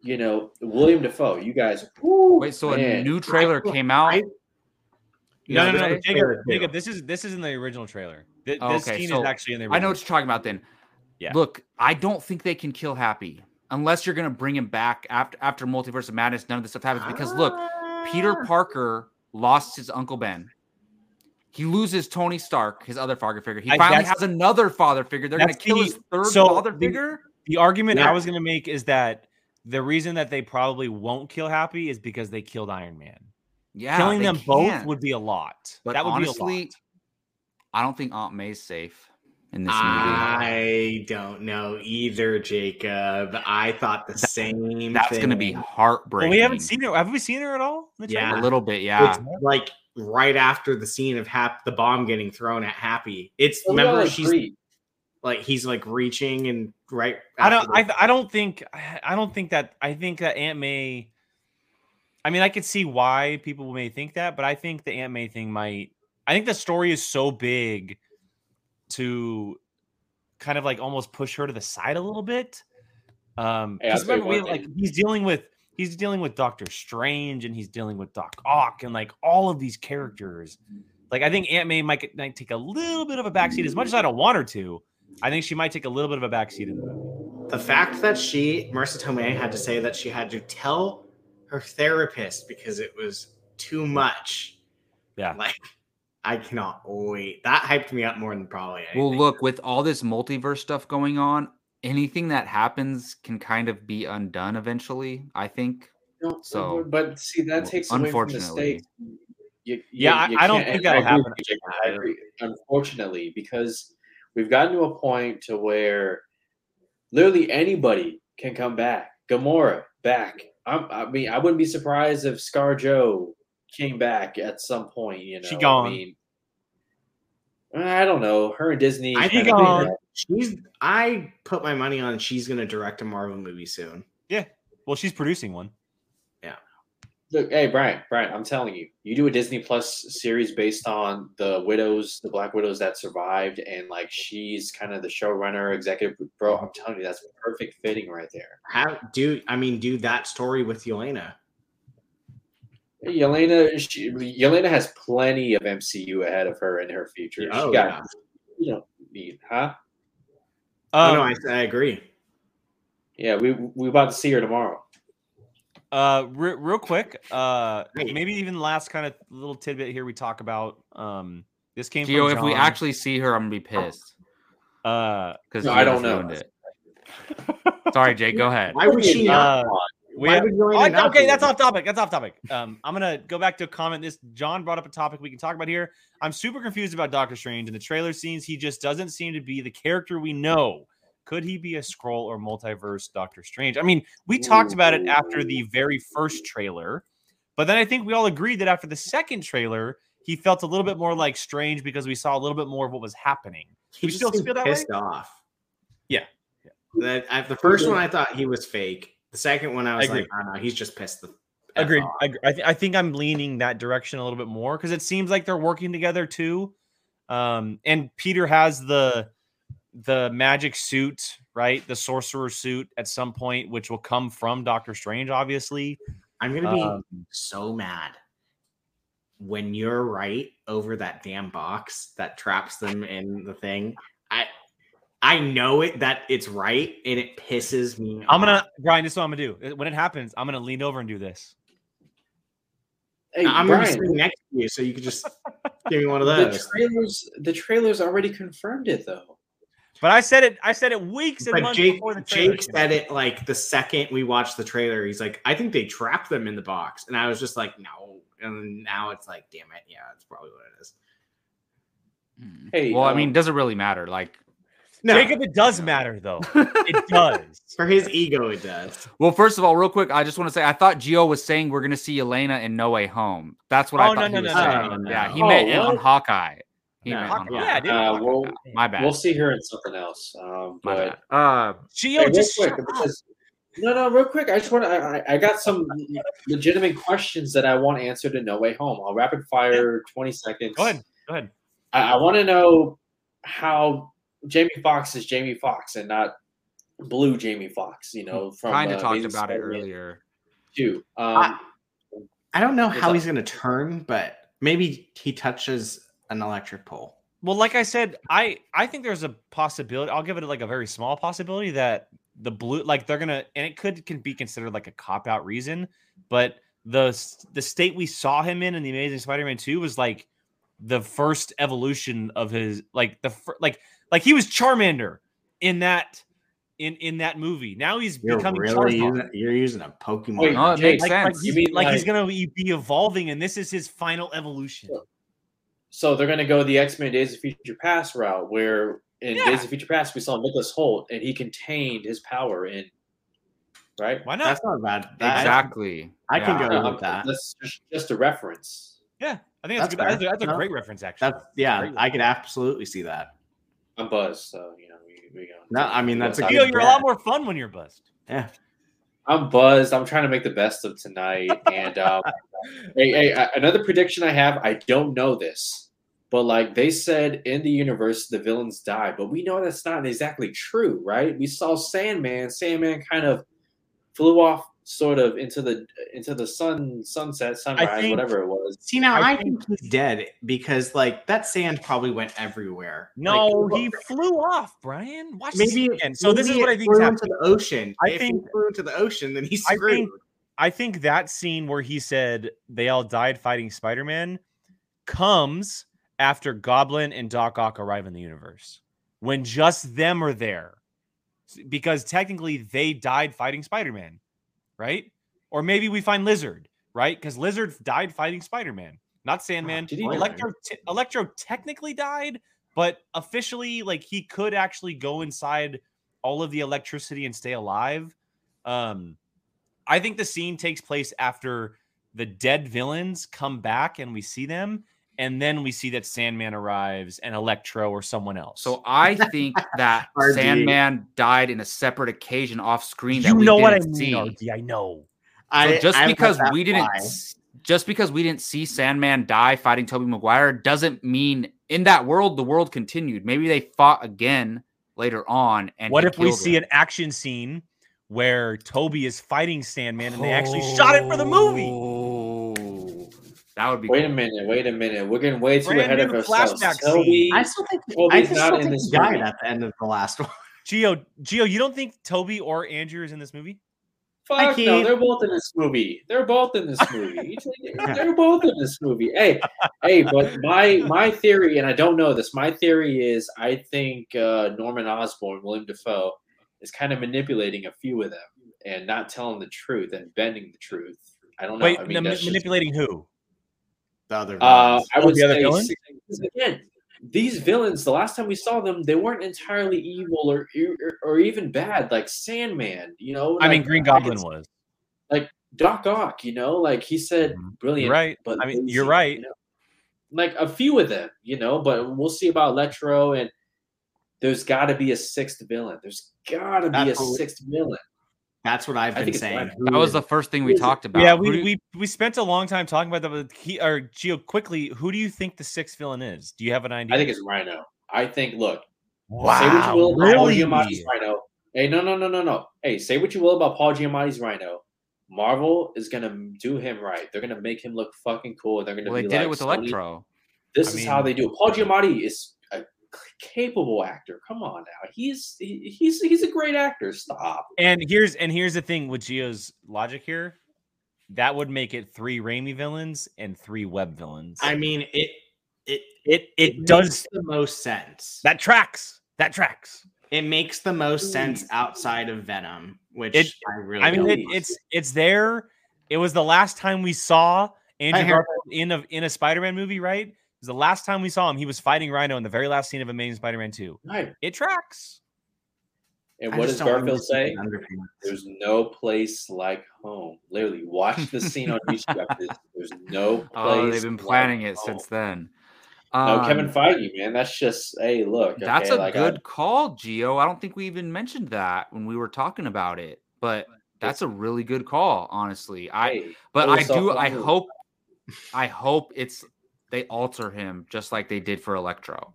[SPEAKER 7] you know, William Defoe, you guys. woo,
[SPEAKER 1] Wait, so a
[SPEAKER 7] man.
[SPEAKER 1] new trailer
[SPEAKER 5] I-
[SPEAKER 1] came out.
[SPEAKER 5] I-
[SPEAKER 2] No,
[SPEAKER 1] Yeah,
[SPEAKER 2] no, no,
[SPEAKER 1] this
[SPEAKER 2] no,
[SPEAKER 1] is
[SPEAKER 2] Jacob,
[SPEAKER 5] trailer two.
[SPEAKER 2] Jacob. This is this is in the original trailer. Th-
[SPEAKER 1] Oh,
[SPEAKER 2] this
[SPEAKER 1] okay,
[SPEAKER 2] scene
[SPEAKER 1] so
[SPEAKER 2] is actually in the. Original.
[SPEAKER 1] I know what you're talking about then.
[SPEAKER 2] Yeah.
[SPEAKER 1] Look, I don't think they can kill Happy unless you're going to bring him back after after Multiverse of Madness. None of this stuff happens because look, Peter Parker lost his Uncle Ben. He loses Tony Stark, his other father figure. He
[SPEAKER 2] I-
[SPEAKER 1] finally
[SPEAKER 2] that's-
[SPEAKER 1] has another father figure. They're going to
[SPEAKER 2] that's
[SPEAKER 1] kill
[SPEAKER 2] the-
[SPEAKER 1] his third
[SPEAKER 2] so
[SPEAKER 1] father
[SPEAKER 2] the-
[SPEAKER 1] figure.
[SPEAKER 2] The argument
[SPEAKER 5] Yeah.
[SPEAKER 2] I was going to make is that the reason that they probably won't kill Happy is because they killed Iron Man.
[SPEAKER 1] Yeah,
[SPEAKER 2] Killing
[SPEAKER 1] they
[SPEAKER 2] them
[SPEAKER 1] can't.
[SPEAKER 2] both would be a lot.
[SPEAKER 1] But
[SPEAKER 2] that would
[SPEAKER 1] honestly,
[SPEAKER 2] be a lot.
[SPEAKER 1] I don't think Aunt May's safe. in this movie.
[SPEAKER 2] Ah,
[SPEAKER 5] I don't know either, Jacob. I thought the same.
[SPEAKER 1] That's going to be
[SPEAKER 5] thing.
[SPEAKER 2] Well,
[SPEAKER 1] heartbreaking.
[SPEAKER 2] we haven't seen her. Have we seen her at all? in the
[SPEAKER 5] Yeah.
[SPEAKER 2] trailer?
[SPEAKER 1] a little bit, yeah.
[SPEAKER 5] It's like right after the scene of Hap, the bomb getting thrown at Happy. It's
[SPEAKER 7] Well, we all
[SPEAKER 5] remember she's
[SPEAKER 7] agree.
[SPEAKER 5] like he's like reaching and right.
[SPEAKER 2] I don't.
[SPEAKER 5] after
[SPEAKER 2] I, I don't think. I I don't think that. I think that Aunt May. I mean, I could see why people may think that, but I think the Aunt May thing might. I think the story is so big to kind of like almost push her to the side a little bit. Um,
[SPEAKER 7] Hey, I'll
[SPEAKER 2] 'cause
[SPEAKER 7] tell you
[SPEAKER 2] remember, we,
[SPEAKER 7] one
[SPEAKER 2] like
[SPEAKER 7] thing.
[SPEAKER 2] he's dealing with he's dealing with Doctor Strange and he's dealing with Doc Ock and like all of these characters. Like I think Aunt May might, might take a little bit of a backseat as much as I don't want her to. I think she might take a little bit of a backseat in the movie.
[SPEAKER 5] the fact that she Marissa Tomei had to say that she had to tell her therapist because it was too much.
[SPEAKER 2] Yeah.
[SPEAKER 5] like I cannot wait. That hyped me up more than probably.
[SPEAKER 1] Well,
[SPEAKER 5] anything.
[SPEAKER 1] look, with all this multiverse stuff going on, anything that happens can kind of be undone eventually, I think.
[SPEAKER 7] No,
[SPEAKER 1] So,
[SPEAKER 7] but see that
[SPEAKER 1] well,
[SPEAKER 7] takes away from the
[SPEAKER 1] unfortunately.
[SPEAKER 7] stakes. You- you-
[SPEAKER 2] Yeah, I-
[SPEAKER 7] you
[SPEAKER 2] I don't
[SPEAKER 7] can't-
[SPEAKER 2] think
[SPEAKER 7] and
[SPEAKER 2] that'll
[SPEAKER 7] agree with
[SPEAKER 2] happen.
[SPEAKER 7] you, Jacob. I agree. Unfortunately, because we've gotten to a point to where literally anybody can come back. Gamora back. I'm, I mean, I wouldn't be surprised if Scar Joe came back at some point. You know,
[SPEAKER 2] She gone.
[SPEAKER 7] I, mean, I don't know. Her and Disney.
[SPEAKER 5] I
[SPEAKER 7] kinda
[SPEAKER 5] think
[SPEAKER 7] did
[SPEAKER 2] gone.
[SPEAKER 7] that.
[SPEAKER 5] she's. I put my money on she's going to direct a Marvel movie soon.
[SPEAKER 2] Well, she's producing one.
[SPEAKER 7] Look, hey Brian, Brian, I'm telling you, you do a Disney Plus series based on the widows, the Black widows that survived, and like she's kind of the showrunner, executive. Bro, I'm telling you, that's perfect fitting right there.
[SPEAKER 5] How do I mean do that story with Yelena?
[SPEAKER 7] Yelena, she, Yelena has plenty of MCU ahead of her in her future.
[SPEAKER 5] Oh,
[SPEAKER 7] she got,
[SPEAKER 5] yeah.
[SPEAKER 7] you don't need, huh?
[SPEAKER 5] Oh,
[SPEAKER 2] Um,
[SPEAKER 5] no, I, I agree.
[SPEAKER 7] Yeah, we we about to see her tomorrow.
[SPEAKER 2] uh, re- real quick, uh,
[SPEAKER 5] Hey.
[SPEAKER 2] maybe even last kind of little tidbit here we talk about. Um, this came
[SPEAKER 1] Geo,
[SPEAKER 2] from
[SPEAKER 1] if we
[SPEAKER 2] John.
[SPEAKER 1] actually see her, I'm going to be pissed.
[SPEAKER 2] uh,
[SPEAKER 1] Because
[SPEAKER 7] No, I don't know.
[SPEAKER 1] Sorry, Jay, go ahead.
[SPEAKER 5] Why would she not?
[SPEAKER 2] uh, we
[SPEAKER 5] Why would Yelena
[SPEAKER 2] Oh,
[SPEAKER 5] not
[SPEAKER 2] okay,
[SPEAKER 5] be
[SPEAKER 2] that's
[SPEAKER 5] there?
[SPEAKER 2] off topic. That's off topic. Um, I'm gonna go back to a comment. This John brought up a topic we can talk about here. I'm super confused about Doctor Strange in the trailer scenes. He just doesn't seem to be the character we know. Could he be a scroll or multiverse Doctor Strange? I mean, we talked about it after the very first trailer, but then I think we all agreed that after the second trailer, he felt a little bit more like Strange because we saw a little bit more of what was happening.
[SPEAKER 5] He
[SPEAKER 2] You
[SPEAKER 5] just
[SPEAKER 2] still
[SPEAKER 5] seemed
[SPEAKER 2] feel that way?
[SPEAKER 5] pissed off.
[SPEAKER 2] Yeah.
[SPEAKER 5] That at the first one, I thought he was fake. The second one, I was
[SPEAKER 2] agree.
[SPEAKER 5] like, oh, no, he's just pissed. The F
[SPEAKER 2] Agreed.
[SPEAKER 5] off."
[SPEAKER 2] I, gr- I, th- I think I'm leaning that direction a little bit more because it seems like they're working together too. Um, and Peter has the the magic suit, right? The sorcerer suit at some point, which will come from Doctor Strange, obviously.
[SPEAKER 5] I'm gonna be
[SPEAKER 2] Um,
[SPEAKER 5] so mad when you're right over that damn box that traps them in the thing. I I know it that it's right, and it pisses me. off.
[SPEAKER 2] I'm gonna Brian. This is what I'm gonna do. When it happens, I'm gonna lean over and do this.
[SPEAKER 7] Hey,
[SPEAKER 5] I'm
[SPEAKER 7] Brian,
[SPEAKER 5] gonna sit next to you, so you can just give me one of
[SPEAKER 7] the
[SPEAKER 5] those.
[SPEAKER 7] trailers, the trailers already confirmed it though.
[SPEAKER 2] But I said it. I said it weeks and
[SPEAKER 5] But
[SPEAKER 2] months
[SPEAKER 5] Jake,
[SPEAKER 2] before the trailer.
[SPEAKER 5] Jake
[SPEAKER 2] came out.
[SPEAKER 5] said it like the second we watched the trailer. He's like, I think they trapped them in the box, and I was just like, no. And now it's like, damn it, yeah, that's probably what it is.
[SPEAKER 1] Mm.
[SPEAKER 7] Hey,
[SPEAKER 1] well, I
[SPEAKER 7] um,
[SPEAKER 1] mean, it doesn't really matter. Like,
[SPEAKER 5] No,
[SPEAKER 2] Jacob, it does matter though. It does.
[SPEAKER 5] for his ego, it does.
[SPEAKER 1] well, first of all, real quick, I just want to say I thought Gio was saying we're going to see Elena in No Way Home. That's what
[SPEAKER 2] Oh,
[SPEAKER 1] I
[SPEAKER 2] no,
[SPEAKER 1] thought
[SPEAKER 2] no,
[SPEAKER 1] he was
[SPEAKER 5] no,
[SPEAKER 1] saying.
[SPEAKER 5] no, no,
[SPEAKER 1] Yeah,
[SPEAKER 5] no.
[SPEAKER 1] he
[SPEAKER 7] Oh,
[SPEAKER 1] meant on
[SPEAKER 7] what?
[SPEAKER 1] Hawkeye. He
[SPEAKER 5] No,
[SPEAKER 1] meant
[SPEAKER 5] Hawk-
[SPEAKER 1] on
[SPEAKER 5] yeah,
[SPEAKER 1] Hawkeye.
[SPEAKER 2] yeah, dude.
[SPEAKER 7] uh, we'll
[SPEAKER 1] My bad.
[SPEAKER 7] we'll see her in something else. Um,
[SPEAKER 1] My
[SPEAKER 7] but
[SPEAKER 1] bad. Uh,
[SPEAKER 2] Gio,
[SPEAKER 7] Hey,
[SPEAKER 2] just
[SPEAKER 7] real
[SPEAKER 2] shut
[SPEAKER 7] quick, because, no, no, real quick. I just want to. I, I- I got some legitimate questions that I want answered in No Way Home. I'll rapid fire twenty seconds.
[SPEAKER 2] Go ahead. Go ahead.
[SPEAKER 7] I, I want to know how Jamie Fox is Jamie Fox and not blue Jamie Fox. You know, from
[SPEAKER 1] kind of
[SPEAKER 7] uh,
[SPEAKER 1] talked
[SPEAKER 7] Amazing
[SPEAKER 1] about it
[SPEAKER 7] Spider-Man
[SPEAKER 1] earlier.
[SPEAKER 7] 2. Um,
[SPEAKER 5] I- I don't know
[SPEAKER 7] It's
[SPEAKER 5] how
[SPEAKER 7] a-
[SPEAKER 5] he's gonna turn, but maybe he touches an electric pole.
[SPEAKER 2] Well, like I said, I I think there's a possibility. I'll give it like a very small possibility that the blue, like they're gonna, and it could can be considered like a cop out reason, but the s- the state we saw him in in the Amazing Spider-Man Two was like the first evolution of his, like the fir- like like he was Charmander in that in in that movie. Now he's
[SPEAKER 5] You're
[SPEAKER 2] becoming
[SPEAKER 5] really
[SPEAKER 2] Charizard.
[SPEAKER 5] using, you're using a Pokemon.
[SPEAKER 7] Wait,
[SPEAKER 1] No, it
[SPEAKER 7] Jake,
[SPEAKER 1] makes
[SPEAKER 2] like, like,
[SPEAKER 1] sense.
[SPEAKER 2] he-
[SPEAKER 7] You mean
[SPEAKER 2] like he's
[SPEAKER 7] like-
[SPEAKER 2] gonna be evolving, and this is his final evolution.
[SPEAKER 7] So they're going to go the X Men Days of Future Past route, where in
[SPEAKER 1] Yeah.
[SPEAKER 7] Days of Future Past, we saw Nicholas Holt, and he contained his power in. Right.
[SPEAKER 2] Why not?
[SPEAKER 5] That's not bad. That-
[SPEAKER 1] Exactly.
[SPEAKER 5] I can
[SPEAKER 1] Yeah.
[SPEAKER 5] go
[SPEAKER 7] Uh,
[SPEAKER 5] with that.
[SPEAKER 7] That's just, just a reference.
[SPEAKER 2] I think
[SPEAKER 5] That's
[SPEAKER 2] that's, a good. That's a,
[SPEAKER 5] fair.
[SPEAKER 2] that's a
[SPEAKER 5] No.
[SPEAKER 2] great reference, actually.
[SPEAKER 5] That's yeah. I could absolutely see that.
[SPEAKER 7] I'm buzzed, so you know we we go.
[SPEAKER 5] No, I mean, that's a
[SPEAKER 2] Gio,
[SPEAKER 5] good-
[SPEAKER 2] you're a lot more fun when you're buzzed.
[SPEAKER 7] I'm buzzed. I'm trying to make the best of tonight. And um, hey, hey, I- another prediction I have. I don't know this, but like they said in the universe, the villains die. But we know that's not exactly true, right? We saw Sandman. Sandman kind of flew off, sort of into the into the sun, sunset, sunrise,
[SPEAKER 2] think-
[SPEAKER 7] whatever it was.
[SPEAKER 5] See now,
[SPEAKER 2] I
[SPEAKER 5] I, think he's dead because like that sand probably went everywhere.
[SPEAKER 2] No,
[SPEAKER 5] Like,
[SPEAKER 2] he flew off, Brian. Watch
[SPEAKER 5] Maybe-
[SPEAKER 2] this again. So this is
[SPEAKER 5] maybe
[SPEAKER 2] what
[SPEAKER 5] it
[SPEAKER 2] I think is
[SPEAKER 5] flew
[SPEAKER 2] happening.
[SPEAKER 5] into the ocean.
[SPEAKER 2] I
[SPEAKER 5] if
[SPEAKER 2] think-
[SPEAKER 5] he flew into the ocean, then he's
[SPEAKER 2] I
[SPEAKER 5] screwed.
[SPEAKER 2] think- I think that scene where he said they all died fighting Spider-Man comes after Goblin and Doc Ock arrive in the universe. When just them are there. S- Because technically they died fighting Spider-Man, right? Or maybe we find Lizard, right? Because Lizard died fighting Spider-Man, not Sandman.
[SPEAKER 7] Ah, did he
[SPEAKER 5] really?
[SPEAKER 2] Electro t- Electro technically died, but officially, like he could actually go inside all of the electricity and stay alive. Um, I think the scene takes place after the dead villains come back and we see them, and then we see that Sandman arrives and Electro or someone else.
[SPEAKER 1] So I think that
[SPEAKER 5] RG.
[SPEAKER 1] Sandman died in a separate occasion off screen. That
[SPEAKER 2] you
[SPEAKER 1] we
[SPEAKER 2] know
[SPEAKER 1] didn't
[SPEAKER 2] what I
[SPEAKER 1] see.
[SPEAKER 2] mean? RD, I know.
[SPEAKER 1] So
[SPEAKER 5] I,
[SPEAKER 1] just
[SPEAKER 5] I let
[SPEAKER 1] because
[SPEAKER 5] that
[SPEAKER 1] we didn't
[SPEAKER 5] fly.
[SPEAKER 1] s- just because we didn't see Sandman die fighting Toby Maguire doesn't mean in that world the world continued. Maybe they fought again later on and
[SPEAKER 2] what
[SPEAKER 1] he
[SPEAKER 2] if we
[SPEAKER 1] killed
[SPEAKER 2] see
[SPEAKER 1] him.
[SPEAKER 2] an action scene where Toby is fighting Sandman and they actually shot it for the movie?
[SPEAKER 1] Oh, that would be
[SPEAKER 7] Wait a
[SPEAKER 1] cool.
[SPEAKER 7] minute. Wait a minute. We're getting way too
[SPEAKER 2] Brand
[SPEAKER 7] ahead of
[SPEAKER 2] new
[SPEAKER 7] ourselves.
[SPEAKER 2] flashback
[SPEAKER 7] Toby,
[SPEAKER 5] I still think
[SPEAKER 7] Well,
[SPEAKER 5] I
[SPEAKER 7] he's
[SPEAKER 5] just
[SPEAKER 7] not
[SPEAKER 5] still
[SPEAKER 7] in
[SPEAKER 5] think
[SPEAKER 7] this
[SPEAKER 5] he died
[SPEAKER 7] movie.
[SPEAKER 5] at the end of the last one.
[SPEAKER 2] Geo, Geo, you don't think Toby or Andrew is in this movie?
[SPEAKER 5] Hi,
[SPEAKER 7] Fuck no,
[SPEAKER 5] Keith.
[SPEAKER 7] they're both in this movie. They're both in this movie. they're both in this movie. Hey, hey, but my my theory, and I don't know this. My theory is, I think uh, Norman Osborn, William Defoe, is kind of manipulating a few of them and not telling the truth and bending the truth. I don't know.
[SPEAKER 2] Wait,
[SPEAKER 7] I
[SPEAKER 2] no,
[SPEAKER 7] mean,
[SPEAKER 2] ma-
[SPEAKER 7] that's just-
[SPEAKER 2] manipulating who?
[SPEAKER 5] The other
[SPEAKER 7] uh,
[SPEAKER 5] villains.
[SPEAKER 7] I
[SPEAKER 2] Oh,
[SPEAKER 7] would
[SPEAKER 2] the other
[SPEAKER 7] say
[SPEAKER 2] villain?
[SPEAKER 7] six- because again. These villains, the last time we saw them, they weren't entirely evil or or, or even bad. Like Sandman, you know.
[SPEAKER 2] I mean,
[SPEAKER 7] like,
[SPEAKER 2] Green
[SPEAKER 7] I could
[SPEAKER 2] Goblin was.
[SPEAKER 7] Doc Ock, you know, like he said,
[SPEAKER 2] Mhm.
[SPEAKER 7] brilliant.
[SPEAKER 2] right.
[SPEAKER 7] But
[SPEAKER 2] I mean,
[SPEAKER 7] lazy,
[SPEAKER 2] you're right.
[SPEAKER 7] you know? Like a few of them, you know, but we'll see about Electro and there's got to be a sixth villain. There's got to be a
[SPEAKER 5] Absolutely.
[SPEAKER 7] sixth villain.
[SPEAKER 5] That's what I've
[SPEAKER 7] I
[SPEAKER 5] been
[SPEAKER 7] think it's
[SPEAKER 5] saying.
[SPEAKER 7] Spider-Man.
[SPEAKER 1] That was the first thing we
[SPEAKER 7] Who is it?
[SPEAKER 1] talked about.
[SPEAKER 2] yeah,
[SPEAKER 1] Who do
[SPEAKER 2] we,
[SPEAKER 1] you-
[SPEAKER 2] we we spent a long time talking about that. But he, or Geo, quickly, who do you think the sixth villain is? Do you have an idea?
[SPEAKER 7] I think it's Rhino. I think, look, say what you
[SPEAKER 2] wow,
[SPEAKER 7] will about Paul
[SPEAKER 2] really?
[SPEAKER 7] Giamatti's Rhino. Hey, no, no, no, no, no. Hey, say what you will about Paul Giamatti's Rhino. Marvel is going to do him right. They're going to make him look fucking cool. They're going to
[SPEAKER 1] well, they
[SPEAKER 7] be
[SPEAKER 1] did
[SPEAKER 7] like,
[SPEAKER 1] it with
[SPEAKER 7] Sony,
[SPEAKER 1] Electro.
[SPEAKER 7] This
[SPEAKER 2] I
[SPEAKER 7] is how
[SPEAKER 2] mean-
[SPEAKER 7] they do it. Paul Giamatti is a c- capable actor. Come on now, he's he, he's he's a great actor. Stop.
[SPEAKER 2] And here's and here's the thing with Geo's logic here. That would make it three Raimi villains and three Web villains.
[SPEAKER 5] I mean, it it
[SPEAKER 2] it it
[SPEAKER 5] makes
[SPEAKER 2] does
[SPEAKER 5] the most sense.
[SPEAKER 2] that tracks. That tracks.
[SPEAKER 5] it makes the most sense outside of Venom, which
[SPEAKER 2] It-
[SPEAKER 5] I really
[SPEAKER 2] I mean,
[SPEAKER 5] don't
[SPEAKER 2] it,
[SPEAKER 5] like.
[SPEAKER 2] it's it's there. It was the last time we saw Andrew
[SPEAKER 5] heard
[SPEAKER 2] Garfield in a in a Spider-Man movie, right? It was the last time we saw him. He was fighting Rhino in the very last scene of Amazing Spider-Man Two.
[SPEAKER 7] Right.
[SPEAKER 2] It tracks.
[SPEAKER 7] And
[SPEAKER 5] I
[SPEAKER 7] what
[SPEAKER 5] just
[SPEAKER 7] does
[SPEAKER 5] don't wanna
[SPEAKER 7] Garfield
[SPEAKER 5] see
[SPEAKER 7] say?
[SPEAKER 5] the underpants.
[SPEAKER 7] There's no place like home. Literally, watch the scene on YouTube. After this. There's no place.
[SPEAKER 1] Oh, they've been
[SPEAKER 7] like
[SPEAKER 1] planning it
[SPEAKER 7] home.
[SPEAKER 1] since then.
[SPEAKER 7] No,
[SPEAKER 1] Um,
[SPEAKER 7] Kevin Feige, man. That's just hey, look.
[SPEAKER 1] That's
[SPEAKER 7] okay,
[SPEAKER 1] a
[SPEAKER 7] like,
[SPEAKER 1] good call, Geo. I don't think we even mentioned that when we were talking about it, but that's a really good call, honestly.
[SPEAKER 7] I,
[SPEAKER 1] I
[SPEAKER 7] hey,
[SPEAKER 1] but
[SPEAKER 7] that
[SPEAKER 1] I
[SPEAKER 7] was a
[SPEAKER 1] do
[SPEAKER 7] soft
[SPEAKER 1] I
[SPEAKER 7] move.
[SPEAKER 1] hope I hope it's they alter him just like they did for Electro.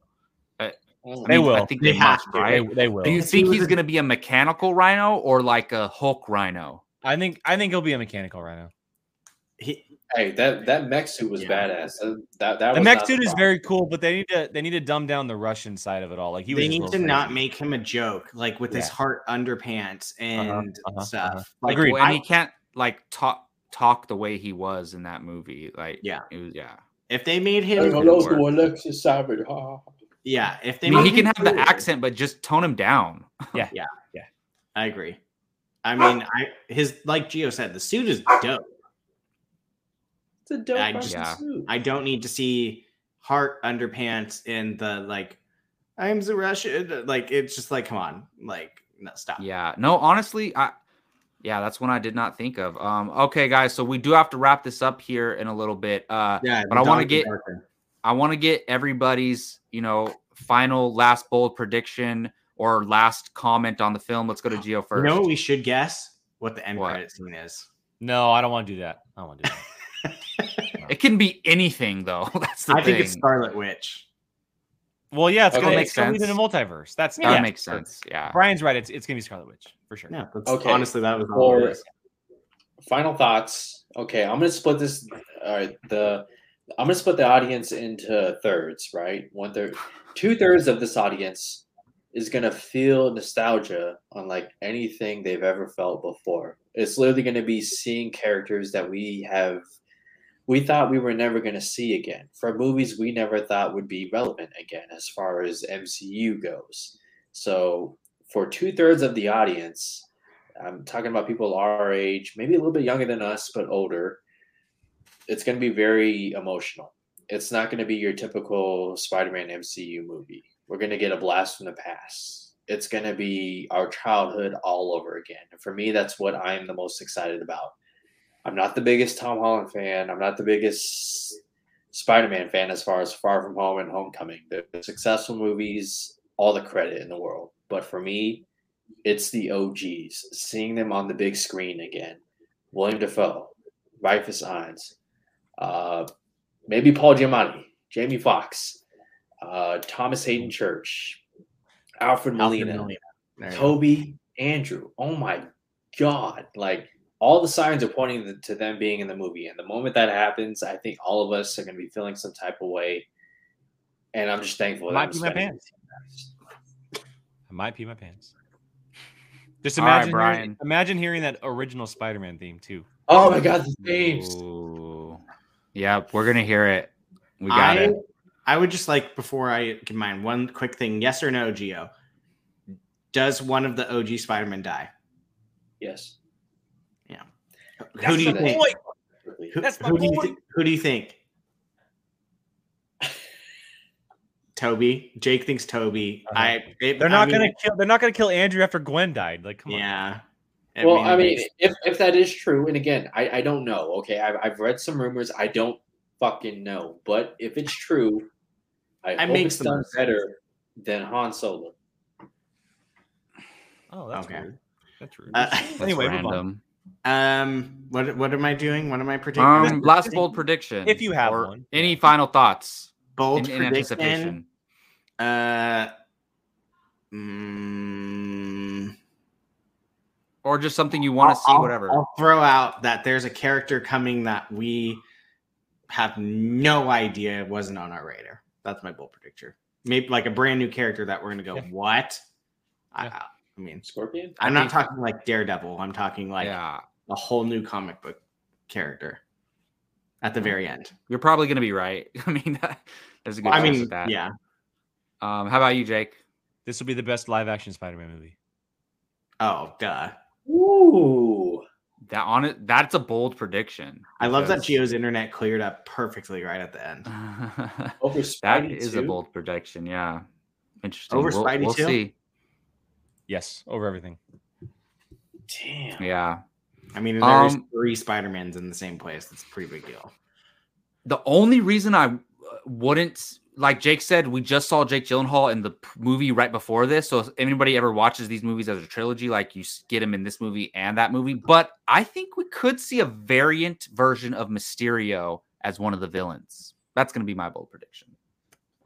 [SPEAKER 1] Uh,
[SPEAKER 7] mm,
[SPEAKER 1] I mean, I
[SPEAKER 2] They will.
[SPEAKER 1] think
[SPEAKER 5] They
[SPEAKER 1] they,
[SPEAKER 5] have
[SPEAKER 1] must,
[SPEAKER 5] to.
[SPEAKER 1] right?
[SPEAKER 2] They, they will.
[SPEAKER 1] Do you
[SPEAKER 5] If he
[SPEAKER 1] think
[SPEAKER 5] was
[SPEAKER 1] he's
[SPEAKER 5] a-
[SPEAKER 1] going to be a mechanical rhino or like a Hulk rhino?
[SPEAKER 2] I think I think he'll be a mechanical Rhino.
[SPEAKER 5] He-
[SPEAKER 7] hey, that that mech suit was
[SPEAKER 5] Yeah.
[SPEAKER 7] badass. That that, that
[SPEAKER 2] The
[SPEAKER 7] was
[SPEAKER 2] mech
[SPEAKER 7] not
[SPEAKER 2] dude is
[SPEAKER 7] surprising.
[SPEAKER 2] very cool, but they need to they need to dumb down the Russian side of it all. Like he was
[SPEAKER 5] they
[SPEAKER 2] just a
[SPEAKER 5] need
[SPEAKER 2] little
[SPEAKER 5] to not
[SPEAKER 2] crazy.
[SPEAKER 5] make him a joke, like with his
[SPEAKER 2] Yeah.
[SPEAKER 5] heart underpants and
[SPEAKER 2] uh-huh,
[SPEAKER 5] stuff.
[SPEAKER 2] uh-huh.
[SPEAKER 5] Like,
[SPEAKER 2] Agreed.
[SPEAKER 1] Well, and he can't like talk talk the way he was in that movie. Like
[SPEAKER 5] Yeah.
[SPEAKER 1] it was, yeah.
[SPEAKER 5] if they made
[SPEAKER 7] Hey,
[SPEAKER 5] him,
[SPEAKER 1] Agreed.
[SPEAKER 7] hello to Alexis Savage. Ha, ha, ha.
[SPEAKER 5] yeah, if they
[SPEAKER 1] I mean,
[SPEAKER 5] made
[SPEAKER 1] he can
[SPEAKER 5] him
[SPEAKER 1] have the
[SPEAKER 5] cool,
[SPEAKER 1] accent, but just tone him down.
[SPEAKER 5] I agree. I mean, I his like Geo said, the suit is dope.
[SPEAKER 7] It's a dope
[SPEAKER 5] I
[SPEAKER 7] fucking
[SPEAKER 5] just-
[SPEAKER 1] Yeah.
[SPEAKER 7] suit.
[SPEAKER 5] I don't need to see heart underpants in the like I'm the Russian. uh, Like it's just like come on, like no stop.
[SPEAKER 1] Yeah. No, honestly, I yeah, that's one I did not think of. Um, okay, guys, so we do have to wrap this up here in a little bit. Uh
[SPEAKER 5] Yeah,
[SPEAKER 1] But I wanna
[SPEAKER 5] Donald
[SPEAKER 1] get-
[SPEAKER 5] Parker.
[SPEAKER 1] I want to get everybody's, you know, final last bold prediction or last comment on the film. Let's go to Geo
[SPEAKER 5] You
[SPEAKER 1] first.
[SPEAKER 5] know what we should guess? What the end
[SPEAKER 1] What?
[SPEAKER 5] credit scene is?
[SPEAKER 2] No, I don't want to do that. I don't want to do that.
[SPEAKER 1] It can be anything though. That's the
[SPEAKER 5] I
[SPEAKER 1] thing.
[SPEAKER 5] think it's Scarlet Witch.
[SPEAKER 2] Well, yeah, it's
[SPEAKER 7] Okay.
[SPEAKER 2] gonna
[SPEAKER 7] That
[SPEAKER 2] make
[SPEAKER 1] makes
[SPEAKER 2] sense. in a
[SPEAKER 1] sense.
[SPEAKER 2] multiverse. That's
[SPEAKER 1] that
[SPEAKER 2] yeah.
[SPEAKER 1] makes sense. Yeah.
[SPEAKER 2] Brian's right. It's it's gonna be Scarlet Witch for sure.
[SPEAKER 5] Yeah, that's,
[SPEAKER 7] Okay.
[SPEAKER 5] honestly that was all it
[SPEAKER 7] Or
[SPEAKER 5] is.
[SPEAKER 7] final thoughts. Okay, I'm gonna split this. All right, the I'm gonna split the audience into thirds. Right, one third, two thirds of this audience is gonna feel nostalgia unlike anything they've ever felt before. It's literally gonna be seeing characters that we have. We thought we were never going to see again for movies we never thought would be relevant again as far as MCU goes. So, for two thirds of the audience, I'm talking about people our age, maybe a little bit younger than us, but older. It's going to be very emotional. It's not going to be your typical Spider Man MCU movie. We're going to get a blast from the past. It's going to be our childhood all over again. And for me, that's what I'm the most excited about. I'm not the biggest Tom Holland fan. I'm not the biggest Spider Man fan as far as Far From Home and Homecoming. They're successful movies, all the credit in the world. But for me, it's the OGs, seeing them on the big screen again. William Defoe, Rufus Hines, uh, maybe Paul Giamatti, Jamie Foxx, uh, Thomas Hayden Church,
[SPEAKER 5] Alfred
[SPEAKER 7] Alfred Molina,
[SPEAKER 5] Molina. There you go.
[SPEAKER 7] Toby, Andrew. Oh my God. Like all the signs are pointing th- to them being in the movie. And the moment that happens, I think all of us are going to be feeling some type of way. And I'm just thankful.
[SPEAKER 2] Might
[SPEAKER 7] I'm
[SPEAKER 2] be my
[SPEAKER 7] spending-
[SPEAKER 2] I might pee my pants. Just
[SPEAKER 1] All right,
[SPEAKER 2] imagine hearing,
[SPEAKER 1] Brian.
[SPEAKER 2] imagine hearing that original Spider Man theme too.
[SPEAKER 7] Oh my God, the names.
[SPEAKER 1] Ooh. Yep, we're gonna hear it. We got
[SPEAKER 5] I,
[SPEAKER 1] it.
[SPEAKER 5] I would just like before I give mine one quick thing: yes or no, Geo. Does one of the OG Spider-Man die?
[SPEAKER 7] Yes.
[SPEAKER 5] who
[SPEAKER 7] That's
[SPEAKER 5] do you
[SPEAKER 7] the
[SPEAKER 5] think?
[SPEAKER 2] point.
[SPEAKER 5] Who,
[SPEAKER 2] That's my
[SPEAKER 5] who do you thi-
[SPEAKER 2] point.
[SPEAKER 5] who do you think? Toby. Jake thinks Toby.
[SPEAKER 2] Uh-huh.
[SPEAKER 5] I. it-
[SPEAKER 2] They're
[SPEAKER 5] I
[SPEAKER 2] not
[SPEAKER 5] mean,
[SPEAKER 2] gonna kill. They're not gonna kill Andrew after Gwen died. Like, come on.
[SPEAKER 5] Yeah.
[SPEAKER 7] well, I mean, if, if that is true, and again, I, I don't know. Okay, I've, I've read some rumors. I don't fucking know. But if it's true, I
[SPEAKER 5] That
[SPEAKER 7] hope
[SPEAKER 5] makes
[SPEAKER 7] it's
[SPEAKER 5] the
[SPEAKER 7] done
[SPEAKER 5] most sense.
[SPEAKER 7] better than Han Solo.
[SPEAKER 2] Oh, that's
[SPEAKER 5] Okay.
[SPEAKER 2] rude. That's rude.
[SPEAKER 5] Uh,
[SPEAKER 1] That's
[SPEAKER 2] anyway, move on.
[SPEAKER 1] random.
[SPEAKER 5] um, what what am I doing? What am I predicting?
[SPEAKER 1] Um, last bold prediction.
[SPEAKER 2] If you have
[SPEAKER 1] or
[SPEAKER 2] one.
[SPEAKER 1] Any final thoughts
[SPEAKER 5] bold
[SPEAKER 1] in, in
[SPEAKER 5] prediction.
[SPEAKER 1] anticipation?
[SPEAKER 5] Uh, mm,
[SPEAKER 1] Or just something you want to see,
[SPEAKER 5] I'll-
[SPEAKER 1] whatever.
[SPEAKER 5] I'll throw out that there's a character coming that we have no idea wasn't on our radar. That's my bold predictor. Maybe like a brand new character that we're gonna go,
[SPEAKER 2] Yeah.
[SPEAKER 5] what? I,
[SPEAKER 2] Yeah.
[SPEAKER 5] I mean,
[SPEAKER 7] Scorpion?
[SPEAKER 5] I'm not
[SPEAKER 1] think-
[SPEAKER 5] talking like Daredevil. I'm talking like
[SPEAKER 1] yeah.
[SPEAKER 5] a whole new comic book character at the very end.
[SPEAKER 1] You're probably gonna be right. I mean, there's a good
[SPEAKER 5] I
[SPEAKER 1] chance
[SPEAKER 5] mean,
[SPEAKER 1] of that.
[SPEAKER 5] yeah.
[SPEAKER 1] Um, how about you, Jake?
[SPEAKER 2] This will be the best live action Spider Man movie.
[SPEAKER 5] Oh, duh.
[SPEAKER 7] Ooh.
[SPEAKER 1] That on it. That's a bold prediction.
[SPEAKER 5] I love that
[SPEAKER 1] because-
[SPEAKER 5] Geo's internet cleared up perfectly right at the end.
[SPEAKER 7] Over
[SPEAKER 1] that
[SPEAKER 7] Spidey
[SPEAKER 1] is a
[SPEAKER 7] too?
[SPEAKER 1] bold prediction. Yeah. Interesting.
[SPEAKER 5] Over
[SPEAKER 1] we'll,
[SPEAKER 5] Spidey
[SPEAKER 1] we'll
[SPEAKER 5] too?
[SPEAKER 1] see.
[SPEAKER 2] Yes, over everything.
[SPEAKER 7] Damn.
[SPEAKER 1] Yeah.
[SPEAKER 5] I mean, there's
[SPEAKER 1] Um,
[SPEAKER 5] three Spider Mans in the same place. That's a pretty big deal.
[SPEAKER 1] The only reason I uh, wouldn't, like Jake said, we just saw Jake Gyllenhaal in the p- movie right before this. So if anybody ever watches these movies as a trilogy, like you s- get him in this movie and that movie. But I think we could see a variant version of Mysterio as one of the villains. That's going to be my bold prediction.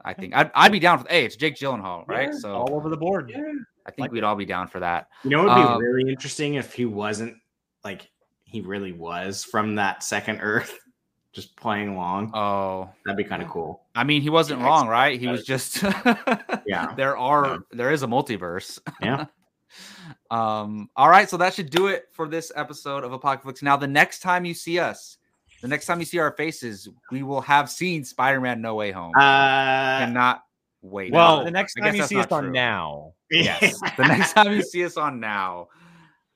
[SPEAKER 1] I think I'd, I'd be down for. Hey, it's Jake Gyllenhaal, right?
[SPEAKER 7] Yeah,
[SPEAKER 1] so
[SPEAKER 2] All over the board.
[SPEAKER 7] Yeah.
[SPEAKER 1] I think we'd all be down for that.
[SPEAKER 5] You know, it would be
[SPEAKER 1] Um,
[SPEAKER 5] really interesting if he wasn't like he really was from that second Earth, just playing along.
[SPEAKER 1] Oh,
[SPEAKER 5] That'd be kind of cool.
[SPEAKER 1] I mean, he wasn't
[SPEAKER 7] Yeah,
[SPEAKER 1] wrong, right? He was just
[SPEAKER 5] Yeah.
[SPEAKER 1] There are
[SPEAKER 5] Yeah.
[SPEAKER 1] there is a multiverse.
[SPEAKER 5] Yeah.
[SPEAKER 1] um. All right, so that should do it for this episode of Apocalypse. Now, the next time you see us, the next time you see our faces, we will have seen Spider-Man: No Way Home.
[SPEAKER 5] Uh,
[SPEAKER 1] Cannot wait.
[SPEAKER 2] Well,
[SPEAKER 1] No,
[SPEAKER 2] the next
[SPEAKER 1] I
[SPEAKER 2] time
[SPEAKER 1] guess
[SPEAKER 2] you
[SPEAKER 1] that's
[SPEAKER 2] see us
[SPEAKER 1] not
[SPEAKER 2] on
[SPEAKER 1] true.
[SPEAKER 2] now.
[SPEAKER 1] yes. the next time you see us on now.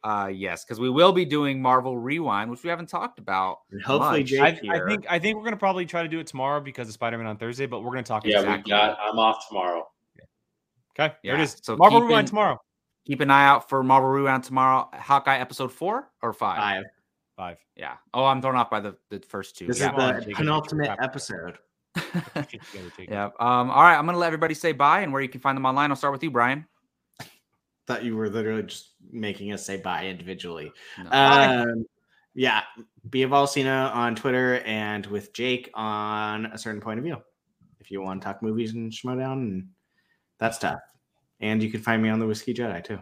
[SPEAKER 1] Uh, yes, because we will be doing Marvel Rewind, which we haven't talked about.
[SPEAKER 5] hopefully,
[SPEAKER 1] much.
[SPEAKER 5] Jake
[SPEAKER 2] I, I
[SPEAKER 5] here.
[SPEAKER 2] think I think we're gonna probably try to do it tomorrow because of Spider Man on Thursday, but we're gonna talk.
[SPEAKER 7] Yeah,
[SPEAKER 2] exactly-
[SPEAKER 7] we got. I'm off tomorrow.
[SPEAKER 2] Okay, there
[SPEAKER 1] Yeah,
[SPEAKER 2] it is.
[SPEAKER 1] so
[SPEAKER 2] Marvel
[SPEAKER 1] keep
[SPEAKER 2] Rewind
[SPEAKER 1] in-
[SPEAKER 2] tomorrow.
[SPEAKER 1] Keep an eye out for Marvel Rewind tomorrow. Hawkeye episode four or five?
[SPEAKER 5] Five.
[SPEAKER 2] Five.
[SPEAKER 1] Yeah. Oh, I'm thrown off by the, the first two.
[SPEAKER 5] This
[SPEAKER 1] yeah.
[SPEAKER 5] is
[SPEAKER 2] well,
[SPEAKER 5] the
[SPEAKER 2] take it.
[SPEAKER 5] penultimate episode.
[SPEAKER 2] Take it together, take it.
[SPEAKER 1] yeah. Um, all right. I'm going to let everybody say bye and where you can find them online. I'll start with you, Brian.
[SPEAKER 5] Thought you were literally just making us say bye individually.
[SPEAKER 1] No.
[SPEAKER 5] Um, yeah, be a Valsino on Twitter and with Jake on a certain point of view. If you want to talk movies and schmodown and that stuff, and you can find me on the Whiskey Jedi too.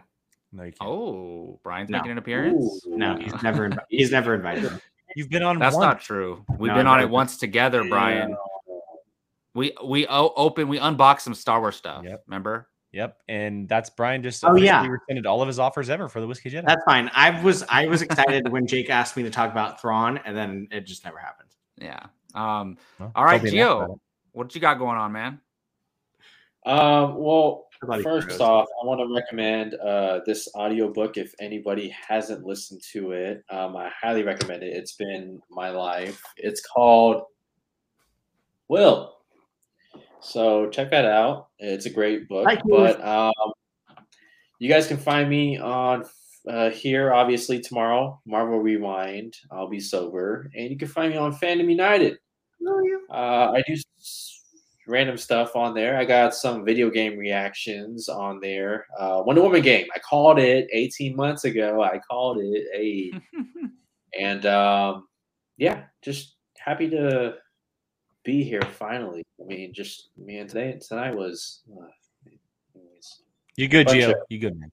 [SPEAKER 2] No, you can't.
[SPEAKER 1] oh, Brian's
[SPEAKER 5] No.
[SPEAKER 1] making an appearance.
[SPEAKER 5] No, he's never invi- he's never invited. me.
[SPEAKER 2] You've been on
[SPEAKER 1] That's
[SPEAKER 2] one.
[SPEAKER 1] not true. We've
[SPEAKER 5] No,
[SPEAKER 1] been
[SPEAKER 5] no,
[SPEAKER 1] on it
[SPEAKER 5] no.
[SPEAKER 1] once together, Brian. We we o- open we unbox some Star Wars stuff.
[SPEAKER 2] Yep.
[SPEAKER 1] Remember?
[SPEAKER 2] Yep, and that's Brian just.
[SPEAKER 5] Oh, yeah.
[SPEAKER 2] officially rescinded all of his offers ever for the whiskey Jedi.
[SPEAKER 5] That's fine. I was I was excited when Jake asked me to talk about Thrawn, and then it just never happened.
[SPEAKER 1] Yeah. Um.
[SPEAKER 2] Well,
[SPEAKER 1] All right,
[SPEAKER 2] don't be an ass
[SPEAKER 1] Gio.
[SPEAKER 2] about it.
[SPEAKER 1] What you got going on, man?
[SPEAKER 7] Um, well,
[SPEAKER 5] I thought he froze.
[SPEAKER 7] first off, I want to recommend uh, this audiobook if anybody hasn't listened to it. Um, I highly recommend it. It's been my life. It's called Will. So check that out. It's a great book.
[SPEAKER 5] Thank you.
[SPEAKER 7] But um, you guys can find me on uh, here, obviously, tomorrow, Marvel Rewind. I'll be sober. And you can find me on Fandom United. Uh, I do s- random stuff on there. I got some video game reactions on there. Uh, Wonder Woman game. I called it 18 months ago. I called it. Hey. and um, yeah, just happy to be here finally. I mean, just man, today tonight was. Uh, anyways.
[SPEAKER 2] You good,
[SPEAKER 7] Bunch
[SPEAKER 2] Gio?
[SPEAKER 7] of-
[SPEAKER 2] You good, man?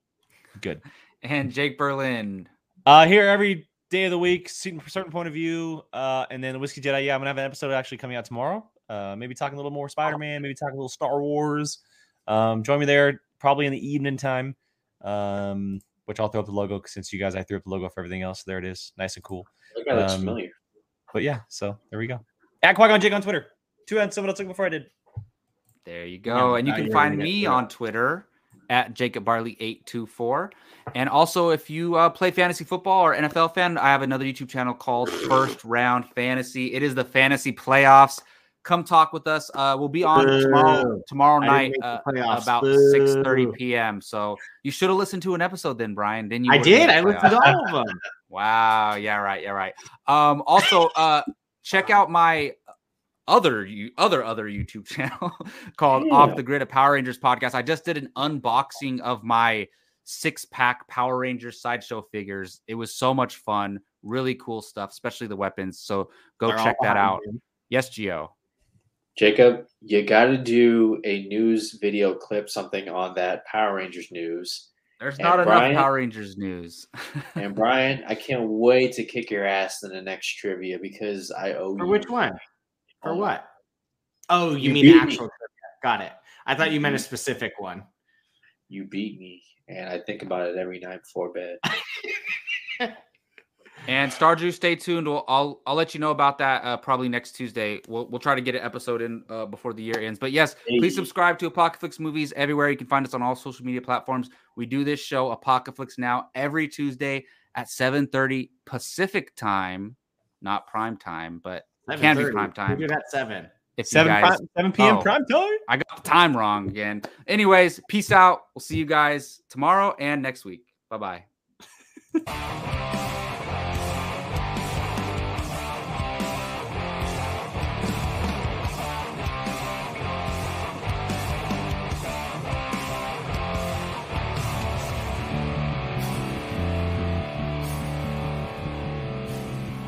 [SPEAKER 2] Good.
[SPEAKER 1] and Jake Berlin.
[SPEAKER 2] Uh, here every day of the week, certain certain point of view, uh, and then the whiskey Jedi. Yeah, I'm gonna have an episode actually coming out tomorrow. Uh, maybe talking a little more Spider Man, maybe talking a little Star Wars. Um, join me there probably in the evening time. Um, which I'll throw up the logo since you guys I threw up the logo for everything else. There it is, nice and cool.
[SPEAKER 7] That guy looks
[SPEAKER 2] Um,
[SPEAKER 7] familiar.
[SPEAKER 2] But yeah, so there we go. At Quack on Jake on Twitter. Two on someone else took before I did.
[SPEAKER 1] There you go. and you
[SPEAKER 5] now
[SPEAKER 1] can
[SPEAKER 5] you're
[SPEAKER 1] find
[SPEAKER 5] gonna get
[SPEAKER 1] me
[SPEAKER 5] through it.
[SPEAKER 1] on Twitter at Jacob Barley 824. And also, if you uh, play fantasy football or NFL fan, I have another YouTube channel called First Round Fantasy. It is the fantasy playoffs. Come talk with us. Uh, we'll be on tomorrow,
[SPEAKER 5] Boo.
[SPEAKER 1] tomorrow
[SPEAKER 5] I
[SPEAKER 1] night
[SPEAKER 5] didn't make the
[SPEAKER 1] uh,
[SPEAKER 5] playoffs.
[SPEAKER 1] about
[SPEAKER 5] Boo.
[SPEAKER 1] six thirty p.m. So you should have listened to an episode then, Brian. Then you
[SPEAKER 5] I
[SPEAKER 1] would've made
[SPEAKER 5] did.
[SPEAKER 1] the
[SPEAKER 5] I
[SPEAKER 1] playoffs.
[SPEAKER 5] looked at all of them.
[SPEAKER 1] Wow. Yeah. Right. Yeah. Right. Um, also, uh, check out my other you other other YouTube channel called Off the Grid, a Power Rangers podcast. I just did an unboxing of my six pack Power Rangers sideshow figures. It was so much fun. Really cool stuff, especially the weapons. So go
[SPEAKER 5] They're all
[SPEAKER 1] check that
[SPEAKER 5] behind
[SPEAKER 1] out.
[SPEAKER 5] you.
[SPEAKER 1] Yes, Geo.
[SPEAKER 7] Jacob, you got to do a news video clip, something on that Power Rangers news.
[SPEAKER 1] There's
[SPEAKER 7] And
[SPEAKER 1] not
[SPEAKER 7] Brian?
[SPEAKER 1] enough Power Rangers news.
[SPEAKER 7] And Brian, I can't wait to kick your ass in the next trivia because I owe
[SPEAKER 5] For
[SPEAKER 7] you.
[SPEAKER 5] which one? For what? Oh, you,
[SPEAKER 7] You
[SPEAKER 5] mean
[SPEAKER 7] beat
[SPEAKER 5] the
[SPEAKER 7] me.
[SPEAKER 5] actual? trivia. Got it. I thought you meant a
[SPEAKER 1] Mm-hmm.
[SPEAKER 5] specific one.
[SPEAKER 7] You beat me, and I think about it every night before bed.
[SPEAKER 1] And Stardew, stay tuned. We'll, I'll I'll let you know about that uh, probably next Tuesday. We'll we'll try to get an episode in uh, before the year ends. But yes, please
[SPEAKER 7] Hey.
[SPEAKER 1] subscribe to Apocalypse Movies everywhere. You can find us on all social media platforms. We do this show Apocalypse Now every Tuesday at 7:30 Pacific time, not prime time, but Can be
[SPEAKER 5] 7:30.
[SPEAKER 1] prime time.
[SPEAKER 5] We do that seven.
[SPEAKER 1] if
[SPEAKER 2] Seven
[SPEAKER 1] you guys,
[SPEAKER 2] prime, seven p.m.
[SPEAKER 1] Oh.
[SPEAKER 2] prime time.
[SPEAKER 1] I got the time wrong again. Anyways, peace out. We'll see you guys tomorrow and next week. Bye bye.